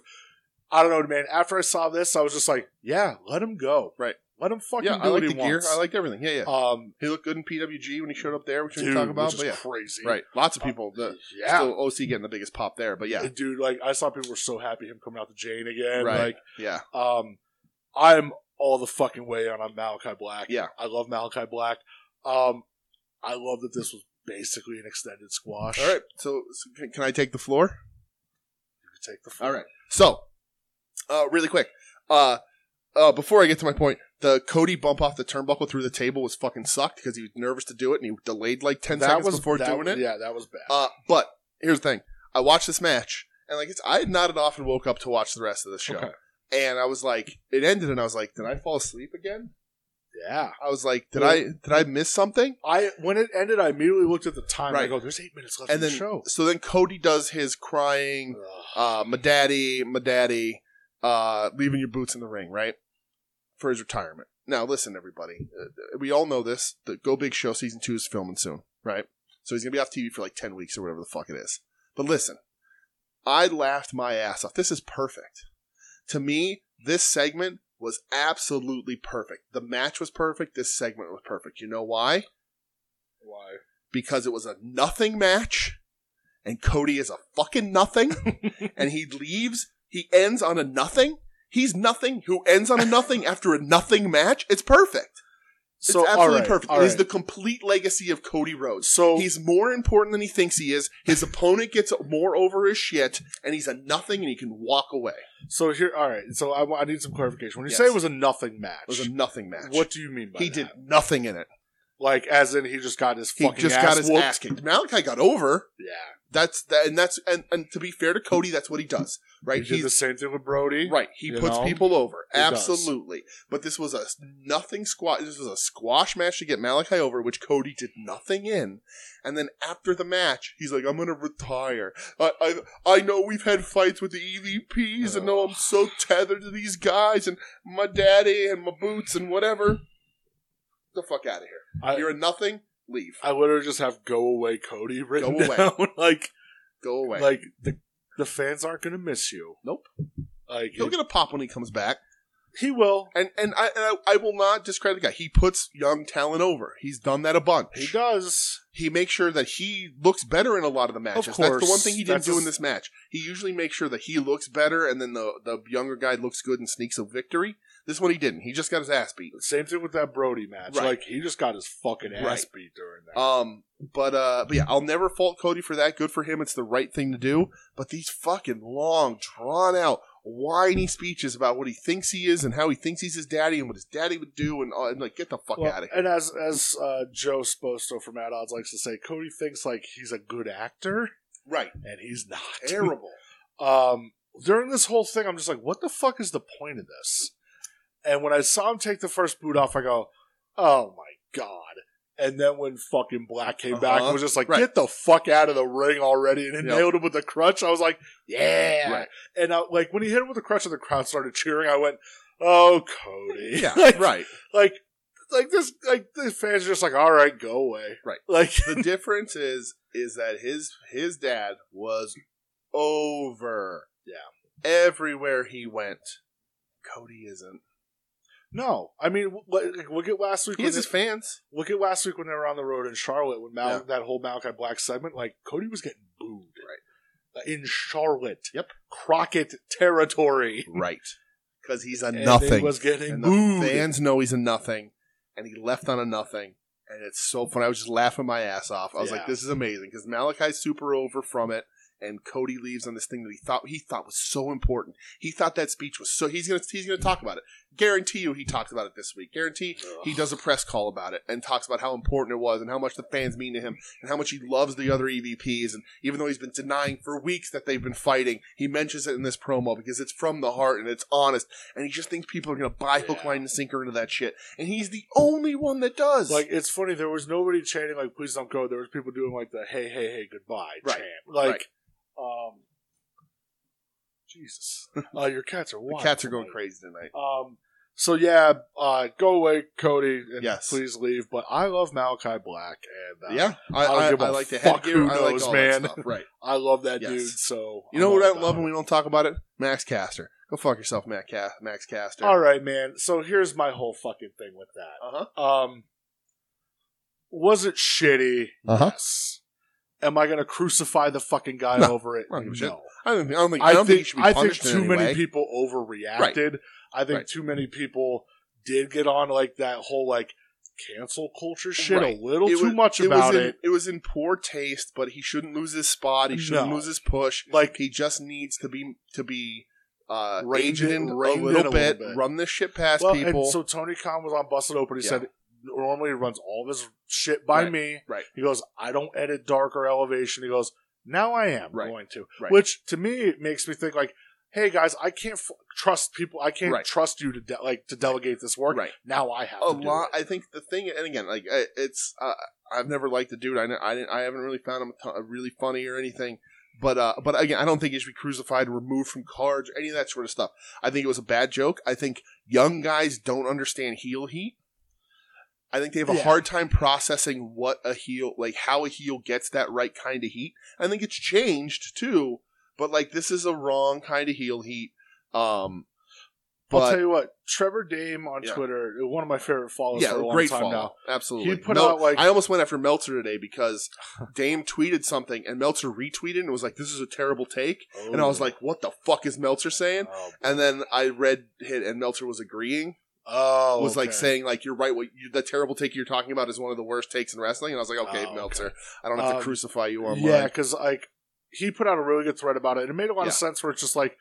I don't know, man. After I saw this, I was just like, yeah, let him go.
Right.
Let him fucking
yeah,
do
I
what
liked
he
the gear.
wants.
I liked everything. Yeah, yeah.
um,
he looked good in PWG when he showed up there, which we
dude,
can talk about.
which is
But yeah,
crazy. Uh,
right. Lots of people. The,
Yeah.
Still OC getting the biggest pop there, but yeah,
Dude, like, I saw people were so happy him coming out to Jane again.
Right.
Like,
yeah.
Um, I'm all the fucking way on, on Malachi Black.
Yeah.
I love Malachi Black. Um, I love that this was basically an extended squash.
All right. So, so can, can I take the floor?
You take the
All right. So, uh, really quick, uh, uh, before I get to my point, the Cody bump off the turnbuckle through the table was fucking sucked because he was nervous to do it and he delayed like ten seconds before
that
doing
was-
it.
Yeah, that was bad.
Uh, but here's the thing: I watched this match, and like it's, I had nodded off and woke up to watch the rest of the show,
Okay.
and I was like, it ended, and I was like, did I fall asleep again?
Yeah.
I was like, did
Yeah.
I did I miss something?
I when it ended, I immediately looked at the time. and I
Right.
go, "There's eight minutes left
And
in
then
the show."
so then Cody does his crying, uh, my daddy, my daddy, uh, leaving your boots in the ring, right for his retirement. Now listen, everybody, uh, we all know this. The Go Big Show season two is filming soon, right? So he's gonna be off TV for like ten weeks or whatever the fuck it is. But listen, I laughed my ass off. This is perfect. To me, this segment was absolutely perfect. The match was perfect. This segment was perfect. You know why?
Why?
because it was a nothing match, and Cody is a fucking nothing, and he leaves. He ends on a nothing. He's nothing who ends on a nothing after a nothing match. It's perfect. It's
So
absolutely
all right,
perfect.
all
It is
right.
the complete legacy of Cody Rhodes.
so
He's more important than he thinks he is. His opponent gets more over his shit, and he's a nothing, and he can walk away.
so here. All right. So I, wa- I need some clarification. When you
Yes.
say it was a nothing match,
It was a nothing match.
what do you mean by
he
that?
did nothing in it.
Like, as in he just got his
He
fucking
just
ass
got his
whooped?
ass kicked. Malachi got over.
Yeah.
That's that, and that's and, and to be fair to Cody, that's what he does. Right?
He did the same thing with Brody.
Right. He
You
puts
know?
people over.
He does.
Absolutely. But this was a s- nothing squash. This was a squash match to get Malachi over, which Cody did nothing in. And then after the match, he's like, I'm going to retire. I, I, I know we've had fights with the EVPs and know I'm so tethered to these guys and my daddy and my boots and whatever. The fuck out of here.
I,
You're a nothing. Leave.
I literally just have "Go away, Cody" written
Go away.
down. like,
Go away.
like the the fans aren't gonna miss you.
Nope.
Like
He'll get a pop when he comes back.
he will.
And and I, and I I will not discredit the guy. He puts young talent over. He's done that a bunch.
He does.
he makes sure that he looks better in a lot of the matches. That's the
course.
one thing he didn't
That's
do
his-
in this match. He usually makes sure that he looks better, and then the the younger guy looks good and sneaks a victory. This one he didn't. He just got his ass beat.
Same thing with that Brody match.
Right.
Like he just got his fucking ass
Right.
beat during that.
Um, but uh, but yeah, I'll never fault Cody for that. Good for him. It's the right thing to do. But these fucking long, drawn out, whiny speeches about what he thinks he is and how he thinks he's his daddy and what his daddy would do and, all, and like get the fuck
Well,
out of here.
And as as uh, Joe Sposto from Mad Odds likes to say, Cody thinks like he's a good actor,
Right.
and he's not.
Terrible.
um, during this whole thing, I'm just like, what the fuck is the point of this? And when I saw him take the first boot off, I go, oh my god. And then when fucking Black came back
Uh-huh.
and was just like,
Right.
get the fuck out of the ring already, and then
Yep.
nailed him with the crutch, I was like, yeah.
Right.
And I, like when he hit him with the crutch and the crowd started cheering, I went, oh, Cody.
Yeah.
like,
right.
like, like this, like the fans are just like, all right, go away.
Right.
Like,
the difference is is that his his dad was over.
Yeah.
Everywhere he went, Cody isn't.
no. I mean, w- like, look at last week.
He
when
has
they-
his fans.
look at last week when they were on the road in Charlotte when Mal-
Yeah.
that whole Malachi Black segment, like Cody was getting booed. Right. In Charlotte.
Yep.
Crockett territory.
Right. Because he's a
And
nothing.
He was getting
and the
booed.
fans know he's a nothing. And he left on a nothing. And it's so funny. I was just laughing my ass off. I was like,
Yeah.
this is amazing. Because Malachi's super over from it. And Cody leaves on this thing that he thought he thought was so important. He thought that speech was so he's gonna he's gonna talk about it. Guarantee you he talked about it this week. Guarantee he does a press call about it and talks about how important it was and how much the fans mean to him and how much he loves the other EVPs. And even though he's been denying for weeks that they've been fighting, he mentions it in this promo because it's from the heart and it's honest. And he just thinks people are going to buy hook,
Yeah.
line, and sinker into that shit. And he's the only one that does.
Like it's funny, there was nobody chanting like "Please don't go." There was people doing like the "Hey, hey, hey, goodbye"
Right.
chant. Like, um, Jesus, uh, your cats are
the
wild.
cats are going
tonight.
crazy tonight.
Um, so yeah, uh, go away, Cody, and
Yes.
please leave. But I love Malachi Black, and uh,
yeah, I,
I don't
I,
give a
I like the
fuck
headgear.
who
I like
knows,
all
man.
that stuff. Right.
I love that
Yes.
dude. So
You know
I'm
what
all
I don't
about
love when
it.
we don't talk about it? Max Caster. Go fuck yourself, Matt Ca- Max Caster.
All right, man. So here's my whole fucking thing with that.
Uh-huh.
Um, was it shitty?
Uh-huh.
Yes. Am I going to crucify the fucking guy
No,
over it?
I don't give a shit.
No.
I don't, think- I don't think, I
I
don't think,
think
you should be
I think
punished
too
in any
many
way.
people overreacted. I think
Right.
too many people did get on like that whole like cancel culture shit
Right.
a little
It
too
was-
much
it
about
was in,
it.
was in poor taste, but he shouldn't lose his spot. He shouldn't
No.
lose his push.
Like
He just needs to be to be uh,
Reined
aged
in-
in a
reined
little
in a little
bit,
bit.
Run this shit past
well,
people.
and so Tony Khan was on Busted Open. He
Yeah.
said normally he runs all of his shit by
Right.
me.
Right.
He goes, I don't edit dark or elevation. He goes, now I am
Right.
going to,
Right.
which to me makes me think like, hey guys, I can't f- trust people. I can't
Right.
trust you to de- like to delegate this work.
right.
Now I have
a
to do
lot.
it.
I think the thing, and again, like I- it's, uh, I've never liked the dude. I know, I didn't, I haven't really found him a ton- uh, really funny or anything. But uh, but again, I don't think he should be crucified, removed from cards, or any of that sort of stuff. I think it was a bad joke. I think young guys don't understand heel heat. I think they have a
Yeah.
hard time processing what a heel, like how a heel gets that right kind of heat. I think it's changed too, but like this is a wrong kind of heel heat. Um,
I'll
but
tell you what, Trevor Dame on
Yeah.
Twitter, one of my favorite followers
yeah,
for a long
great
time
follow.
now.
Absolutely.
He put
Mel-
out, like-
I almost went after Meltzer today because Dame tweeted something and Meltzer retweeted and was like, "This is a terrible take," and I was like, "What the fuck is Meltzer saying?"
oh,
And then I read hit and Meltzer was agreeing,
oh,
was like
okay.
saying like, "You're right. What you, the terrible take you're talking about is one of the worst takes in wrestling." And I was like, "Okay,
Oh,
Meltzer, I don't have to
Um,
crucify you online."
yeah, because like he put out a really good thread about it, and it made a lot
Yeah.
of sense. Where it's just like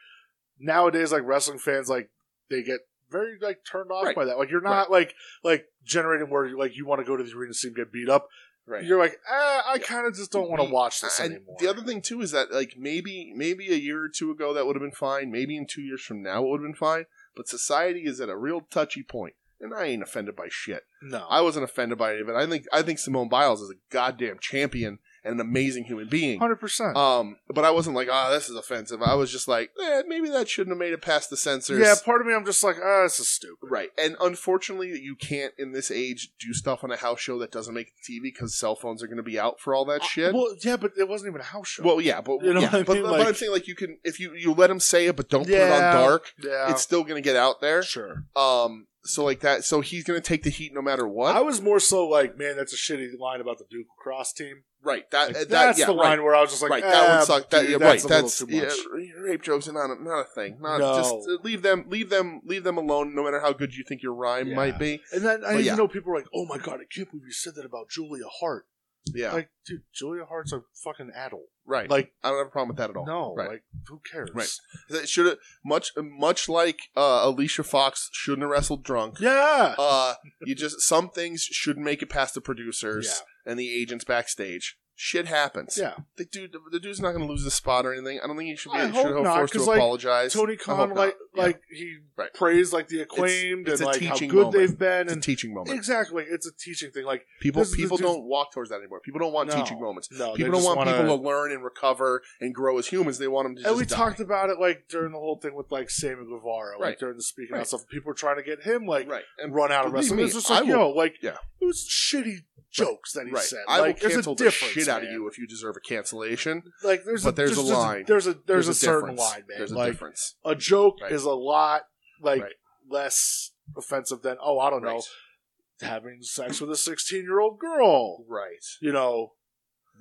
nowadays, like wrestling fans, like they get very like turned off
Right.
by that. Like you're not like like generating where like you want to go to the arena and see him get beat up.
right.
You're like, eh, I kind of just don't want
We-
to watch this
and
anymore.
the other thing too is that like maybe maybe a year or two ago that would have been fine. Maybe in two years from now it would have been fine. But society is at a real touchy point, and I ain't offended by shit.
no,
I wasn't offended by any of it. I think I think Simone Biles is a goddamn champion and an amazing human being.
hundred percent.
Um, but I wasn't like, ah, this is offensive. I was just like, eh, maybe that shouldn't have made it past the censors.
Yeah, part of me, I'm just like, ah, this is stupid.
Right. And unfortunately, you can't in this age do stuff on a house show that doesn't make TV because cell phones are going to be out for all that
Uh,
shit. Well,
Well, yeah, but it wasn't even a house show.
yeah, but
You know
yeah,
what I
but,
mean?
but
Like-
I'm saying like you can if you you let them say it, but don't put it
Yeah.
on dark.
yeah,
It's still going to get out there.
sure.
Um, so like that. So he's going to take the heat no matter what.
I was more so like, man, that's a shitty line about the Duke Cross team.
right. That, uh,
Like,
that
that's
yeah,
the
right.
line where I was just like,
right, that
eh,
one sucked. That,
dude,
yeah, right,
that's a
that's
little too much.
yeah, ra- rape jokes are not a, not a thing. Not
No.
just uh, leave them, leave them, leave them alone. No matter how good you think your rhyme
Yeah.
might be,
And then I
But
even
yeah.
know people are like, "Oh my god, I can't believe you said that about Julia Hart."
yeah,
Like, dude, Julia Hart's a fucking adult.
right.
Like,
I don't have a problem with that at all.
no,
Right.
like who cares?
Right. It should have much, much like uh, Alicia Fox shouldn't have wrestled drunk.
Yeah.
Uh, you just some things shouldn't make it past the producers and the agents backstage. Shit happens.
Yeah.
the dude, the dude's not going to lose his spot or anything. I don't think he should be
I
should
hope
have
not,
forced to
'cause, like,
apologize.
Tony
I hope
Khan,
not.
like,
Yeah.
like he
Right.
praised like the acclaimed
it's a
and like how
teaching
good
moment.
they've been,
it's a
and
teaching moment.
exactly, like, it's a teaching thing. Like,
People
This is
people
just-
don't walk towards that anymore. People don't want
No.
teaching moments.
no, they
People don't
just
want
wanna-
people to learn and recover and grow as humans. They want them to.
And
just
we
die.
talked about it like during the whole thing with like Sammy Guevara,
Right.
like during the speaking
Right.
out stuff. People were trying to get him like
right and
run out of
Believe
wrestling.
me,
it's just
I
like yo, like
yeah.
it was shitty jokes that he
right.
said.
I
like,
will
there's a
cancel the
difference,
shit out of
man.
you if you deserve a cancellation.
Like there's
But
a,
there's a line.
There's a there's, a, certain
difference.
line, man.
There's a
like
difference.
a joke
Right.
is a lot like
Right.
less offensive than oh I don't
Right.
know having sex with a 16 year old girl.
Right.
You know.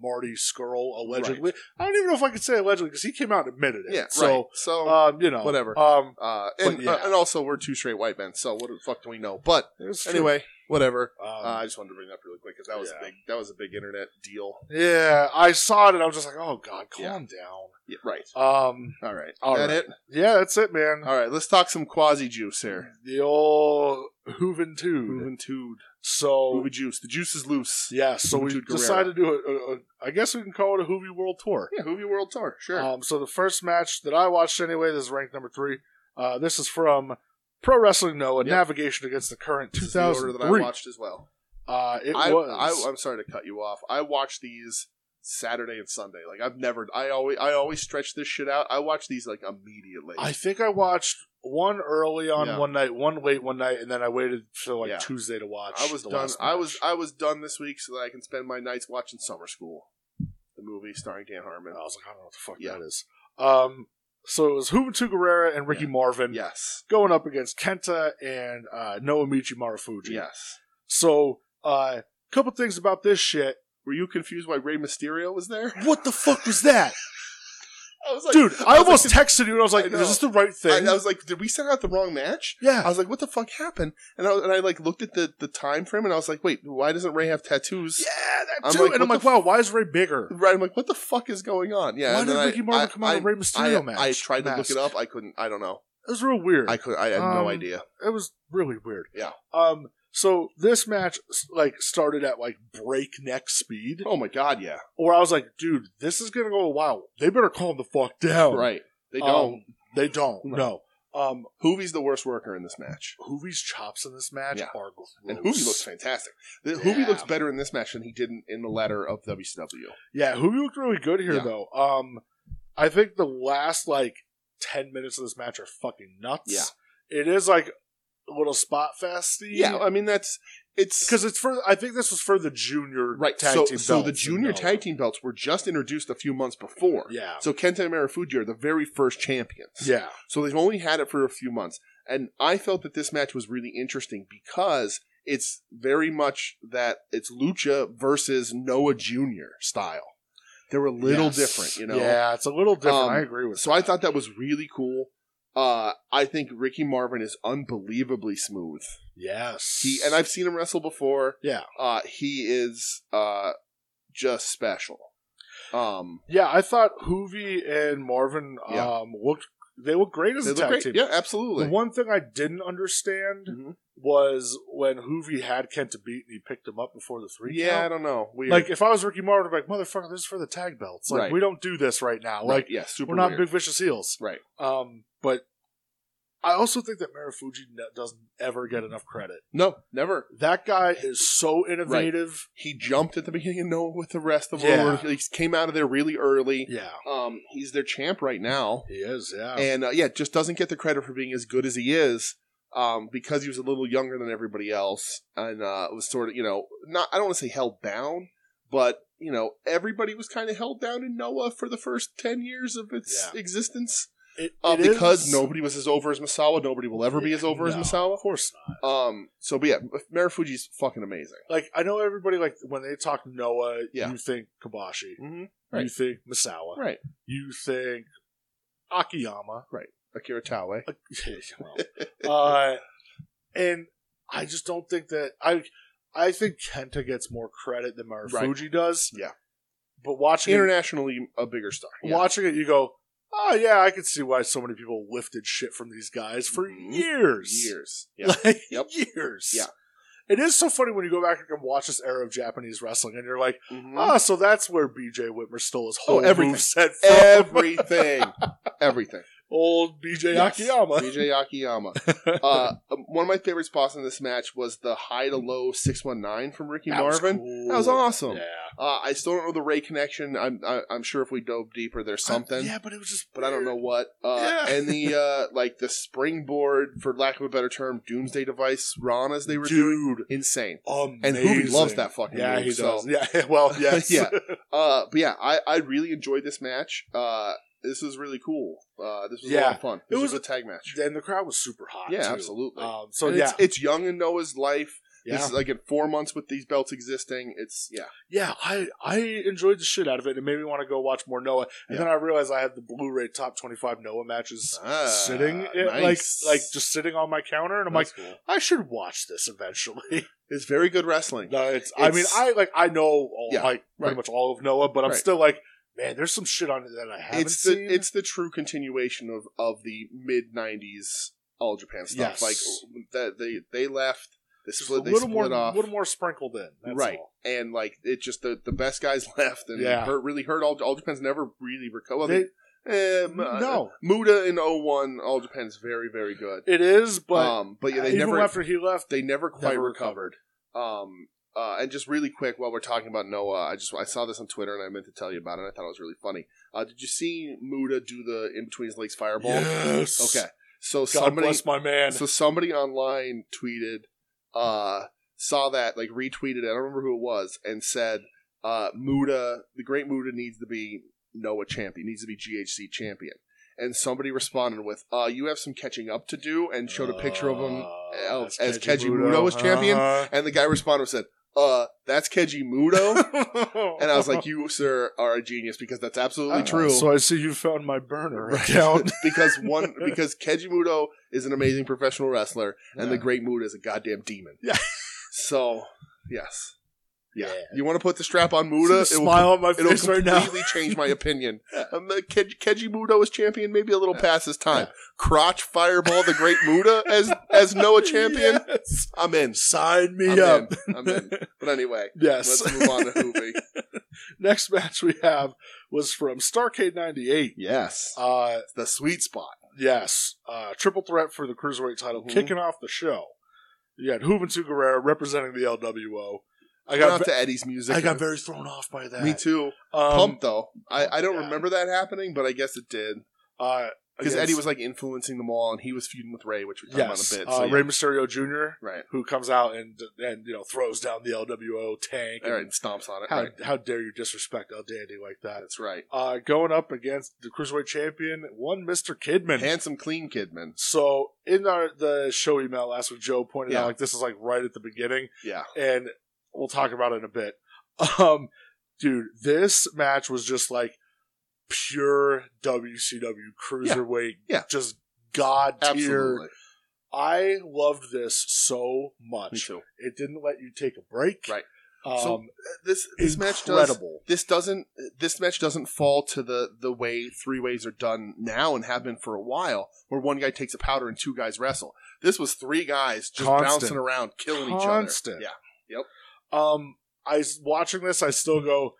Marty Skrull allegedly. I don't even know if I could say allegedly because he came out and admitted it.
Yeah. right.
So,
So.
um, you know,
whatever.
Um,
uh,
but
and, uh,
yeah.
and also, we're two straight white men, so what the fuck do we know? But
anyway,
anyway, whatever.
um,
Uh, I just wanted to bring it up really quick because that was a
Yeah.
big that was a big internet deal.
yeah, I saw it and I was just like, oh god,
Yeah.
calm
Yeah, right.
down. Um,
All right.
All
that
right.
it.
yeah, that's it, man.
All right. Let's talk some quasi juice here.
The old Juventude.
Juventude.
So
Hoovy juice. The juice is loose.
Oh. yeah, so we
Juventude Guerrero.
decided to do a, a, a. I guess we can call it a Hoovy World Tour.
Yeah, Hoovy World Tour, sure.
Um, so the first match that I watched anyway, this is ranked number three. Uh, this is from Pro Wrestling Noah
Yep.
Navigation against the current
This is the order that I
2003.
watched as well.
Uh, it
I,
was.
I, I'm sorry to cut you off. I watched these Saturday and Sunday. Like I've never. I always. I always stretch this shit out. I watch these like immediately.
I think I watched one early on
Yeah.
one night, one late one night, and then I waited till like
Yeah.
Tuesday to watch.
I was
the
done.
last
I was.
match.
I was done this week so that I can spend my nights watching Summer School, the movie starring Dan Harmon.
I was like, I don't know what the fuck
Yeah.
that is. Um, So it was Juventud Guerrera and Ricky
Yeah.
Marvin
Yes.
going up against Kenta and uh, Noamichi Marufuji.
Yes.
So, a uh, couple things about this shit.
Were you confused why Rey Mysterio was there?
What the fuck was that?
I was like,
Dude, I,
was
almost
like,
texted you and I was like,
I
is
know.
this the right thing?
I, I was like, did we send out the wrong match?
yeah.
I was like, what the fuck happened? And I, and I like looked at the, the time frame and I was like, wait, why doesn't Ray have tattoos?
yeah, that
I'm
too.
like,
and I'm
what
like,
the
wow, why is Ray bigger?
Right. I'm like, what the fuck is going on? Yeah.
why
and
did
then
Ricky
I,
Marvin
I-
come out
I,
of Ray Mysterio
I,
match?
I tried to look
mask?
it up. I couldn't. I don't know.
It was real weird.
I could. I had
Um,
no idea.
it was really weird.
Yeah.
Um. So this match like started at like breakneck speed,
Oh my god. Yeah.
or I was like, dude, this is gonna go a while. They better calm the fuck down.
Right. They don't.
Um, they don't. No. Um.
Hoovy's the worst worker in this match,
Hoovy's chops in this match
Yeah.
are gross.
and Hoovy looks fantastic. The, Hoovy
Yeah.
looks better in this match than he did in, in the latter of WCW.
Yeah, Hoovy looked really good here
Yeah.
though. Um. I think the last like ten minutes of this match are fucking nuts. Yeah. It is like a little spot festy.
Yeah. I mean, that's it's
Because it's for, I think this was for the junior
right.
tag
so,
team.
so the
belts, you
junior
know.
tag team belts were just introduced a few months before.
Yeah.
So Kenta and Marufuji are the very first champions.
Yeah.
So they've only had it for a few months. And I felt that this match was really interesting because it's very much that it's Lucha versus Noah Jr. style. They were a little
Yes.
different, you know?
Yeah, it's a little different.
Um,
I agree with.
So I thought that was really cool. Uh, I think Ricky Marvin is unbelievably smooth.
yes,
He and I've seen him wrestle before.
Yeah.
Uh, he is uh, just special. Um,
yeah, I thought Hoovy and Marvin um,
Yeah.
looked they looked great as
they
a
look
tag
great.
team.
Yeah,
The
absolutely.
one thing I didn't understand
Mhm.
was when Hoovy had Kent to beat and he picked him up before the three.
Yeah, I
count.
don't know. Weird.
like if I was Ricky Marvin, I'd be like, motherfucker, this is for the tag belts. Like
Right.
we don't do this right now.
Right,
Like
yeah, super.
we're not
weird.
big vicious heels.
Right.
Um, but I also think that Marufuji ne- doesn't ever get enough credit.
No, never.
That guy is so innovative.
He jumped at the beginning of Noah with the rest of
Yeah.
them. He came out of there really early.
Yeah,
Um, he's their champ right now,
he is. Yeah.
and uh, yeah, just doesn't get the credit for being as good as he is. Um, because he was a little younger than everybody else, and uh, was sort of you know not I don't want to say held down, but you know everybody was kind of held down in Noah for the first ten years of its existence
It-
uh,
it
because
is-
nobody was as over as Masawa. Nobody will ever be
Yeah,
as over
no,
as Masawa.
Of course not.
Um, so but yeah, Marufuji's fucking amazing.
Like I know everybody like when they talk Noah,
Yeah.
you think Kobashi,
Mm-hmm.
you
Right.
think Misawa,
Right.
you think Akiyama.
Akira Taue.
Well, uh, and I just don't think that I I think Kenta gets more credit than Marufuji does.
Yeah.
But watching it,
Internationally, a bigger star.
watching it you go, Oh yeah, I can see why so many people lifted shit from these guys for
Mhm.
years.
Years. Yeah.
Like,
Yep.
years.
Yeah.
It is so funny when you go back and watch this era of Japanese wrestling and you're like
Mhm.
Ah, so that's where BJ Whitmer stole his
Oh,
whole
everything.
moveset from
Everything. Everything.
old BJ
Yes.
Akiyama.
BJ Akiyama. Uh, um, one of my favorite spots in this match was the high to low 619 from Ricky
That was
Marvin.
cool.
That was awesome.
Yeah.
Uh, I still don't know the Ray connection. I'm, I, I'm sure if we dove deeper, there's something.
yeah, but it was just.
But I don't know what. Uh,
Yeah.
And the uh, like the springboard, for lack of a better term, doomsday device, Ron, as they were doing,
Dude.
insane.
Amazing.
And Hoovy loves that fucking
Yeah,
move,
he
so-
does. Yeah, well, yes.
Yeah. Uh, but yeah, I, I really enjoyed this match. Uh, this was really cool. Uh, this was a
Yeah.
lot of fun.
It
This it was
was-
a good tag match.
And the crowd was super hot.
yeah,
too.
absolutely.
Um, so,
And
yeah.
it's, it's young in Noah's life.
yeah.
This is like in four months with these belts existing. It's yeah,
yeah, I, I enjoyed the shit out of it. It made me want to go watch more Noah. And
Yeah.
then I realized I had the Blu ray top 25 Noah matches.
Ah,
sitting it,
nice.
like like just sitting on my counter and I'm like
That's cool.
I should watch this eventually.
it's very good wrestling.
No, it's, I mean,
It's-
I like I know all,
Yeah,
like pretty
right.
much all of Noah, but I'm
Right.
still like, man, there's some shit on it that I haven't
It's the
seen.
it's the true continuation of of the mid '90s All Japan stuff.
Yes.
Like that they they left. They
Just
split.
a
They
little
split
more,
off.
little more sprinkled in. That's
Right.
all.
and like it just the, the best guys left and
Yeah.
it hurt, really hurt all, all Japan's never really recovered. Well,
They-
they- eh, uh,
no,
Muda in 01, all Japan's very very good.
it is, but
um, but yeah, they
even
never
after Uh, he left,
they never quite
Never
recovered. Um, uh, and just really quick while we're talking about Noah, I just I saw this on Twitter and I meant to tell you about it. I thought it was really funny. Uh, did you see Muda do the in between his legs fireball?
yes,
Okay, so
God
somebody
bless my man.
so somebody online tweeted, uh, saw that, like retweeted. it, I don't remember who it was, and said, uh, "Muda, the great Muda needs to be Noah champion. Needs to be GHC champion." and somebody responded with, uh, "You have some catching up to do," and showed a picture of him
Uh,
as, as
that's
Keiji Muto was champion,
Uh-huh.
and the guy responded and said, "Uh, that's Keiji Muto."
uh-huh.
And I was like, "You, sir, are a genius because that's absolutely
Uh,
true."
So I see you found my burner
Right.
account.
because one, because Keiji Muto is an amazing professional wrestler, and the
Yeah.
Great Muda is a goddamn demon.
Yeah.
So, yes, yeah.
Yeah.
You want to put the strap on
See the
Muda? It will,
smile on my
it'll
face right
completely
now.
change my opinion. Um, uh, Ke- Keiji Muto as champion, maybe a little past his time. Crotch Fireball the Great Muda as as Noah champion.
Yes.
I'm in.
Sign me
I'm
up.
in. I'm in. But anyway,
Yes.
let's move on to Hoovy.
Next match we have was from Starcade 98.
Yes.
Uh,
the sweet spot.
yes. Uh, triple threat for the Cruiserweight title,
Mhm.
kicking off the show. You had Juventud Guerrera representing the LWO. I
Shout
got,
out
ve-
to Eddie's music.
I got very thrown off by that.
Me too.
Um,
Pump though. I, I don't
yeah.
remember that happening, but I guess it did
Uh,
because
against-
Eddie was like influencing them all, and he was feuding with Ray, which we talked
yes,
about a bit.
uh,
So, yeah.
Rey Mysterio Jr.,
right,
who comes out and and you know throws down the LWO tank.
all
and
right, stomps on it.
How
Right,
how dare you disrespect El Dandy like that?
that's right.
Uh, going up against the cruiserweight champion, one Mister Kidman.
Handsome, clean Kidman.
so in our the show email last week, Joe pointed
Yeah.
out like this is like right at the beginning,
Yeah,
and we'll talk about it in a bit. Um, dude, this match was just like pure WCW cruiserweight,
Yeah.
just god tier.
absolutely.
I loved this so much.
too.
It didn't let you take a break.
Right.
Um,
So, This this match does.
incredible.
This doesn't. This match doesn't fall to the the way three ways are done now and have been for a while, where one guy takes a powder and two guys wrestle. This was three guys just
Constant.
bouncing around, killing
Constant.
each other.
Um, I s- watching this, I still go,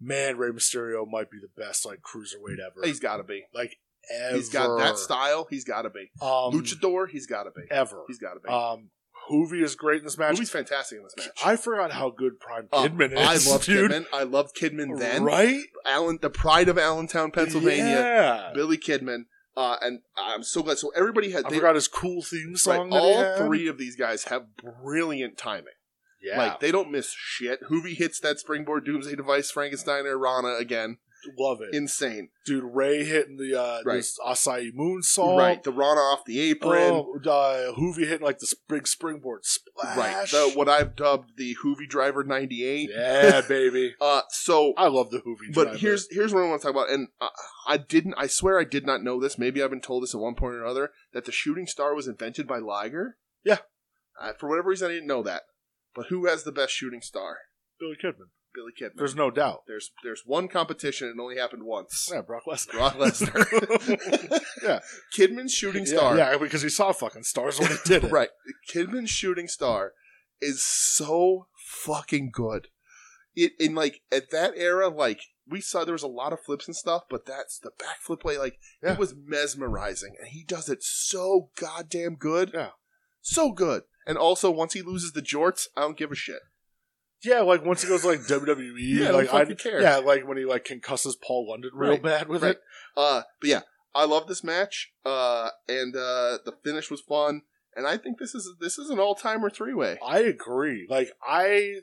man, Rey Mysterio might be the best like cruiserweight ever.
Yeah, he's got to be.
like ever.
He's got that style. He's got to be
Um,
luchador. He's got to be.
ever.
He's got to be.
Um, Hoovy is great in this match.
Movie's fantastic in this match.
I forgot how good Prime
Uh,
Kidman
I
is.
love
dude.
Kidman. I love Kidman then.
right?
Allen, the pride of Allentown, Pennsylvania.
Yeah.
Billy Kidman. Uh, and I'm so glad. So everybody had
I
they-
forgot his cool theme
right,
song. that he
all
had.
three of these guys have brilliant timing.
Yeah.
Like they don't miss shit. Hoovy hits that springboard doomsday device, Frankenstein or Rana again.
love it,
Insane.
dude. Ray hitting the uh,
Right.
this acai moonsault.
Right. The Rana off the apron.
Oh, uh, Hoovy hitting like this big springboard splash.
Right. The what I've dubbed the Hoovy Driver ninety eight.
Yeah, baby.
Uh so
I love the Hoovy.
But
driver.
here's here's what I want to talk about, and I, I didn't. I swear I did not know this. Maybe I've been told this at one point or another that the shooting star was invented by Liger.
Yeah.
I, for whatever reason, I didn't know that. But who has the best shooting star?
Billy Kidman.
Billy Kidman.
There's no doubt.
there's there's one competition, and it only happened once.
Yeah, Brock Lesnar.
Brock Lesnar.
Yeah.
Kidman's shooting
Yeah,
star.
Yeah, because he saw fucking stars when he did it.
Right. Kidman's shooting star is so fucking good. It in like at that era, like we saw there was a lot of flips and stuff, but that's the backflip way, like
Yeah.
it was mesmerizing, and he does it so goddamn good.
Yeah.
So good. And also once he loses the jorts, I don't give a shit.
Yeah, like once he goes like WWE,
Yeah, I don't
like I
fucking care.
Yeah, like when he like concusses Paul London real
Right.
bad with
Right.
it.
Uh but yeah, I love this match. Uh and uh the finish was fun. And I think this is this is an all timer three way.
I agree. Like I,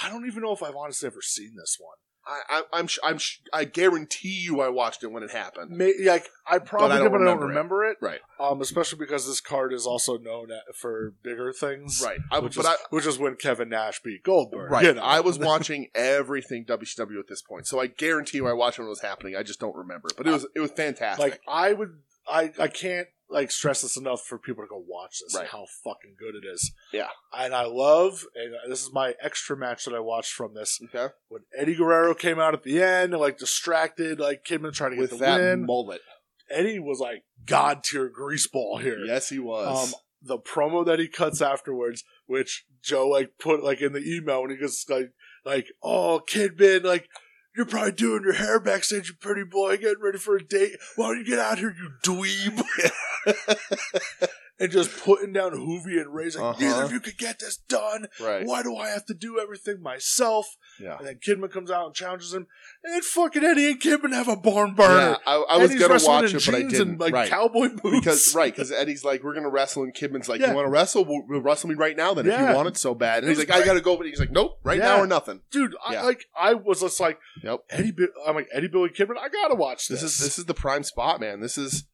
I don't even know if I've honestly ever seen this one.
I, I I'm sh- I'm sh- I guarantee you I watched it when it happened.
May, like I probably
But I
did,
don't
but I don't
remember
remember it.
Right.
Um, especially because this card is also known at, for bigger things.
Right. I,
which
but
is,
I,
which is when Kevin Nash beat Goldberg.
right.
you know.
I was watching everything WCW at this point, so I guarantee you I watched when it was happening. I just don't remember, it. but it was it was fantastic.
like I would. I I can't like stress this enough for people to go watch this
Right.
and how fucking good it is.
Yeah.
and I love and this is my extra match that I watched from this
okay,
when Eddie Guerrero came out at the end, like distracted, like Kidman trying to get
with
the
that
win.
mullet,
Eddie was like god tier greaseball here.
yes, he was.
Um, the promo that he cuts afterwards, which Joe like put like in the email when he goes like like, oh Kidman, like you're probably doing your hair backstage, you pretty boy, getting ready for a date. Why don't you get out here, you dweeb? and just putting down Hoovy and Ray's like,
Uh-huh.
neither of you could get this done.
Right.
Why do I have to do everything myself?
Yeah.
And then Kidman comes out and challenges him, and then fucking Eddie and Kidman have a barn
Yeah,
burner.
I, I was
Eddie's
gonna
wrestling
watch
in
it, but I
jeans
didn't.
And, like
right.
cowboy boots.
because right, because Eddie's like, we're gonna wrestle, and Kidman's like,
Yeah.
you want to wrestle? We'll, we'll wrestle me right now, then if
Yeah.
you want it so bad. And
It
he's
was
like, I gotta go, but he's like, nope, right
Yeah.
now or nothing.
dude, I
Yeah.
like I was just like
Yep.
Eddie. Bi- I'm like Eddie Billy Kidman. I gotta watch this.
This is this is the prime spot, man. This is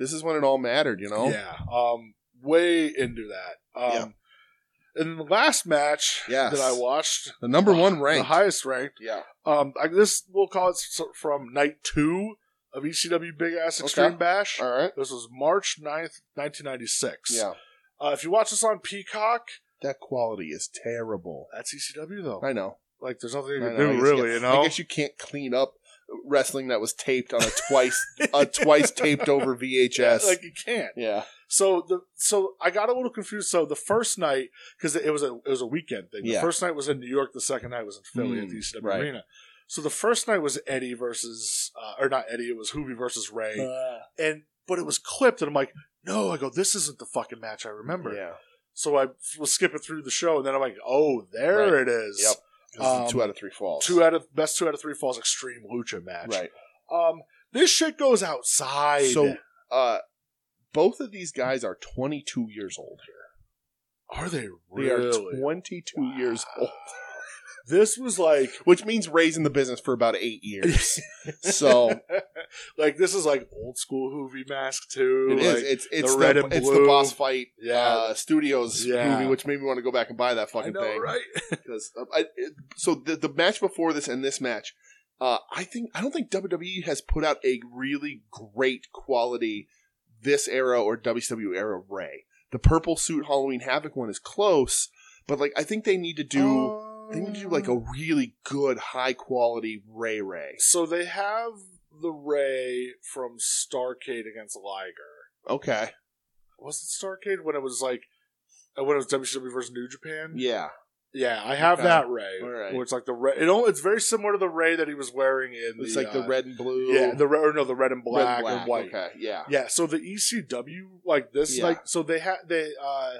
this is when it all mattered, you know.
yeah, um, way into that. Um, and then the last match
Yes.
that I watched, uh,
The number one
the
ranked.
highest ranked.
yeah.
Um, I, this we'll call it so- from night two of ECW Big Ass Extreme
Okay.
Bash.
All right.
This was March 9th, 1996.
Yeah.
Uh, if you watch this on Peacock,
That quality is terrible.
that's ECW though.
I know.
Like, there's nothing you
I
can
know. I
do,
guess-
really. You know,
I guess you can't clean up wrestling that was taped on a twice a twice taped over VHS.
like you can't.
yeah.
So the so I got a little confused. So the first night because it was a it was a weekend thing. The
Yeah.
first night was in New York. The second night was in Philly at
Hmm,
the ECW
right.
Arena. So the first night was Eddie versus uh, or not Eddie. It was Hoovy versus Ray.
Uh.
and but it was clipped, and I'm like, no. I go, this isn't the fucking match I remember.
Yeah.
So I was skipping through the show, and then I'm like, oh, there
Right.
it is.
Yep. This
Um,
is a two out of three falls.
Two out of best two out of three falls extreme lucha match.
Right.
Um, this shit goes outside.
So uh, both of these guys are 22 years old here.
are they
They
really?
are 22 years
Wow.
old,
this was like
which means Ray's in the business for about eight years. so it
like this is like old school Hoovy mask too.
is.
like,
It's it's
the
the,
red and
it's
blue.
the boss fight
Yeah.
uh, studios
Yeah.
movie, which made me want to go back and buy that
I
fucking
know,
thing.
right?
Because uh, I, it, so the the match before this and this match, uh, I think I don't think WWE has put out a really great quality this era or WCW era Ray. The purple suit Halloween Havoc one is close, but like I think they need to do
Um,
they need to do like a really good high quality Ray Ray.
So they have the Ray from Starcade against Liger.
Okay,
Was it Starcade when it was like uh, when it was WCW versus New Japan?
yeah,
Yeah, I have
Okay.
that Ray.
All right.
Where it's like the Ray. It all, it's very similar to the Ray that he was wearing in.
it's
the,
like the
uh,
red and blue.
Yeah, the red, or no, the red and
red
black,
and
and white.
Okay, yeah,
Yeah, so the ECW like this,
Yeah.
like so they had they uh,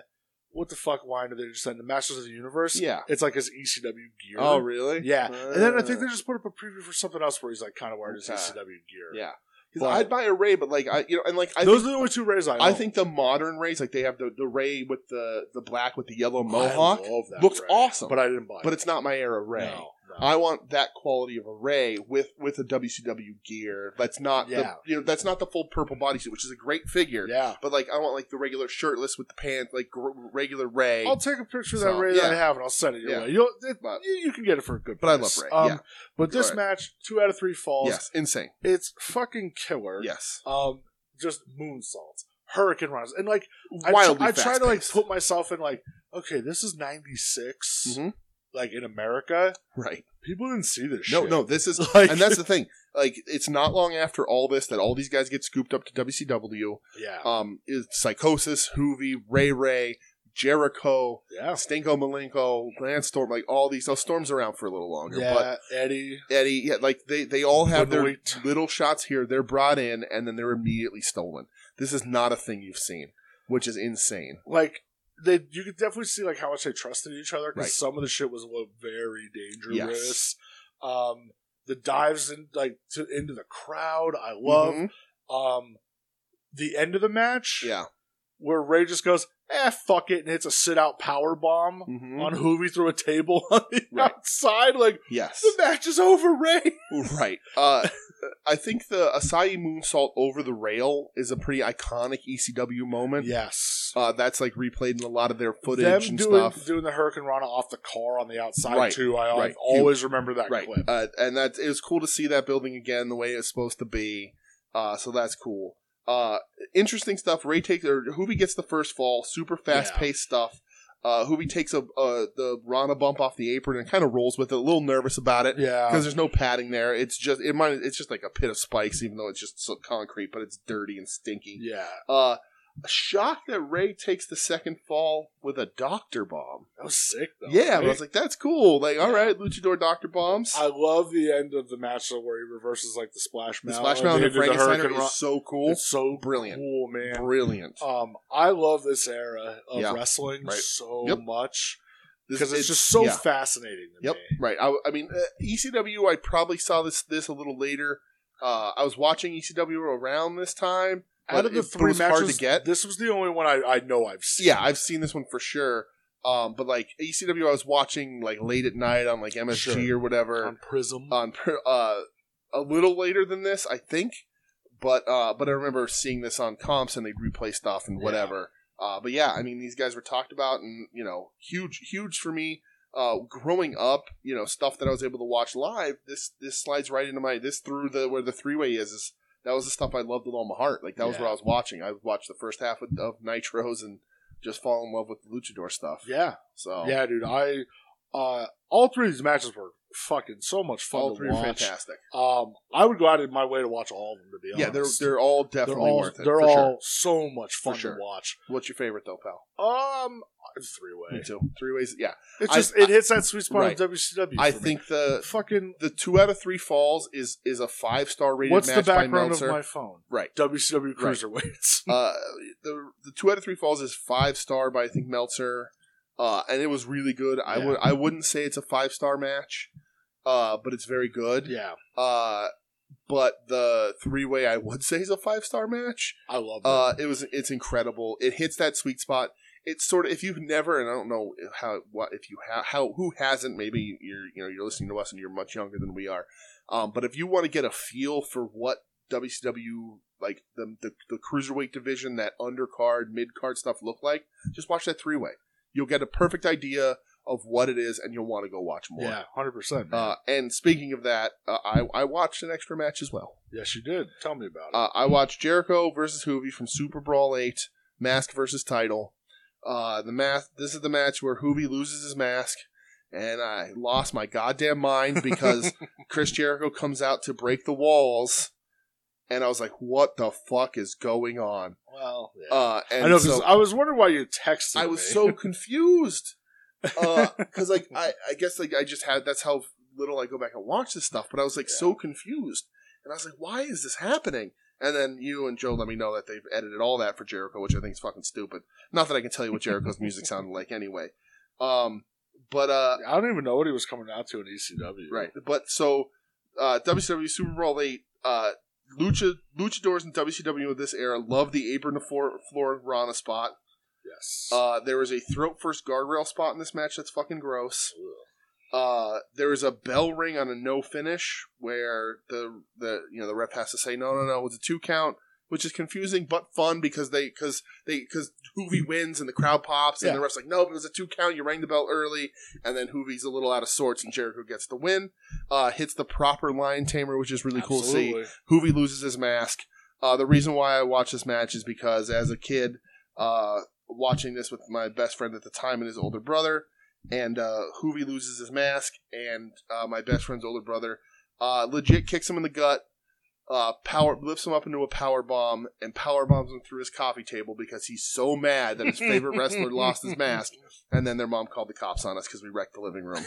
what the fuck line did they just send the Masters of the Universe?
yeah.
It's like his ECW gear.
Oh, really?
Yeah, and then I think
Uh.
they just put up a preview for something else where he's like kind of wearing his
Okay.
ECW gear.
Yeah, 'Cause
But-
I'd buy a Ray, but like I, you know, and like I,
those
think,
are the only two Rays I.
I
own.
think the modern Rays, like they have the the Ray with the the black with the yellow
I
mohawk,
love that
looks
Ray,
awesome.
but I didn't buy.
but
it.
it's not my era Ray.
No, no.
I want that quality of a Ray with with a WCW gear. That's not
Yeah.
the you know that's not the full purple bodysuit, which is a great figure.
yeah,
But like I want like the regular shirtless with the pants, like gr- regular Ray.
I'll take a picture of that
So,
Ray that I
yeah.
have and I'll send it your
Yeah.
way. You'll, it,
But-
you, you can get it for a good.
But I
price. Um,
love Ray, yeah.
But this
Right.
match, two out of three falls.
yes, insane.
It's fucking killer.
Yes,
Um, just moonsaults, hurricane runs, and like I,
wildly.
I try to like
fast-paced.
put myself in like, okay, this is '96,
Mhm.
like in America,
right.
people didn't see this.
No,
shit.
no, this is
like,
and that's the thing. Like it's not long after all this that all these guys get scooped up to WCW.
yeah,
um, is Psychosis, Hoovy, Ray Ray, Jericho,
yeah,
Stinko Malenko, Lance Storm, like all these. Now Storm's around for a little longer,
yeah.
but
Eddie,
Eddie, yeah, like they they all have their
Benoit.
little shots here. They're brought in and then they're immediately stolen. This is not a thing you've seen, which is insane.
like they, you could definitely see like how much they trusted each other because
Right.
some of the shit was well, very dangerous. Um, the dives in like to into the crowd, I love.
Mhm.
Um, the end of the match,
yeah,
where Ray just goes, "Eh, fuck it," and hits a sit-out power bomb
Mhm.
on Hoovy through a table on the
Right.
outside. Like
yes,
the match is over, Ray.
right. Uh, I think the Asai moonsault over the rail is a pretty iconic ECW moment.
Yes,
Uh, that's like replayed in a lot of their footage
them
and
doing
stuff.
doing the Hurricane Rana off the car on the outside
Right,
too. I
right.
always remember that
right
clip.
uh, and that it was cool to see that building again the way it's supposed to be uh, so that's cool uh, interesting stuff ray takes or Hoovy gets the first fall super fast paced stuff uh, Hoovy takes a uh, the Rana bump off the apron and kind of rolls with it a little nervous about it
Yeah,
because there's no padding there it's just it might it's just like a pit of spikes even though it's just so concrete but it's dirty and stinky
yeah.
uh, shocked that Ray takes the second fall with a doctor bomb.
That was sick, though.
yeah,
right?
but I was like, that's cool. Like, all right, Luchador Doctor Bombs.
I love the end of the match though, where he reverses like the splash
the
mountain.
Splash Mountain and
They did the
Frankensteiner
Hurricane
is
Ro-
so cool. Uh,
It's so
Brilliant.
cool, man.
Brilliant.
Um, I love this era of
Yeah.
wrestling
Right.
so
Yep.
much
This-
because it's, just so
yeah.
fascinating to
Yep.
me.
Right. I, I mean, uh, ECW. I probably saw this this a little later. Uh, I was watching ECW around this time.
Out
But
of the
it- but it
three
was hard to
matches,
get.
this was the only one I, I know I've seen.
Yeah, I've seen this one for sure. Um, but like ECW, I was watching like late at night on like MSG
Sure.
or whatever.
on Prism.
on per- uh, a little later than this, I think. But uh, but I remember seeing this on comps and they'd replay stuff and
Yeah.
whatever. Uh, but yeah, I mean these guys were talked about and you know huge huge for me. Uh, growing up, you know stuff that I was able to watch live. This this slides right into my this through the where the three way is. is that was the stuff I loved with all my heart. Like that was
Yeah.
what I was watching. I watched the first half of, of Nitros and just fall in love with the Luchador stuff.
yeah,
So
yeah, dude. I uh, all three of these matches were fucking so much fun
all
to
three are
watch.
fantastic.
Um, I would go out of my way to watch all of them. To be honest,
Yeah, they're they're all
They're
definitely
all
worth it.
they're
for sure.
all so much fun
For sure.
to watch.
What's your favorite though, pal?
Um, three way.
too. Three ways. Yeah,
It's
I-
just it hits that sweet spot
Right.
of WCW.
I
for me.
think the
fucking
the two out of three falls is is a five star rated
what's the
match by
background of
Meltzer.
my Hmm. phone?
right.
WCW cruiserweights.
Uh, the the two out of three falls is five star by I think Meltzer, uh, and it was really good. I
Yeah.
would I wouldn't say it's a five star match, uh, but it's very good.
yeah,
Uh, but the three way I would say is a five star match.
I love that.
Uh, it was it's incredible. It hits that sweet spot. It's sort of if you've never and I don't know how what if you have how who hasn't maybe you're you know you're listening to us and you're much younger than we are, um, but if you want to get a feel for what WCW like the the, the cruiserweight division that undercard mid card stuff look like, just watch that three way. You'll get a perfect idea of what it is, and you'll want to go watch more.
yeah, hundred percent.
Uh, and speaking of that, uh, I I watched an extra match as well.
yes, you did. Tell me about it.
Uh, I watched Jericho versus Hoovy from Super Brawl Eight, mask versus title. Uh, the math. This is the match where Hoovy loses his mask, and I lost my goddamn mind because Chris Jericho comes out to break the walls, and I was like, "What the fuck is going on?"
well, yeah.
Uh, and
I know because
so
I was wondering why you texted.
I was
me.
so confused because, like, I, I guess like I just had that's how little I go back and watch this stuff. But I was like
Yeah.
so confused, and I was like, "Why is this happening?" And then you and Joe let me know that they've edited all that for Jericho, which I think is fucking stupid. Not that I can tell you what Jericho's music sounded like anyway. Um, but uh,
I don't even know what he was coming out to in E ECW.
Right. But so uh, WCW Super Bowl eight, uh, Lucha Luchadors and WCW of this era love the apron to floor, floor Rana spot.
Yes.
Uh, there was a throat first guardrail spot in this match that's fucking gross. Uh, there was a bell ring on a no finish where the the you know the ref has to say no no no it's a two count, which is confusing but fun because they because they because Hoovy wins and the crowd pops and the ref's like nope it was a two count you rang the bell early and then Hoovy's a little out of sorts and Jericho gets the win, uh, hits the proper lion tamer which is really cool to see.
Absolutely.
Hoovy loses his mask. Uh, the reason why I watch this match is because as a kid, uh, watching this with my best friend at the time and his older brother, and uh, Hoovy loses his mask, and uh, my best friend's older brother uh, legit kicks him in the gut, uh, power lifts him up into a power bomb, and power bombs him through his coffee table because he's so mad that his favorite wrestler lost his mask, and then their mom called the cops on us because we wrecked the living room.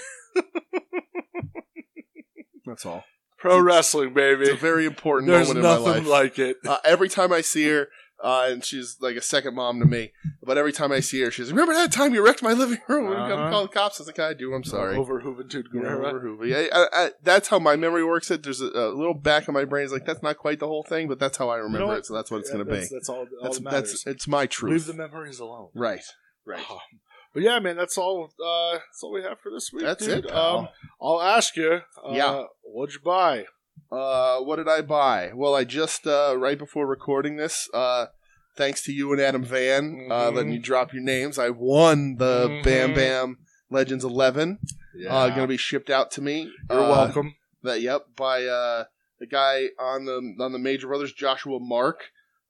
That's all.
Pro wrestling, baby.
It's a very important
There's
moment in my life
nothing like it.
uh, every time I see her, uh, and she's like a second mom to me. But every time I see her, she's like, "Remember that time you wrecked my living room? We gotta
Uh-huh.
call the cops." I was like, "I do. I'm sorry."
Over Juventud
You know,
Guerrera.
over Hoover. I, I, I, that's how my memory works. It there's a, a little back of my brain is like that's not quite the whole thing, but that's how I remember
what?
it. So that's what it's
Yeah,
gonna
that's,
be.
That's all. all
That's
that
that's,
matters.
it's my truth.
Leave the memories alone.
right.
Um, but yeah, man, that's all. Uh, that's all we have for this week.
That's
dude.
it. Pal.
Um, I'll ask you. Uh,
Yeah.
What'd you buy?
Uh, what did I buy? Well, I just uh, right before recording this, uh, thanks to you and Adam Van, uh,
Mhm.
letting you drop your names, I won the Bam
Mhm.
Bam Legends Eleven. Uh, going to be shipped out to me.
You're
Uh,
welcome.
That yep by uh, the guy on the on the Major Brothers, Joshua Mark.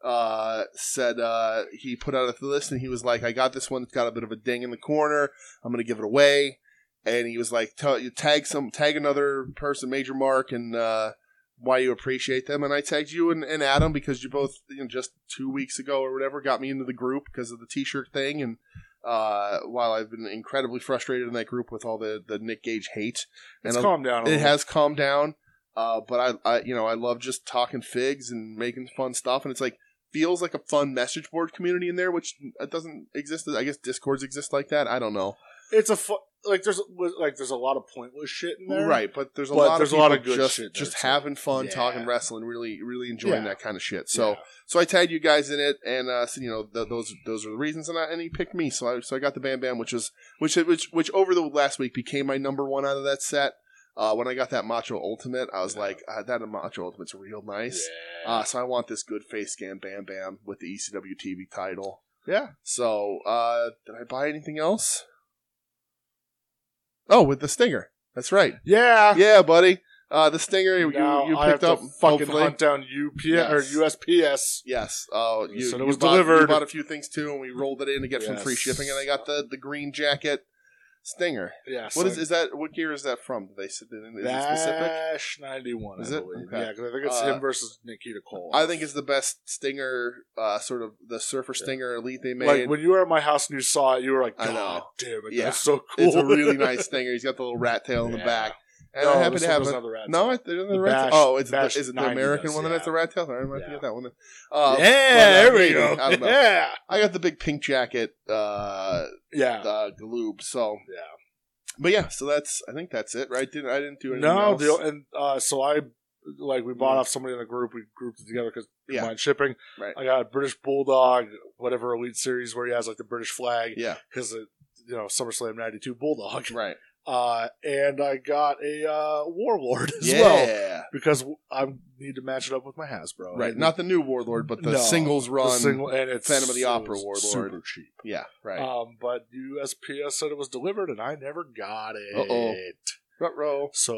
Uh, said uh, he put out a list and he was like, "I got this one. It's got a bit of a ding in the corner. I'm going to give it away." And he was like, tell, you "Tag some, tag another person, Major Mark, and uh, why you appreciate them. And I tagged you and, and Adam because you both you know, just two weeks ago or whatever got me into the group because of the T-shirt thing. And uh, while I've been incredibly frustrated in that group with all the the Nick Gage hate,
It's
and
calmed down.
it
A little.
has calmed down. Uh, but I, I, you know, I love just talking figs and making fun stuff, and it's like feels like a fun message board community in there, which uh, doesn't exist. I guess Discords exist like that. I don't know,
It's a fu- like there's like there's a lot of pointless shit in there.
right? But there's a
But
lot.
there's
of
a lot
people
of good
just,
shit there,
just
too.
having fun,
Yeah.
talking wrestling, really, really enjoying
Yeah.
that kind of shit.
Yeah.
So, so I tagged you guys in it, and uh, so, you know th- those those are the reasons, and, I, and he picked me, so I so I got the Bam Bam, which was which which which over the last week became my number one out of that set. Uh, when I got that Macho Ultimate, I was
Yeah.
like, uh, that Macho Ultimate's real nice.
Yeah.
Uh, so I want this good face scan Bam Bam with the E ECW TV title.
Yeah.
So uh, did I buy anything else? Oh, with the Stinger. That's right.
yeah.
Yeah, buddy. Uh, the Stinger you,
Ah. Now
you
I have
picked
to
up
fucking
hopefully.
hunt down UPS or
Yes.
USPS.
Yes. Oh, you,
So it
you
was
bought, You
delivered.
bought a few things too, and we rolled it in to get some
Yes.
free shipping. And I got the the green jacket stinger.
Yeah.
What is is that? What gear is that from? Did they s- did it- is it specific?
Dash ninety one.
Is
I
it?
believe.
Okay.
Yeah, because I think it's
Uh,
him versus Nikita Cole.
I think it's the best stinger, uh, sort of the surfer stinger elite they made.
like when you were at my house and you saw it, you were like,
I know.
"God damn it,
Yeah.
that's so cool."
it's a really nice stinger. He's got the little rat tail in the
Yeah.
back, and
no,
I happen
this
to
one
have
was
a,
another rat
no.
tail.
I, there's another
The
rat tail.
Bash-
Oh, it's
Bash
the, is it the
90
American
does,
one that's
yeah.
the rat tail? I might forget
Yeah.
that one. Uh,
yeah, there
but, uh,
we
maybe.
go.
I don't know.
Yeah,
I got the big pink jacket, uh,
yeah,
the gloob. So
yeah.
But yeah, so that's I think that's it, right? Didn't I didn't do anything
No,
else. Mm.
the, and uh, so I like we bought off somebody in the group. We grouped it together because
Yeah.
combined shipping.
Right.
I got British Bulldog, whatever elite series where he has like the British flag
yeah,
because you know SummerSlam '92 Bulldog.
right.
Uh, and I got a uh, Warlord as
yeah,
well because I need to match it up with my Hasbro.
right.
And
Not the new Warlord, but the
Mm-hmm. No,
singles
the
run.
single, and it's
Phantom of the
it
Opera
was
Warlord.
Super cheap.
Yeah, right.
Um, but USPS said it was delivered, and I never got it.
Uh-oh. Rut row.
So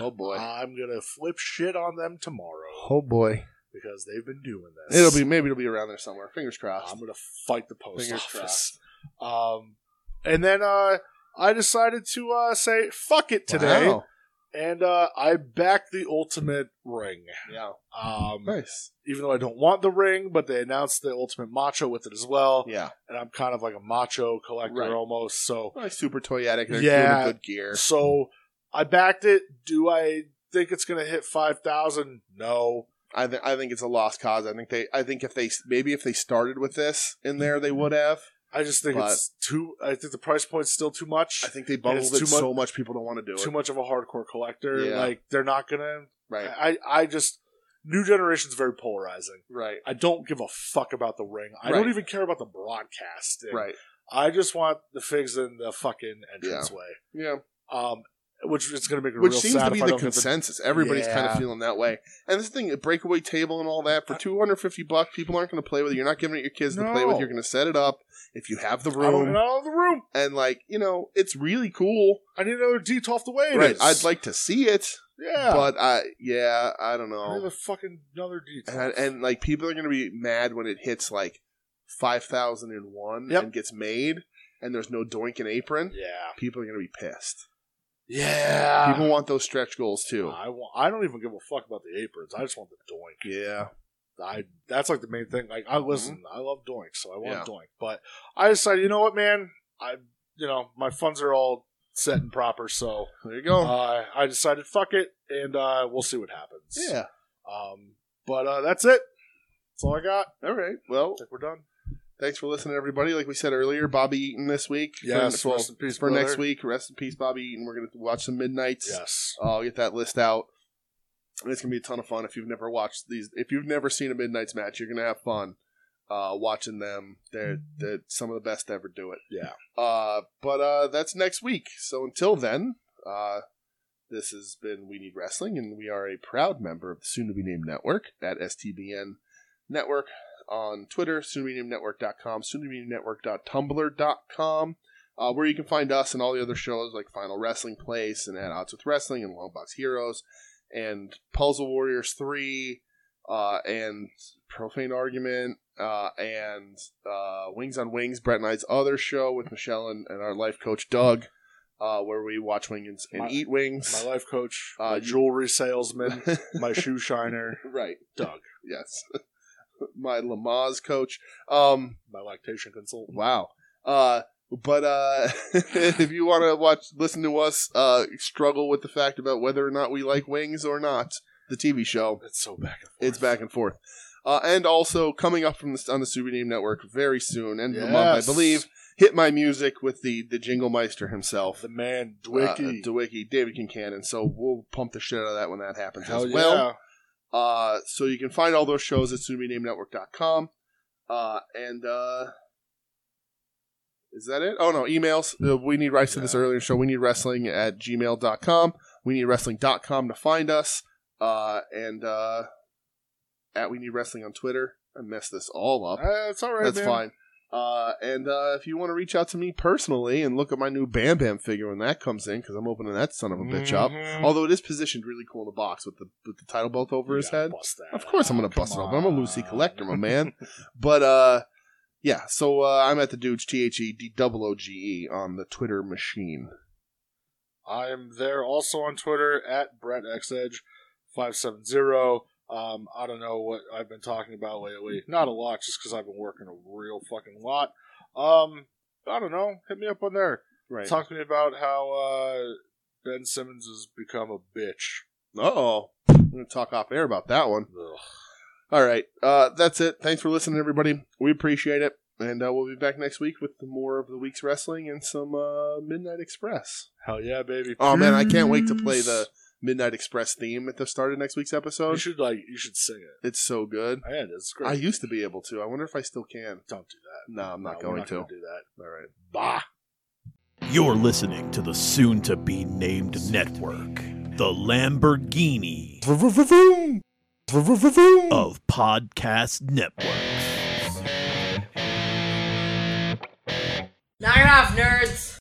Oh boy.
I'm gonna flip shit on them tomorrow
oh boy.
because they've been doing this.
It'll be maybe it'll be around there somewhere. Fingers crossed.
I'm gonna fight the post
Fingers
office. Um, and then uh, I decided to uh, say fuck it today,
Wow.
and uh, I backed the ultimate ring.
Yeah.
Um,
Nice.
Even though I don't want the ring, but they announced the ultimate macho with it as well,
Yeah.
and I'm kind of like a macho collector
Right.
almost. So,
Nice super toyetic. They're
Yeah.
doing a good gear.
so I backed it. Do I think it's gonna hit five thousand? No.
I think I think it's a lost cause. I think they I think if they maybe if they started with this in there
Mm-hmm.
they would have.
I just think
But-
it's too. I think the price point's still too much.
I think they bundled
it's
it
too
so much people don't want to do
too
it.
much of a hardcore collector.
Yeah.
Like they're not gonna.
Right.
I I just new generation's very polarizing.
Right.
I don't give a fuck about the ring. I
Right.
don't even care about the broadcasting.
Right.
I just want the figs in the fucking entranceway.
Yeah.
Um, which it's gonna make it
which
real
seems
sad
to be
if I
the
don't get the
consensus. Everybody's kind of
Yeah.
feeling that way. And this thing, a breakaway table and all that for two hundred fifty bucks, people aren't going to play with it. You're not giving it your kids to play with.
No.
You're going to set it up if you have the
I don't
room.
know the room.
And like you know, it's really cool.
I need another detolf the way. it
Right?
is.
I'd like to see it,
yeah.
but I yeah, I don't
I need
know.
a fucking another detolf.
And, I- and like people are going to be mad when it hits like five thousand and one
Yep.
and gets made, and there's no doink and apron.
yeah.
People are going to be pissed.
Yeah.
people want those stretch goals too.
I want. I don't even give a fuck about the aprons. I just want the doink.
yeah.
I that's like the main thing. Like I listen, I love Doink, so I want
Mm-hmm. Yeah.
Doink. But I decided, you know what, man, I you know my funds are all set and proper, so
There you go.
uh, I decided fuck it, and uh, we'll see what happens.
yeah.
Um, but uh, that's it. That's all I got.
All right. Well,
I think we're done.
thanks for listening, everybody. Like we said earlier, Bobby Eaton this week.
Yes,
for, well,
rest in peace,
for
brother.
next week. Rest in peace, Bobby Eaton. We're gonna watch some Midnight's.
Yes.
I'll get that list out. And It's gonna be a ton of fun if you've never watched these. If you've never seen a Midnight's match, you're gonna have fun uh, watching them. They're, they're some of the best to ever do it.
Yeah.
Uh, but uh, that's next week. So until then, uh, this has been We Need Wrestling, and we are a proud member of the soon to be named network at STBN Network on Twitter, soon to be named network.com, soon to be named network.tumblr.com. Uh, where you can find us and all the other shows like Final Wrestling Place and At Odds with Wrestling and Long Box Heroes and Puzzle Warriors 3 uh, and Profane Argument uh, and uh, Wings on Wings, Brett and I's other show with Michelle and, and our life coach Doug. uh, where we watch wings and
My-
eat wings.
My life coach,
Uh,
my
you-
jewelry salesman, my shoe shiner,
right.
Doug,
Yes. my Lamaze coach. Um,
my lactation consultant.
wow. Uh, but uh, if you want to watch, listen to us uh, struggle with the fact about whether or not we like wings or not, the TV show,
It's so back and forth.
it's back and forth. Uh, and also coming up from the, on the Super Name Network very soon, end of the month,
Yes.
I believe. Hit my music with the the Jingle Meister himself.
The man,
uh,
Dwicky.
DeWicki, David Kincannon. So we'll pump the shit out of that when that happens
Hell
as
yeah.
well. Uh, so you can find all those shows at SumiNameNetwork.com. Uh, and uh, is that it? Oh, no, emails. Uh, we need rights to this
Yeah.
earlier show. We need wrestling at gmail.com. We need wrestling.com to find us. Uh, and uh, at We Need Wrestling on Twitter. I messed this all up.
Uh, it's all right,
That's
man.
fine. Uh, and uh, if you want to reach out to me personally and look at my new Bam Bam figure when that comes in, because I'm opening that son of a bitch up.
Mhm.
Although it is positioned really cool in the box with the with the title belt over
You
his
gotta
head.
bust that
Of course, I'm gonna
out.
bust it
Come
open. I'm a Lucy
on.
collector, my man. but uh, yeah. So uh, I'm at the dudes T H E D double O G E on the Twitter machine.
I'm there also on Twitter at BrettXEdge570. Um, I don't know what I've been talking about lately. Not a lot, just because I've been working a real fucking lot. Um, I don't know. Hit me up on there.
Right.
Talk to me about how uh, Ben Simmons has become a bitch.
oh, I'm gonna talk off air about that one.
Ugh.
All right. Uh, that's it. Thanks for listening, everybody. We appreciate it. And uh, we'll be back next week with more of the week's wrestling and some uh, Midnight Express.
Hell yeah, baby.
Oh, man, I can't wait to play
Peace.
the Midnight Express theme at the start of next week's
You
episode.
should like. You should sing it.
It's so good.
And it's great.
I used to be able to. I wonder if I still can.
don't do that.
No, I'm not
No, we're
going to.
gonna do that. All right. Bah.
You're listening to the soon to be named network, the Lamborghini of podcast networks.
Knock it off, nerds!